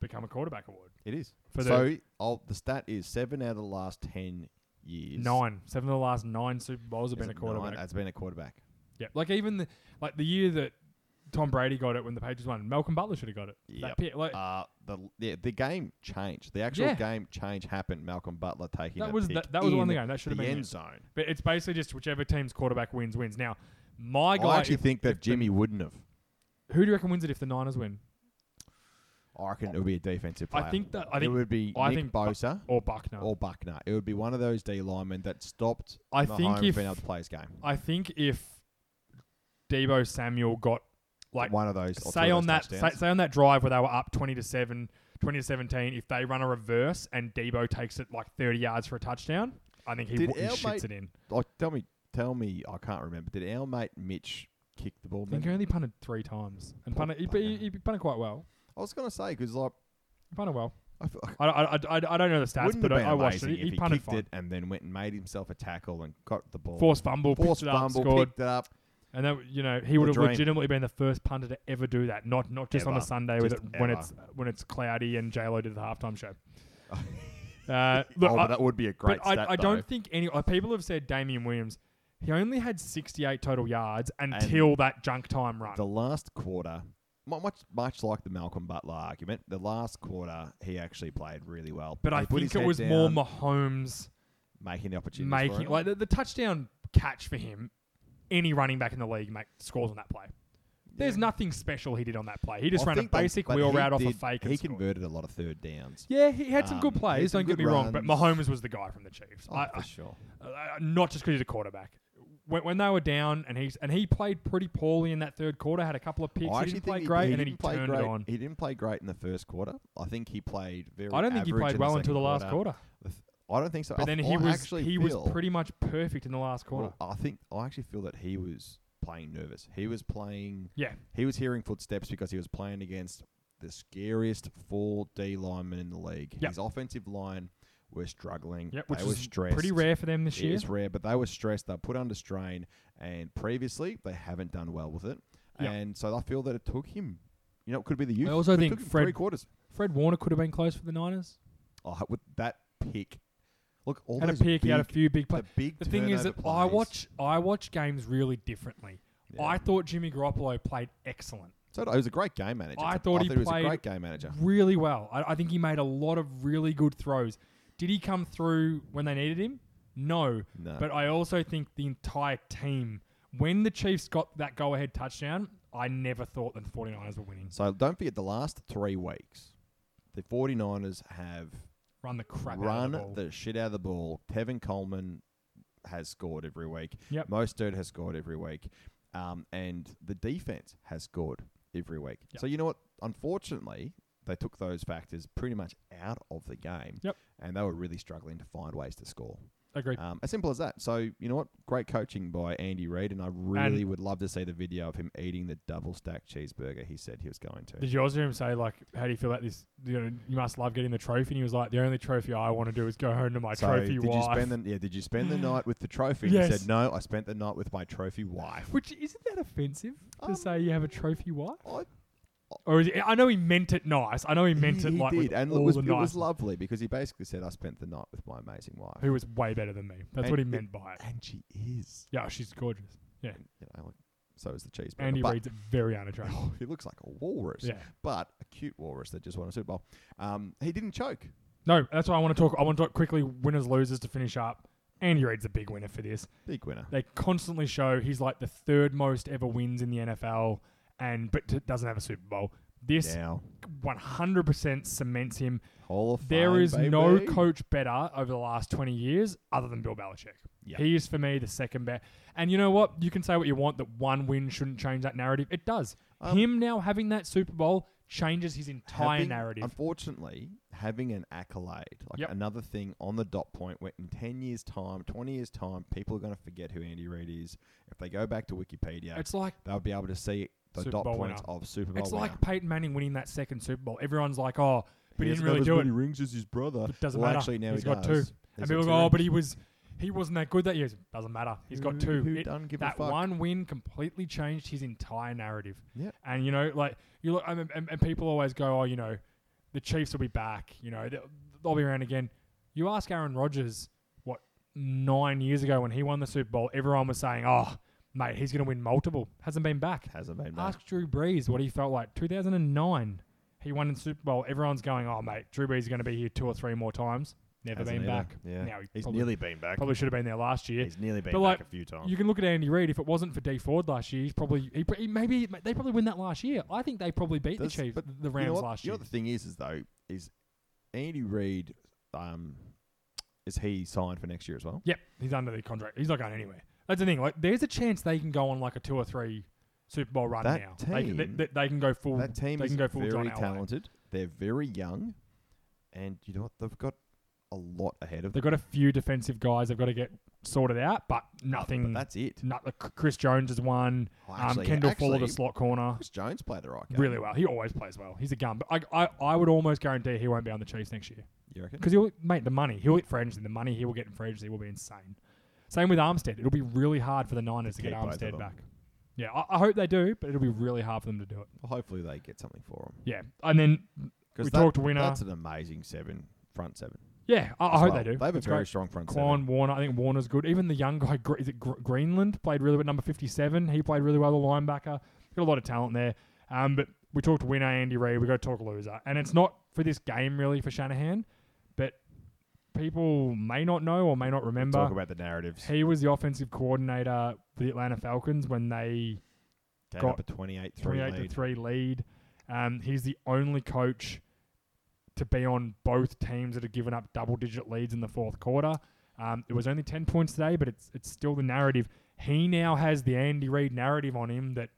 [SPEAKER 2] become a quarterback award
[SPEAKER 3] it is.
[SPEAKER 2] for the
[SPEAKER 3] so I'll, the stat is seven out of the last ten years.
[SPEAKER 2] nine, seven of the last nine Super Bowls have
[SPEAKER 3] Is
[SPEAKER 2] been a
[SPEAKER 3] it nine?
[SPEAKER 2] quarterback.
[SPEAKER 3] That's been a quarterback.
[SPEAKER 2] Yeah, like even the like the year that Tom Brady got it when the Patriots won, Malcolm Butler should have got it.
[SPEAKER 3] Yep.
[SPEAKER 2] That pick, like,
[SPEAKER 3] Uh, the yeah, the game changed. The actual
[SPEAKER 2] Yeah.
[SPEAKER 3] game change happened. Malcolm Butler taking
[SPEAKER 2] that
[SPEAKER 3] a
[SPEAKER 2] was
[SPEAKER 3] pick
[SPEAKER 2] that, that was the one
[SPEAKER 3] in
[SPEAKER 2] of the game that should have
[SPEAKER 3] the
[SPEAKER 2] been.
[SPEAKER 3] end
[SPEAKER 2] it.
[SPEAKER 3] zone.
[SPEAKER 2] But it's basically just whichever team's quarterback wins wins. Now, my
[SPEAKER 3] I,
[SPEAKER 2] guy,
[SPEAKER 3] actually
[SPEAKER 2] if-
[SPEAKER 3] think
[SPEAKER 2] if
[SPEAKER 3] that
[SPEAKER 2] the-
[SPEAKER 3] Jimmy wouldn't have.
[SPEAKER 2] who do you reckon wins it if the Niners win
[SPEAKER 3] I reckon it would be a defensive player.
[SPEAKER 2] I think that- I
[SPEAKER 3] it
[SPEAKER 2] think-
[SPEAKER 3] would be
[SPEAKER 2] I
[SPEAKER 3] Nick
[SPEAKER 2] think Bu-
[SPEAKER 3] Bosa
[SPEAKER 2] or Buckner?
[SPEAKER 3] or Buckner. It would be one of those D linemen that stopped
[SPEAKER 2] I think
[SPEAKER 3] Mahomes
[SPEAKER 2] if
[SPEAKER 3] being able to play his game.
[SPEAKER 2] I think if Debo Samuel got like
[SPEAKER 3] one of those. or two
[SPEAKER 2] say
[SPEAKER 3] of
[SPEAKER 2] on
[SPEAKER 3] those
[SPEAKER 2] that say,
[SPEAKER 3] touchdowns.
[SPEAKER 2] say on that drive where they were up 20 to 7 20 to 17 if they run a reverse and Debo takes it like 30 yards for a touchdown I think he,
[SPEAKER 3] Did
[SPEAKER 2] w- he
[SPEAKER 3] our
[SPEAKER 2] shits
[SPEAKER 3] mate-
[SPEAKER 2] it in
[SPEAKER 3] like Oh, tell me tell me I can't remember. Did our mate Mitch kick the ball?
[SPEAKER 2] I think he
[SPEAKER 3] then?
[SPEAKER 2] only punted three times, and
[SPEAKER 3] Poor
[SPEAKER 2] punted, he, he,
[SPEAKER 3] bugger.
[SPEAKER 2] he punted quite well.
[SPEAKER 3] I was gonna say because like
[SPEAKER 2] He punted well.
[SPEAKER 3] I feel like
[SPEAKER 2] I, I, I, I- I don't know the stats,
[SPEAKER 3] wouldn't
[SPEAKER 2] but
[SPEAKER 3] have
[SPEAKER 2] I,
[SPEAKER 3] been
[SPEAKER 2] I watched
[SPEAKER 3] amazing
[SPEAKER 2] it.
[SPEAKER 3] if
[SPEAKER 2] He,
[SPEAKER 3] he
[SPEAKER 2] punted
[SPEAKER 3] kicked
[SPEAKER 2] fine.
[SPEAKER 3] it and then went and made himself a tackle and got the ball.
[SPEAKER 2] Forced fumble,
[SPEAKER 3] Forced
[SPEAKER 2] picked it up,
[SPEAKER 3] fumble,
[SPEAKER 2] scored,
[SPEAKER 3] picked it up.
[SPEAKER 2] and that you know he would have
[SPEAKER 3] dream.
[SPEAKER 2] legitimately been the first punter to ever do that. Not not just on a
[SPEAKER 3] Ever.
[SPEAKER 2] Sunday with it,
[SPEAKER 3] Just
[SPEAKER 2] when
[SPEAKER 3] ever.
[SPEAKER 2] it's when it's cloudy and J Lo did the halftime show. uh, look,
[SPEAKER 3] oh,
[SPEAKER 2] I,
[SPEAKER 3] but that would be a
[SPEAKER 2] but
[SPEAKER 3] great
[SPEAKER 2] I,
[SPEAKER 3] stat.
[SPEAKER 2] I
[SPEAKER 3] though.
[SPEAKER 2] don't think any uh, people have said Damian Williams. He only had 68 total yards until that junk time run.
[SPEAKER 3] the last quarter. mu- Much, much like the Malcolm Butler argument, the last quarter he actually played really well.
[SPEAKER 2] but
[SPEAKER 3] He
[SPEAKER 2] I
[SPEAKER 3] put his
[SPEAKER 2] think it
[SPEAKER 3] head
[SPEAKER 2] was
[SPEAKER 3] down,
[SPEAKER 2] more Mahomes.
[SPEAKER 3] making the opportunity.
[SPEAKER 2] making like the, the touchdown catch for him. Any running back in the league make scores on that play. There's nothing special he did on that play. He just ran a basic wheel route off a fake.
[SPEAKER 3] He
[SPEAKER 2] and scored.
[SPEAKER 3] converted a lot of third downs.
[SPEAKER 2] Yeah, he had some good
[SPEAKER 3] Um, he had
[SPEAKER 2] plays.
[SPEAKER 3] some
[SPEAKER 2] Don't get
[SPEAKER 3] good
[SPEAKER 2] me wrong, but
[SPEAKER 3] runs.
[SPEAKER 2] Mahomes was the guy from the Chiefs.
[SPEAKER 3] Oh,
[SPEAKER 2] I,
[SPEAKER 3] for sure.
[SPEAKER 2] I- uh, not just because he's a quarterback. When, when they were down, and he's and he played pretty poorly in that third quarter. Had a couple of picks.
[SPEAKER 3] I
[SPEAKER 2] He
[SPEAKER 3] actually
[SPEAKER 2] didn't play
[SPEAKER 3] think
[SPEAKER 2] great, and then
[SPEAKER 3] didn't
[SPEAKER 2] he
[SPEAKER 3] play
[SPEAKER 2] turned
[SPEAKER 3] great.
[SPEAKER 2] it on.
[SPEAKER 3] He didn't play great in the first quarter. I think he played very.
[SPEAKER 2] I don't think he
[SPEAKER 3] average
[SPEAKER 2] played
[SPEAKER 3] in
[SPEAKER 2] well
[SPEAKER 3] the
[SPEAKER 2] until the
[SPEAKER 3] second
[SPEAKER 2] last quarter.
[SPEAKER 3] The th- I don't think so.
[SPEAKER 2] But
[SPEAKER 3] I
[SPEAKER 2] then
[SPEAKER 3] th-
[SPEAKER 2] he
[SPEAKER 3] I
[SPEAKER 2] was
[SPEAKER 3] actually
[SPEAKER 2] he
[SPEAKER 3] feel,
[SPEAKER 2] was pretty much perfect in the last quarter.
[SPEAKER 3] well, I think I actually feel that he was playing nervous. He was playing.
[SPEAKER 2] Yeah.
[SPEAKER 3] He was hearing footsteps because he was playing against the scariest four D linemen in the league.
[SPEAKER 2] Yep.
[SPEAKER 3] His offensive line were struggling.
[SPEAKER 2] Yep, which
[SPEAKER 3] they were
[SPEAKER 2] was
[SPEAKER 3] stressed.
[SPEAKER 2] pretty rare for them this
[SPEAKER 3] It
[SPEAKER 2] year.
[SPEAKER 3] is rare, but they were stressed. They were put under strain, and previously they haven't done well with it.
[SPEAKER 2] Yep.
[SPEAKER 3] And so I feel that it took him. You know, it could be the youth.
[SPEAKER 2] also
[SPEAKER 3] It
[SPEAKER 2] think
[SPEAKER 3] took him
[SPEAKER 2] Fred-
[SPEAKER 3] three quarters.
[SPEAKER 2] Fred Warner could have been close for the Niners.
[SPEAKER 3] Oh, with that pick. Look, all
[SPEAKER 2] had a
[SPEAKER 3] those
[SPEAKER 2] pick, he had a
[SPEAKER 3] big-
[SPEAKER 2] few big plays.
[SPEAKER 3] the big.
[SPEAKER 2] The, thing is that
[SPEAKER 3] turnover
[SPEAKER 2] I
[SPEAKER 3] plays.
[SPEAKER 2] watch I watch games really differently.
[SPEAKER 3] Yeah.
[SPEAKER 2] I thought Jimmy Garoppolo played excellent,
[SPEAKER 3] So he was a great game manager.
[SPEAKER 2] I thought he
[SPEAKER 3] was a
[SPEAKER 2] played
[SPEAKER 3] great game manager.
[SPEAKER 2] really well. I, I think he made a lot of really good throws. Did he come through when they needed him? No.
[SPEAKER 3] No.
[SPEAKER 2] But I also think the entire team, when the Chiefs got that go ahead touchdown, I never thought that the 49ers were winning.
[SPEAKER 3] So don't forget the last three weeks, the 49ers have
[SPEAKER 2] Run the crap out of
[SPEAKER 3] run
[SPEAKER 2] the ball.
[SPEAKER 3] shit out of the ball. Tevin Coleman has scored every week.
[SPEAKER 2] Yep.
[SPEAKER 3] Mostert has scored every week, um, and the defense has scored every week.
[SPEAKER 2] Yep.
[SPEAKER 3] So you know what? Unfortunately, they took those factors pretty much out of the game.
[SPEAKER 2] Yep.
[SPEAKER 3] And they were really struggling to find ways to score.
[SPEAKER 2] Agreed.
[SPEAKER 3] Um, as simple as that. So you know what? Great coaching by Andy Reid, and I really would love to see the video of him eating the double stack cheeseburger he said he was going to.
[SPEAKER 2] Did you also hear him say like, "How do you feel about this? You know, you must love getting the trophy." And he was like, "The only trophy I want to do is go home to my
[SPEAKER 3] so
[SPEAKER 2] trophy
[SPEAKER 3] did
[SPEAKER 2] wife."
[SPEAKER 3] you spend the yeah? Did you spend the night with the trophy? And He
[SPEAKER 2] Yes.
[SPEAKER 3] said no. I spent the night with my trophy wife.
[SPEAKER 2] Which isn't that offensive to
[SPEAKER 3] Um,
[SPEAKER 2] say you have a trophy wife?
[SPEAKER 3] I-
[SPEAKER 2] Or is it, I know he meant it nice. I know he meant it
[SPEAKER 3] he
[SPEAKER 2] like
[SPEAKER 3] did,
[SPEAKER 2] with
[SPEAKER 3] and
[SPEAKER 2] all
[SPEAKER 3] it was,
[SPEAKER 2] the
[SPEAKER 3] it
[SPEAKER 2] nice.
[SPEAKER 3] was lovely because he basically said, "I spent the night with my amazing wife,"
[SPEAKER 2] who was way better than me. That's
[SPEAKER 3] And
[SPEAKER 2] what he
[SPEAKER 3] it-
[SPEAKER 2] meant by it.
[SPEAKER 3] and she is.
[SPEAKER 2] Yeah, she's gorgeous. Yeah,
[SPEAKER 3] And, you know, like, so is the cheeseburger.
[SPEAKER 2] Andy
[SPEAKER 3] but Oh,
[SPEAKER 2] Reid's very unattractive.
[SPEAKER 3] he looks like a walrus,
[SPEAKER 2] Yeah,
[SPEAKER 3] but a cute walrus that just won a Super Bowl. Um, he didn't choke.
[SPEAKER 2] no, that's why I want to talk. I want to talk quickly winners losers to finish up. Andy Reid's a big winner for this.
[SPEAKER 3] Big winner.
[SPEAKER 2] They constantly show he's like the third most ever wins in the NFL, and but t- doesn't have a Super Bowl. This
[SPEAKER 3] Now,
[SPEAKER 2] 100% cements him.
[SPEAKER 3] Hall of
[SPEAKER 2] There
[SPEAKER 3] Fame,
[SPEAKER 2] is no
[SPEAKER 3] baby.
[SPEAKER 2] coach better over the last 20 years other than Bill Belichick.
[SPEAKER 3] Yeah.
[SPEAKER 2] He is for me the second best. And you know what? You can say what you want that one win shouldn't change that narrative. It does.
[SPEAKER 3] Um,
[SPEAKER 2] Him now having that Super Bowl changes his entire
[SPEAKER 3] Having-
[SPEAKER 2] narrative.
[SPEAKER 3] Unfortunately, having an accolade, like
[SPEAKER 2] Yep.
[SPEAKER 3] another thing on the dot point, where in 10 years' time, 20 years' time, people are going to forget who Andy Reid is. If they go back to Wikipedia,
[SPEAKER 2] it's like
[SPEAKER 3] they'll be able to see the
[SPEAKER 2] Super
[SPEAKER 3] dot
[SPEAKER 2] Bowl
[SPEAKER 3] points
[SPEAKER 2] winner.
[SPEAKER 3] of Super Bowl
[SPEAKER 2] it's
[SPEAKER 3] winner.
[SPEAKER 2] like Peyton Manning winning that second Super Bowl. Everyone's like, "Oh, but he
[SPEAKER 3] hasn't
[SPEAKER 2] didn't
[SPEAKER 3] got
[SPEAKER 2] really
[SPEAKER 3] as
[SPEAKER 2] do it."
[SPEAKER 3] many rings as his brother.
[SPEAKER 2] It doesn't
[SPEAKER 3] well,
[SPEAKER 2] matter.
[SPEAKER 3] actually, now
[SPEAKER 2] He's
[SPEAKER 3] he
[SPEAKER 2] got
[SPEAKER 3] does.
[SPEAKER 2] two.
[SPEAKER 3] He's
[SPEAKER 2] and people
[SPEAKER 3] got
[SPEAKER 2] go,
[SPEAKER 3] two
[SPEAKER 2] "Oh, but
[SPEAKER 3] rings."
[SPEAKER 2] he was he wasn't that good that year." Doesn't matter. He's got two.
[SPEAKER 3] Who
[SPEAKER 2] It-
[SPEAKER 3] done give
[SPEAKER 2] that
[SPEAKER 3] a fuck?
[SPEAKER 2] one win completely changed his entire narrative.
[SPEAKER 3] Yep.
[SPEAKER 2] And you know, like you look, I mean, and, and people always go, "Oh, you know, the Chiefs will be back. You know, they'll, they'll be around again." You ask Aaron Rodgers what nine years ago when he won the Super Bowl, everyone was saying, "Oh, mate, he's going to win multiple." Hasn't been back.
[SPEAKER 3] Hasn't been back.
[SPEAKER 2] Ask Drew Brees what he felt like. 2009, he won in Super Bowl. Everyone's going, oh, mate, Drew Brees is going to be here two or three more times. Never
[SPEAKER 3] Hasn't
[SPEAKER 2] been
[SPEAKER 3] either.
[SPEAKER 2] back.
[SPEAKER 3] Yeah.
[SPEAKER 2] Now he
[SPEAKER 3] he's
[SPEAKER 2] probably,
[SPEAKER 3] nearly been back.
[SPEAKER 2] probably should have been there last year.
[SPEAKER 3] He's nearly been
[SPEAKER 2] But,
[SPEAKER 3] back
[SPEAKER 2] like,
[SPEAKER 3] a few times.
[SPEAKER 2] You can look at Andy Reid. If it wasn't for D Ford last year, he's probably he, pr- he maybe they probably win that last year. I think they probably beat
[SPEAKER 3] That's-
[SPEAKER 2] the Chiefs,
[SPEAKER 3] but
[SPEAKER 2] the Rams
[SPEAKER 3] you know what,
[SPEAKER 2] last
[SPEAKER 3] you know
[SPEAKER 2] year.
[SPEAKER 3] what the thing is, is though, is Andy Reid, um, is he signed for next year as well?
[SPEAKER 2] Yep, he's under the contract. He's not going anywhere. That's the thing. Like, there's a chance they can go on like a two or three Super Bowl run
[SPEAKER 3] That
[SPEAKER 2] now. They can- they,
[SPEAKER 3] team-
[SPEAKER 2] they, they can go full.
[SPEAKER 3] That team
[SPEAKER 2] they
[SPEAKER 3] is
[SPEAKER 2] can go full John
[SPEAKER 3] very
[SPEAKER 2] Elway.
[SPEAKER 3] talented. They're very young, and you know what? They've got a lot ahead of them.
[SPEAKER 2] They've got a few defensive guys. They've got to get sorted out, but
[SPEAKER 3] But
[SPEAKER 2] nothing.
[SPEAKER 3] that's it.
[SPEAKER 2] not the Chris Jones is one.
[SPEAKER 3] Oh,
[SPEAKER 2] um, Kendall Fuller, the
[SPEAKER 3] actually,
[SPEAKER 2] slot corner,
[SPEAKER 3] Chris Jones played the right game.
[SPEAKER 2] really well. He always plays well. He's a gun, but I, I, I would almost guarantee he won't be on the Chiefs next year
[SPEAKER 3] You reckon?
[SPEAKER 2] because he'll make the money. He'll get for agency. The money he will get in for agency will be insane. Same with Armstead. It'll be really hard for the Niners to,
[SPEAKER 3] keep
[SPEAKER 2] get
[SPEAKER 3] both of them.
[SPEAKER 2] Armstead back. Yeah, I, I hope they do, but it'll be really hard for them to do it.
[SPEAKER 3] Well, hopefully they get something for him.
[SPEAKER 2] Yeah, and then we talked winner.
[SPEAKER 3] That's an amazing seven front seven.
[SPEAKER 2] yeah, I, I
[SPEAKER 3] as
[SPEAKER 2] hope
[SPEAKER 3] well.
[SPEAKER 2] they do.
[SPEAKER 3] They have a
[SPEAKER 2] It's
[SPEAKER 3] very
[SPEAKER 2] great.
[SPEAKER 3] strong front seven.
[SPEAKER 2] Quan Warner. I think Warner's good. Even the young guy, Gre- is it Gr- Greenland, played really well. Number fifty-seven, he played really well. The linebacker got a lot of talent there. Um, but we talked winner Andy Reid. We got to talk loser, and it's not for this game really for Shanahan, but people may not know or may not
[SPEAKER 3] Talk
[SPEAKER 2] remember.
[SPEAKER 3] about the narratives.
[SPEAKER 2] He was the offensive coordinator for the Atlanta Falcons when they
[SPEAKER 3] Gave
[SPEAKER 2] got
[SPEAKER 3] up a 28 3
[SPEAKER 2] twenty-eight
[SPEAKER 3] lead.
[SPEAKER 2] to three lead. Um, he's the only coach to be on both teams that have given up double-digit leads in the fourth quarter. Um, it was only ten points today, but it's it's still the narrative. He now has the Andy Reid narrative on him that,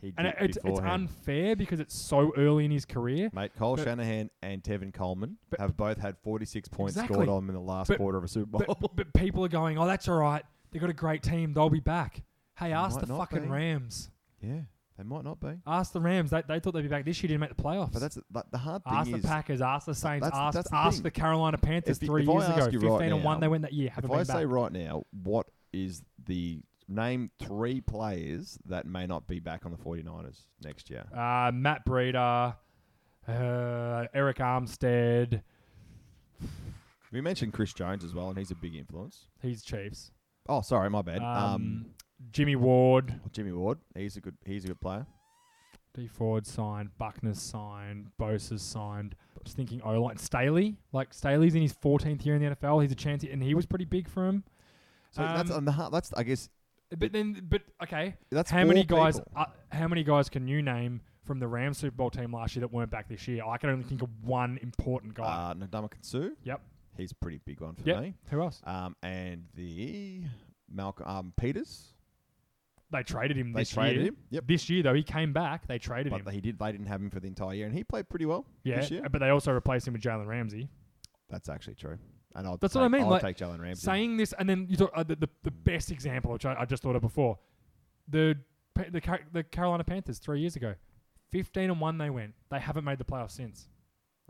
[SPEAKER 3] He
[SPEAKER 2] and
[SPEAKER 3] did
[SPEAKER 2] it's it's
[SPEAKER 3] beforehand.
[SPEAKER 2] unfair because it's so early in his career.
[SPEAKER 3] Mate, Cole
[SPEAKER 2] But-
[SPEAKER 3] Shanahan and Tevin Coleman
[SPEAKER 2] But-
[SPEAKER 3] have both had 46 points
[SPEAKER 2] Exactly.
[SPEAKER 3] scored on them in the last
[SPEAKER 2] But-
[SPEAKER 3] quarter of a Super Bowl.
[SPEAKER 2] But, but, but people are going, "Oh, that's all right. They've got a great team. They'll be back." Hey, ask
[SPEAKER 3] might
[SPEAKER 2] the
[SPEAKER 3] not
[SPEAKER 2] fucking
[SPEAKER 3] be.
[SPEAKER 2] Rams.
[SPEAKER 3] yeah, they might not be.
[SPEAKER 2] Ask the Rams. They, they thought they'd be back this year. Didn't make the playoffs.
[SPEAKER 3] But that's but the hard thing
[SPEAKER 2] Ask the
[SPEAKER 3] is
[SPEAKER 2] Packers, ask the Saints,
[SPEAKER 3] that's-
[SPEAKER 2] ask,
[SPEAKER 3] that's the
[SPEAKER 2] ask
[SPEAKER 3] thing.
[SPEAKER 2] the Carolina Panthers
[SPEAKER 3] If you-
[SPEAKER 2] three
[SPEAKER 3] if I
[SPEAKER 2] years ago.
[SPEAKER 3] ask you
[SPEAKER 2] 15
[SPEAKER 3] right
[SPEAKER 2] and 1,
[SPEAKER 3] now,
[SPEAKER 2] they went that year.
[SPEAKER 3] if
[SPEAKER 2] Haven't
[SPEAKER 3] I
[SPEAKER 2] been
[SPEAKER 3] say
[SPEAKER 2] back.
[SPEAKER 3] right now, what is the name three players that may not be back on the 49ers next year?
[SPEAKER 2] Uh, Matt Breida, uh, Eric Armstead,
[SPEAKER 3] We mentioned Chris Jones as well, and he's a big influence.
[SPEAKER 2] he's Chiefs.
[SPEAKER 3] Oh, sorry, my bad.
[SPEAKER 2] Um,
[SPEAKER 3] Um,
[SPEAKER 2] Jimmy Ward,
[SPEAKER 3] Jimmy Ward, he's a good he's a good player.
[SPEAKER 2] D Ford signed, Buckner's signed, Bosa's signed. I was thinking O line. Staley, like Staley's in his 14th year in the NFL. He's a chance, and he was pretty big for him.
[SPEAKER 3] So that's
[SPEAKER 2] Um,
[SPEAKER 3] on the hard, that's I guess
[SPEAKER 2] But then, but okay,
[SPEAKER 3] that's
[SPEAKER 2] how many
[SPEAKER 3] four
[SPEAKER 2] guys?
[SPEAKER 3] people.
[SPEAKER 2] Uh, how many guys can you name from the Rams Super Bowl team last year that weren't back this year? I can only think of one important guy.
[SPEAKER 3] Uh, Ndamukong Suh,
[SPEAKER 2] Yep.
[SPEAKER 3] he's a pretty big one for
[SPEAKER 2] Yep.
[SPEAKER 3] me.
[SPEAKER 2] Who else?
[SPEAKER 3] Um, and the Malcolm um, Peters,
[SPEAKER 2] They traded him
[SPEAKER 3] they
[SPEAKER 2] this
[SPEAKER 3] traded
[SPEAKER 2] year.
[SPEAKER 3] him. Yep,
[SPEAKER 2] This year though, he came back. They traded
[SPEAKER 3] but
[SPEAKER 2] him.
[SPEAKER 3] he did. They didn't have him for the entire year, and he played pretty well
[SPEAKER 2] yeah,
[SPEAKER 3] this year.
[SPEAKER 2] but they also replaced him with Jalen Ramsey.
[SPEAKER 3] That's actually true. And I'll
[SPEAKER 2] That's
[SPEAKER 3] take,
[SPEAKER 2] what I mean,
[SPEAKER 3] I'll
[SPEAKER 2] like,
[SPEAKER 3] take Jalen Ramsey.
[SPEAKER 2] saying this, and then you talk, uh, the, the the best example, which I, I just thought of before, the Pa- the Car- the Carolina Panthers three years ago, fifteen and one they went. They haven't made the playoffs since.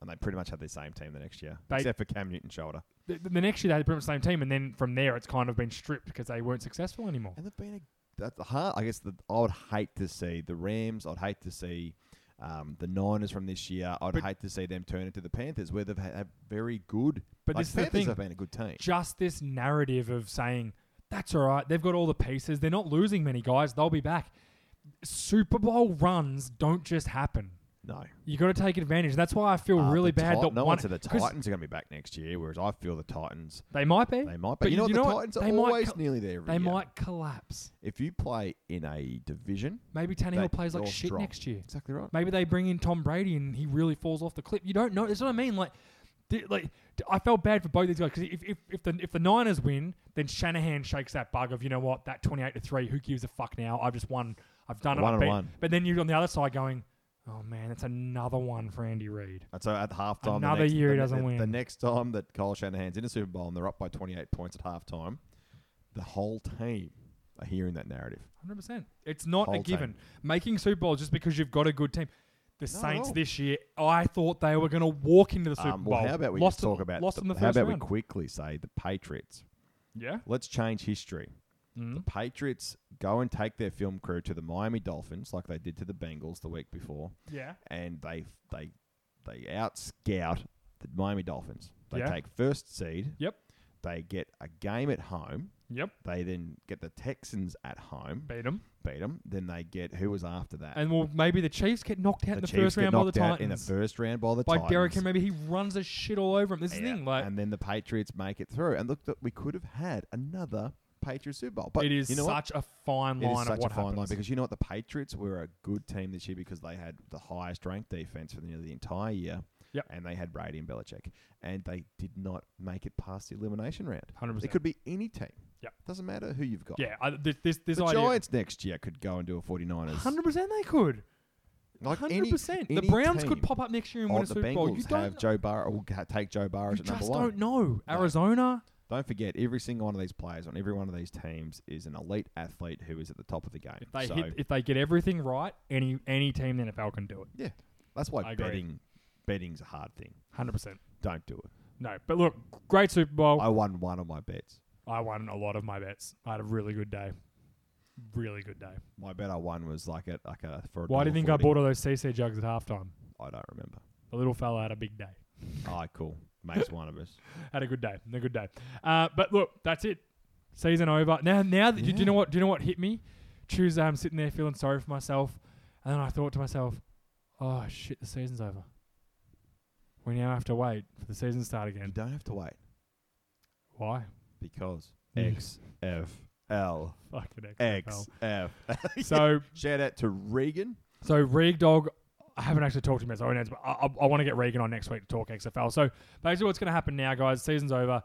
[SPEAKER 3] and they pretty much had the same team the next year,
[SPEAKER 2] They-
[SPEAKER 3] except for Cam Newton shoulder.
[SPEAKER 2] The, the next year they had pretty much the same team, and then from there it's kind of been stripped because they weren't successful anymore.
[SPEAKER 3] And they've been a, that's the hard. I guess the, I would hate to see the Rams. I'd hate to see um, the Niners from this year. I'd
[SPEAKER 2] But-
[SPEAKER 3] hate to see them turn into the Panthers, where they've had had very good.
[SPEAKER 2] But
[SPEAKER 3] like,
[SPEAKER 2] this is the
[SPEAKER 3] Panthers
[SPEAKER 2] thing.
[SPEAKER 3] have been a good team.
[SPEAKER 2] Just this narrative of saying that's all right. They've got all the pieces. They're not losing many guys. They'll be back. Super Bowl runs don't just happen.
[SPEAKER 3] No,
[SPEAKER 2] You got to take advantage. That's why I feel
[SPEAKER 3] Uh,
[SPEAKER 2] really
[SPEAKER 3] the
[SPEAKER 2] bad
[SPEAKER 3] Ti-
[SPEAKER 2] that
[SPEAKER 3] no
[SPEAKER 2] one
[SPEAKER 3] one said the
[SPEAKER 2] 'cause
[SPEAKER 3] Titans are going to be back next year, whereas I feel the Titans
[SPEAKER 2] They might be.
[SPEAKER 3] they might. But,
[SPEAKER 2] But
[SPEAKER 3] you know
[SPEAKER 2] you
[SPEAKER 3] what?
[SPEAKER 2] know
[SPEAKER 3] the
[SPEAKER 2] what?
[SPEAKER 3] Titans
[SPEAKER 2] They
[SPEAKER 3] are
[SPEAKER 2] might
[SPEAKER 3] always
[SPEAKER 2] co-
[SPEAKER 3] nearly there. Every
[SPEAKER 2] They
[SPEAKER 3] year.
[SPEAKER 2] might collapse.
[SPEAKER 3] If you play in a division,
[SPEAKER 2] Maybe Tannehill
[SPEAKER 3] that
[SPEAKER 2] plays like
[SPEAKER 3] you're
[SPEAKER 2] shit
[SPEAKER 3] strong.
[SPEAKER 2] next year.
[SPEAKER 3] Exactly right.
[SPEAKER 2] Maybe they bring in Tom Brady and he really falls off the cliff. You don't know. That's what I mean. Like, di- like d- I felt bad for both these guys because if, if, if the if the Niners win, then Shanahan shakes that bug of you know what that twenty eight to three. Who gives a fuck now? I've just won. I've done it. I've
[SPEAKER 3] One and
[SPEAKER 2] beat-
[SPEAKER 3] one.
[SPEAKER 2] But then you're on the other side going, oh man, that's another one for Andy Reid.
[SPEAKER 3] And so at halftime,
[SPEAKER 2] Another
[SPEAKER 3] the next,
[SPEAKER 2] year
[SPEAKER 3] the,
[SPEAKER 2] he
[SPEAKER 3] ne-
[SPEAKER 2] doesn't
[SPEAKER 3] the, The
[SPEAKER 2] win.
[SPEAKER 3] next time that Kyle Shanahan's in a Super Bowl and they're up by 28 points at halftime, the whole team are hearing that narrative.
[SPEAKER 2] Hundred percent. It's not
[SPEAKER 3] Whole
[SPEAKER 2] a
[SPEAKER 3] team.
[SPEAKER 2] given. Making Super Bowl just because you've got a good team. The
[SPEAKER 3] at
[SPEAKER 2] Saints
[SPEAKER 3] all.
[SPEAKER 2] this year, I thought they were going to walk into the Super
[SPEAKER 3] Um,
[SPEAKER 2] Bowl.
[SPEAKER 3] well, how about we
[SPEAKER 2] lost
[SPEAKER 3] just talk
[SPEAKER 2] in,
[SPEAKER 3] about
[SPEAKER 2] lost
[SPEAKER 3] the,
[SPEAKER 2] in the
[SPEAKER 3] how
[SPEAKER 2] first
[SPEAKER 3] about
[SPEAKER 2] round?
[SPEAKER 3] we quickly say the Patriots?
[SPEAKER 2] yeah.
[SPEAKER 3] Let's change history.
[SPEAKER 2] Mm.
[SPEAKER 3] Patriots go and take their film crew to the Miami Dolphins, like they did to the Bengals the week before,
[SPEAKER 2] Yeah.
[SPEAKER 3] and they they they out scout the Miami Dolphins. They
[SPEAKER 2] Yeah.
[SPEAKER 3] take first seed.
[SPEAKER 2] Yep.
[SPEAKER 3] They get a game at home.
[SPEAKER 2] Yep.
[SPEAKER 3] They then get the Texans at home.
[SPEAKER 2] Beat them.
[SPEAKER 3] beat them. Then they get who was after that.
[SPEAKER 2] And well, maybe the Chiefs get knocked out in the first round by the
[SPEAKER 3] out
[SPEAKER 2] Titans.
[SPEAKER 3] in the first round by the
[SPEAKER 2] by
[SPEAKER 3] Titans.
[SPEAKER 2] Derek Henry, maybe he runs a shit all over him. This is the
[SPEAKER 3] Yeah.
[SPEAKER 2] thing, like
[SPEAKER 3] and then the Patriots make it through. And look, that we could have had another Patriots Super Bowl, but
[SPEAKER 2] it is
[SPEAKER 3] you know what?
[SPEAKER 2] such a fine
[SPEAKER 3] It is
[SPEAKER 2] line
[SPEAKER 3] such
[SPEAKER 2] of what
[SPEAKER 3] a fine
[SPEAKER 2] happens.
[SPEAKER 3] line because you know what? The Patriots were a good team this year because they had the highest ranked defense for nearly the entire year.
[SPEAKER 2] Yep.
[SPEAKER 3] And they had Brady and Belichick. And they did not make it past the elimination round.
[SPEAKER 2] 100%.
[SPEAKER 3] It could be any team.
[SPEAKER 2] Yep.
[SPEAKER 3] Doesn't matter who you've got.
[SPEAKER 2] yeah, I, this this, this
[SPEAKER 3] the
[SPEAKER 2] idea.
[SPEAKER 3] Giants next year could go and do a 49ers.
[SPEAKER 2] Hundred percent, they could.
[SPEAKER 3] Like
[SPEAKER 2] Hundred
[SPEAKER 3] any-
[SPEAKER 2] percent. The
[SPEAKER 3] any
[SPEAKER 2] Browns could
[SPEAKER 3] team.
[SPEAKER 2] pop up next year and
[SPEAKER 3] Oh,
[SPEAKER 2] win a
[SPEAKER 3] the
[SPEAKER 2] Super
[SPEAKER 3] Bengals
[SPEAKER 2] Bowl. You
[SPEAKER 3] have
[SPEAKER 2] don't.
[SPEAKER 3] Joe Burrow will ha- take Joe Burrow
[SPEAKER 2] you
[SPEAKER 3] as at number
[SPEAKER 2] just
[SPEAKER 3] one.
[SPEAKER 2] don't know. Arizona.
[SPEAKER 3] Don't forget, every single one of these players on every one of these teams is an elite athlete who is at the top of the game.
[SPEAKER 2] If they
[SPEAKER 3] so
[SPEAKER 2] hit, if they get everything right, any any team in the NFL can do it.
[SPEAKER 3] that's why
[SPEAKER 2] I agree.
[SPEAKER 3] betting betting's a hard thing.
[SPEAKER 2] Hundred percent.
[SPEAKER 3] Don't do it.
[SPEAKER 2] No, but look, great Super Bowl.
[SPEAKER 3] I won one of my bets.
[SPEAKER 2] I won a lot of my bets. I had a really good day. Really good day.
[SPEAKER 3] My bet I won was like a like a for. a
[SPEAKER 2] Why do you
[SPEAKER 3] dollar
[SPEAKER 2] think I
[SPEAKER 3] 40.
[SPEAKER 2] bought all those CC jugs at halftime?
[SPEAKER 3] I don't remember.
[SPEAKER 2] The little fella had a big day.
[SPEAKER 3] All right, cool. Makes one of us.
[SPEAKER 2] Had a good day. A good day. Uh, but look, that's it. Season over. Now, now that, do you know what? Do you know what hit me? Tuesday, I'm sitting there feeling sorry for myself, and then I thought to myself, "Oh shit, the season's over. We now have to wait for the season to start
[SPEAKER 3] You
[SPEAKER 2] again.
[SPEAKER 3] don't have to wait
[SPEAKER 2] Why?
[SPEAKER 3] because
[SPEAKER 2] Yeah.
[SPEAKER 3] X F L
[SPEAKER 2] Fucking
[SPEAKER 3] X
[SPEAKER 2] XFL.
[SPEAKER 3] F.
[SPEAKER 2] So,
[SPEAKER 3] Shout out to Regan.
[SPEAKER 2] so Reg Dog. I haven't actually talked to him yet, so I, won't answer, but I, I, I want to get Regan on next week to talk XFL. So basically, what's going to happen now, guys? Season's over.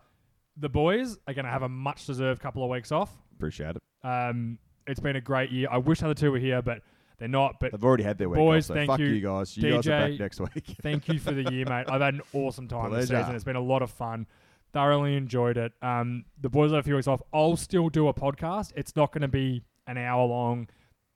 [SPEAKER 2] The boys are going to have a much-deserved couple of weeks off.
[SPEAKER 3] Appreciate it.
[SPEAKER 2] Um, it's been a great year. I wish the other two were here, but they're not. But
[SPEAKER 3] They've already had their week
[SPEAKER 2] Boys,
[SPEAKER 3] off, so
[SPEAKER 2] thank
[SPEAKER 3] fuck
[SPEAKER 2] you.
[SPEAKER 3] you, guys. You guys are
[SPEAKER 2] DJ
[SPEAKER 3] back next week.
[SPEAKER 2] thank you for the year, mate. I've had an awesome time this
[SPEAKER 3] Pleasure.
[SPEAKER 2] season. It's been a lot of fun. Thoroughly enjoyed it. Um, the boys had a few weeks off. I'll still do a podcast. It's not going to be an hour long.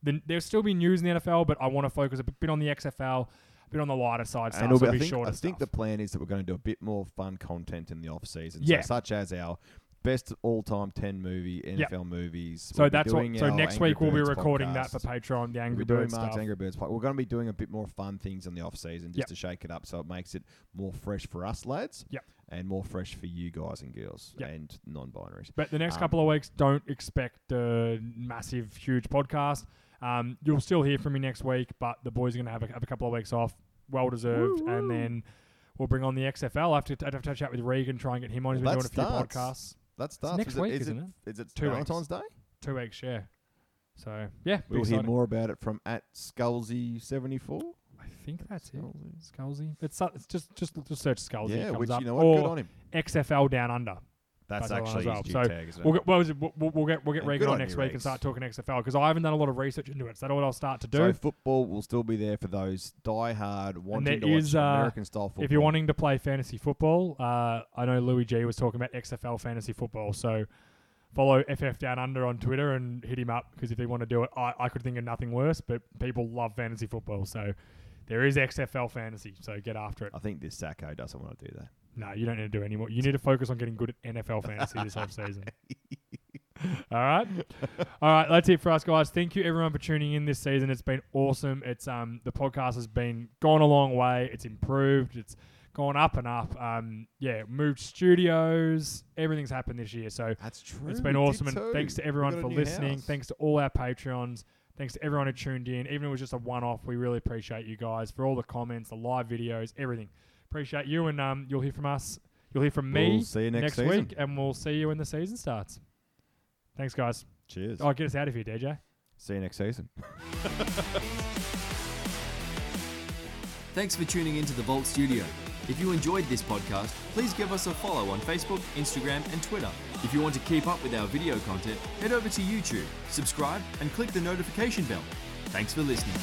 [SPEAKER 2] The, there'll still be news in the NFL, but I want to focus a bit on the XFL, a bit on the lighter side stuff.
[SPEAKER 3] And it'll
[SPEAKER 2] so
[SPEAKER 3] be-
[SPEAKER 2] it'll
[SPEAKER 3] I
[SPEAKER 2] be
[SPEAKER 3] think,
[SPEAKER 2] shorter
[SPEAKER 3] I think the
[SPEAKER 2] stuff.
[SPEAKER 3] plan is that we're going to do a bit more fun content in the off season,
[SPEAKER 2] Yeah.
[SPEAKER 3] so such as our best all time ten movie NFL movies.
[SPEAKER 2] so
[SPEAKER 3] We'll be
[SPEAKER 2] that's
[SPEAKER 3] doing
[SPEAKER 2] what. So
[SPEAKER 3] our
[SPEAKER 2] next
[SPEAKER 3] Angry
[SPEAKER 2] week we'll be
[SPEAKER 3] Birds
[SPEAKER 2] recording
[SPEAKER 3] podcast.
[SPEAKER 2] that for Patreon. The
[SPEAKER 3] We'll
[SPEAKER 2] Angry
[SPEAKER 3] be doing
[SPEAKER 2] Birds
[SPEAKER 3] Mark's
[SPEAKER 2] stuff.
[SPEAKER 3] Angry Birds. pod- We're going to be doing a bit more fun things in the off season just
[SPEAKER 2] Yep.
[SPEAKER 3] to shake it up, so it makes it more fresh for us lads.
[SPEAKER 2] Yep.
[SPEAKER 3] And more fresh for you guys and girls
[SPEAKER 2] Yep.
[SPEAKER 3] and non-binaries.
[SPEAKER 2] But the next
[SPEAKER 3] Um,
[SPEAKER 2] couple of weeks, don't expect a massive, huge podcast. Um, you'll still hear from me next week, but the boys are going to have a, have a couple of weeks off, well deserved, and then we'll bring on the XFL. I have to, I'd have to chat with Regan, try and get him on. He's
[SPEAKER 3] Well,
[SPEAKER 2] been doing a
[SPEAKER 3] that
[SPEAKER 2] few
[SPEAKER 3] starts-
[SPEAKER 2] podcasts,
[SPEAKER 3] That starts
[SPEAKER 2] next
[SPEAKER 3] is
[SPEAKER 2] week,
[SPEAKER 3] it, is
[SPEAKER 2] isn't
[SPEAKER 3] it? Is it
[SPEAKER 2] Two weeks.
[SPEAKER 3] Valentine's Day?
[SPEAKER 2] two weeks, yeah. So yeah, be
[SPEAKER 3] We'll hear
[SPEAKER 2] excited.
[SPEAKER 3] more about it from at Skullsy seventy four.
[SPEAKER 2] I think that's it. Scullsy. It's, su- it's just just just search Scullsy.
[SPEAKER 3] Yeah,
[SPEAKER 2] comes
[SPEAKER 3] which
[SPEAKER 2] up.
[SPEAKER 3] you know what?
[SPEAKER 2] or
[SPEAKER 3] Good on him.
[SPEAKER 2] XFL Down Under.
[SPEAKER 3] That's,
[SPEAKER 2] That's
[SPEAKER 3] actually
[SPEAKER 2] the one as
[SPEAKER 3] his gym
[SPEAKER 2] well. So
[SPEAKER 3] tag. Isn't
[SPEAKER 2] We'll
[SPEAKER 3] it?
[SPEAKER 2] get, well, is it- we'll, we'll- we'll get we'll get
[SPEAKER 3] And
[SPEAKER 2] Regan
[SPEAKER 3] good
[SPEAKER 2] on
[SPEAKER 3] on
[SPEAKER 2] next
[SPEAKER 3] you,
[SPEAKER 2] week and
[SPEAKER 3] Regs.
[SPEAKER 2] start talking XFL because I haven't done a lot of research into it. So that's what I'll start to do.
[SPEAKER 3] So football will still be there for those die-hard
[SPEAKER 2] there
[SPEAKER 3] wanting to
[SPEAKER 2] is,
[SPEAKER 3] watch
[SPEAKER 2] uh,
[SPEAKER 3] American style football.
[SPEAKER 2] if you're wanting to play fantasy football, uh, I know Louis G was talking about XFL fantasy football. So follow FF Down Under on Twitter and hit him up because if they want to do it, I, I could think of nothing worse. But people love fantasy football, so there is XFL fantasy. So get after it.
[SPEAKER 3] I think this Sacco doesn't want to do that.
[SPEAKER 2] No, you don't need to do any more. You need to focus on getting good at NFL fantasy this off season. All right. All right, that's it for us guys. Thank you everyone for tuning in this season. It's been awesome. It's um the podcast has been gone a long way. It's improved. It's gone up and up. Um yeah, moved studios. Everything's happened this year. So
[SPEAKER 3] That's true.
[SPEAKER 2] it's been awesome and thanks to everyone for listening.
[SPEAKER 3] Thanks.
[SPEAKER 2] Thanks to all our Patreons. Thanks to everyone who tuned in. Even if it was just a one off, we really appreciate you guys for all the comments, the live videos, everything. Appreciate you and um you'll hear from us. You'll hear from me
[SPEAKER 3] We'll see you next,
[SPEAKER 2] next,
[SPEAKER 3] season.
[SPEAKER 2] week and we'll see you when the season starts. Thanks guys.
[SPEAKER 3] Cheers.
[SPEAKER 2] Oh, get us out of here, DJ.
[SPEAKER 3] See you next season.
[SPEAKER 1] Thanks for tuning into the Vault Studio. If you enjoyed this podcast, please give us a follow on Facebook, Instagram, and Twitter. If you want to keep up with our video content, head over to YouTube, subscribe, and click the notification bell. Thanks for listening.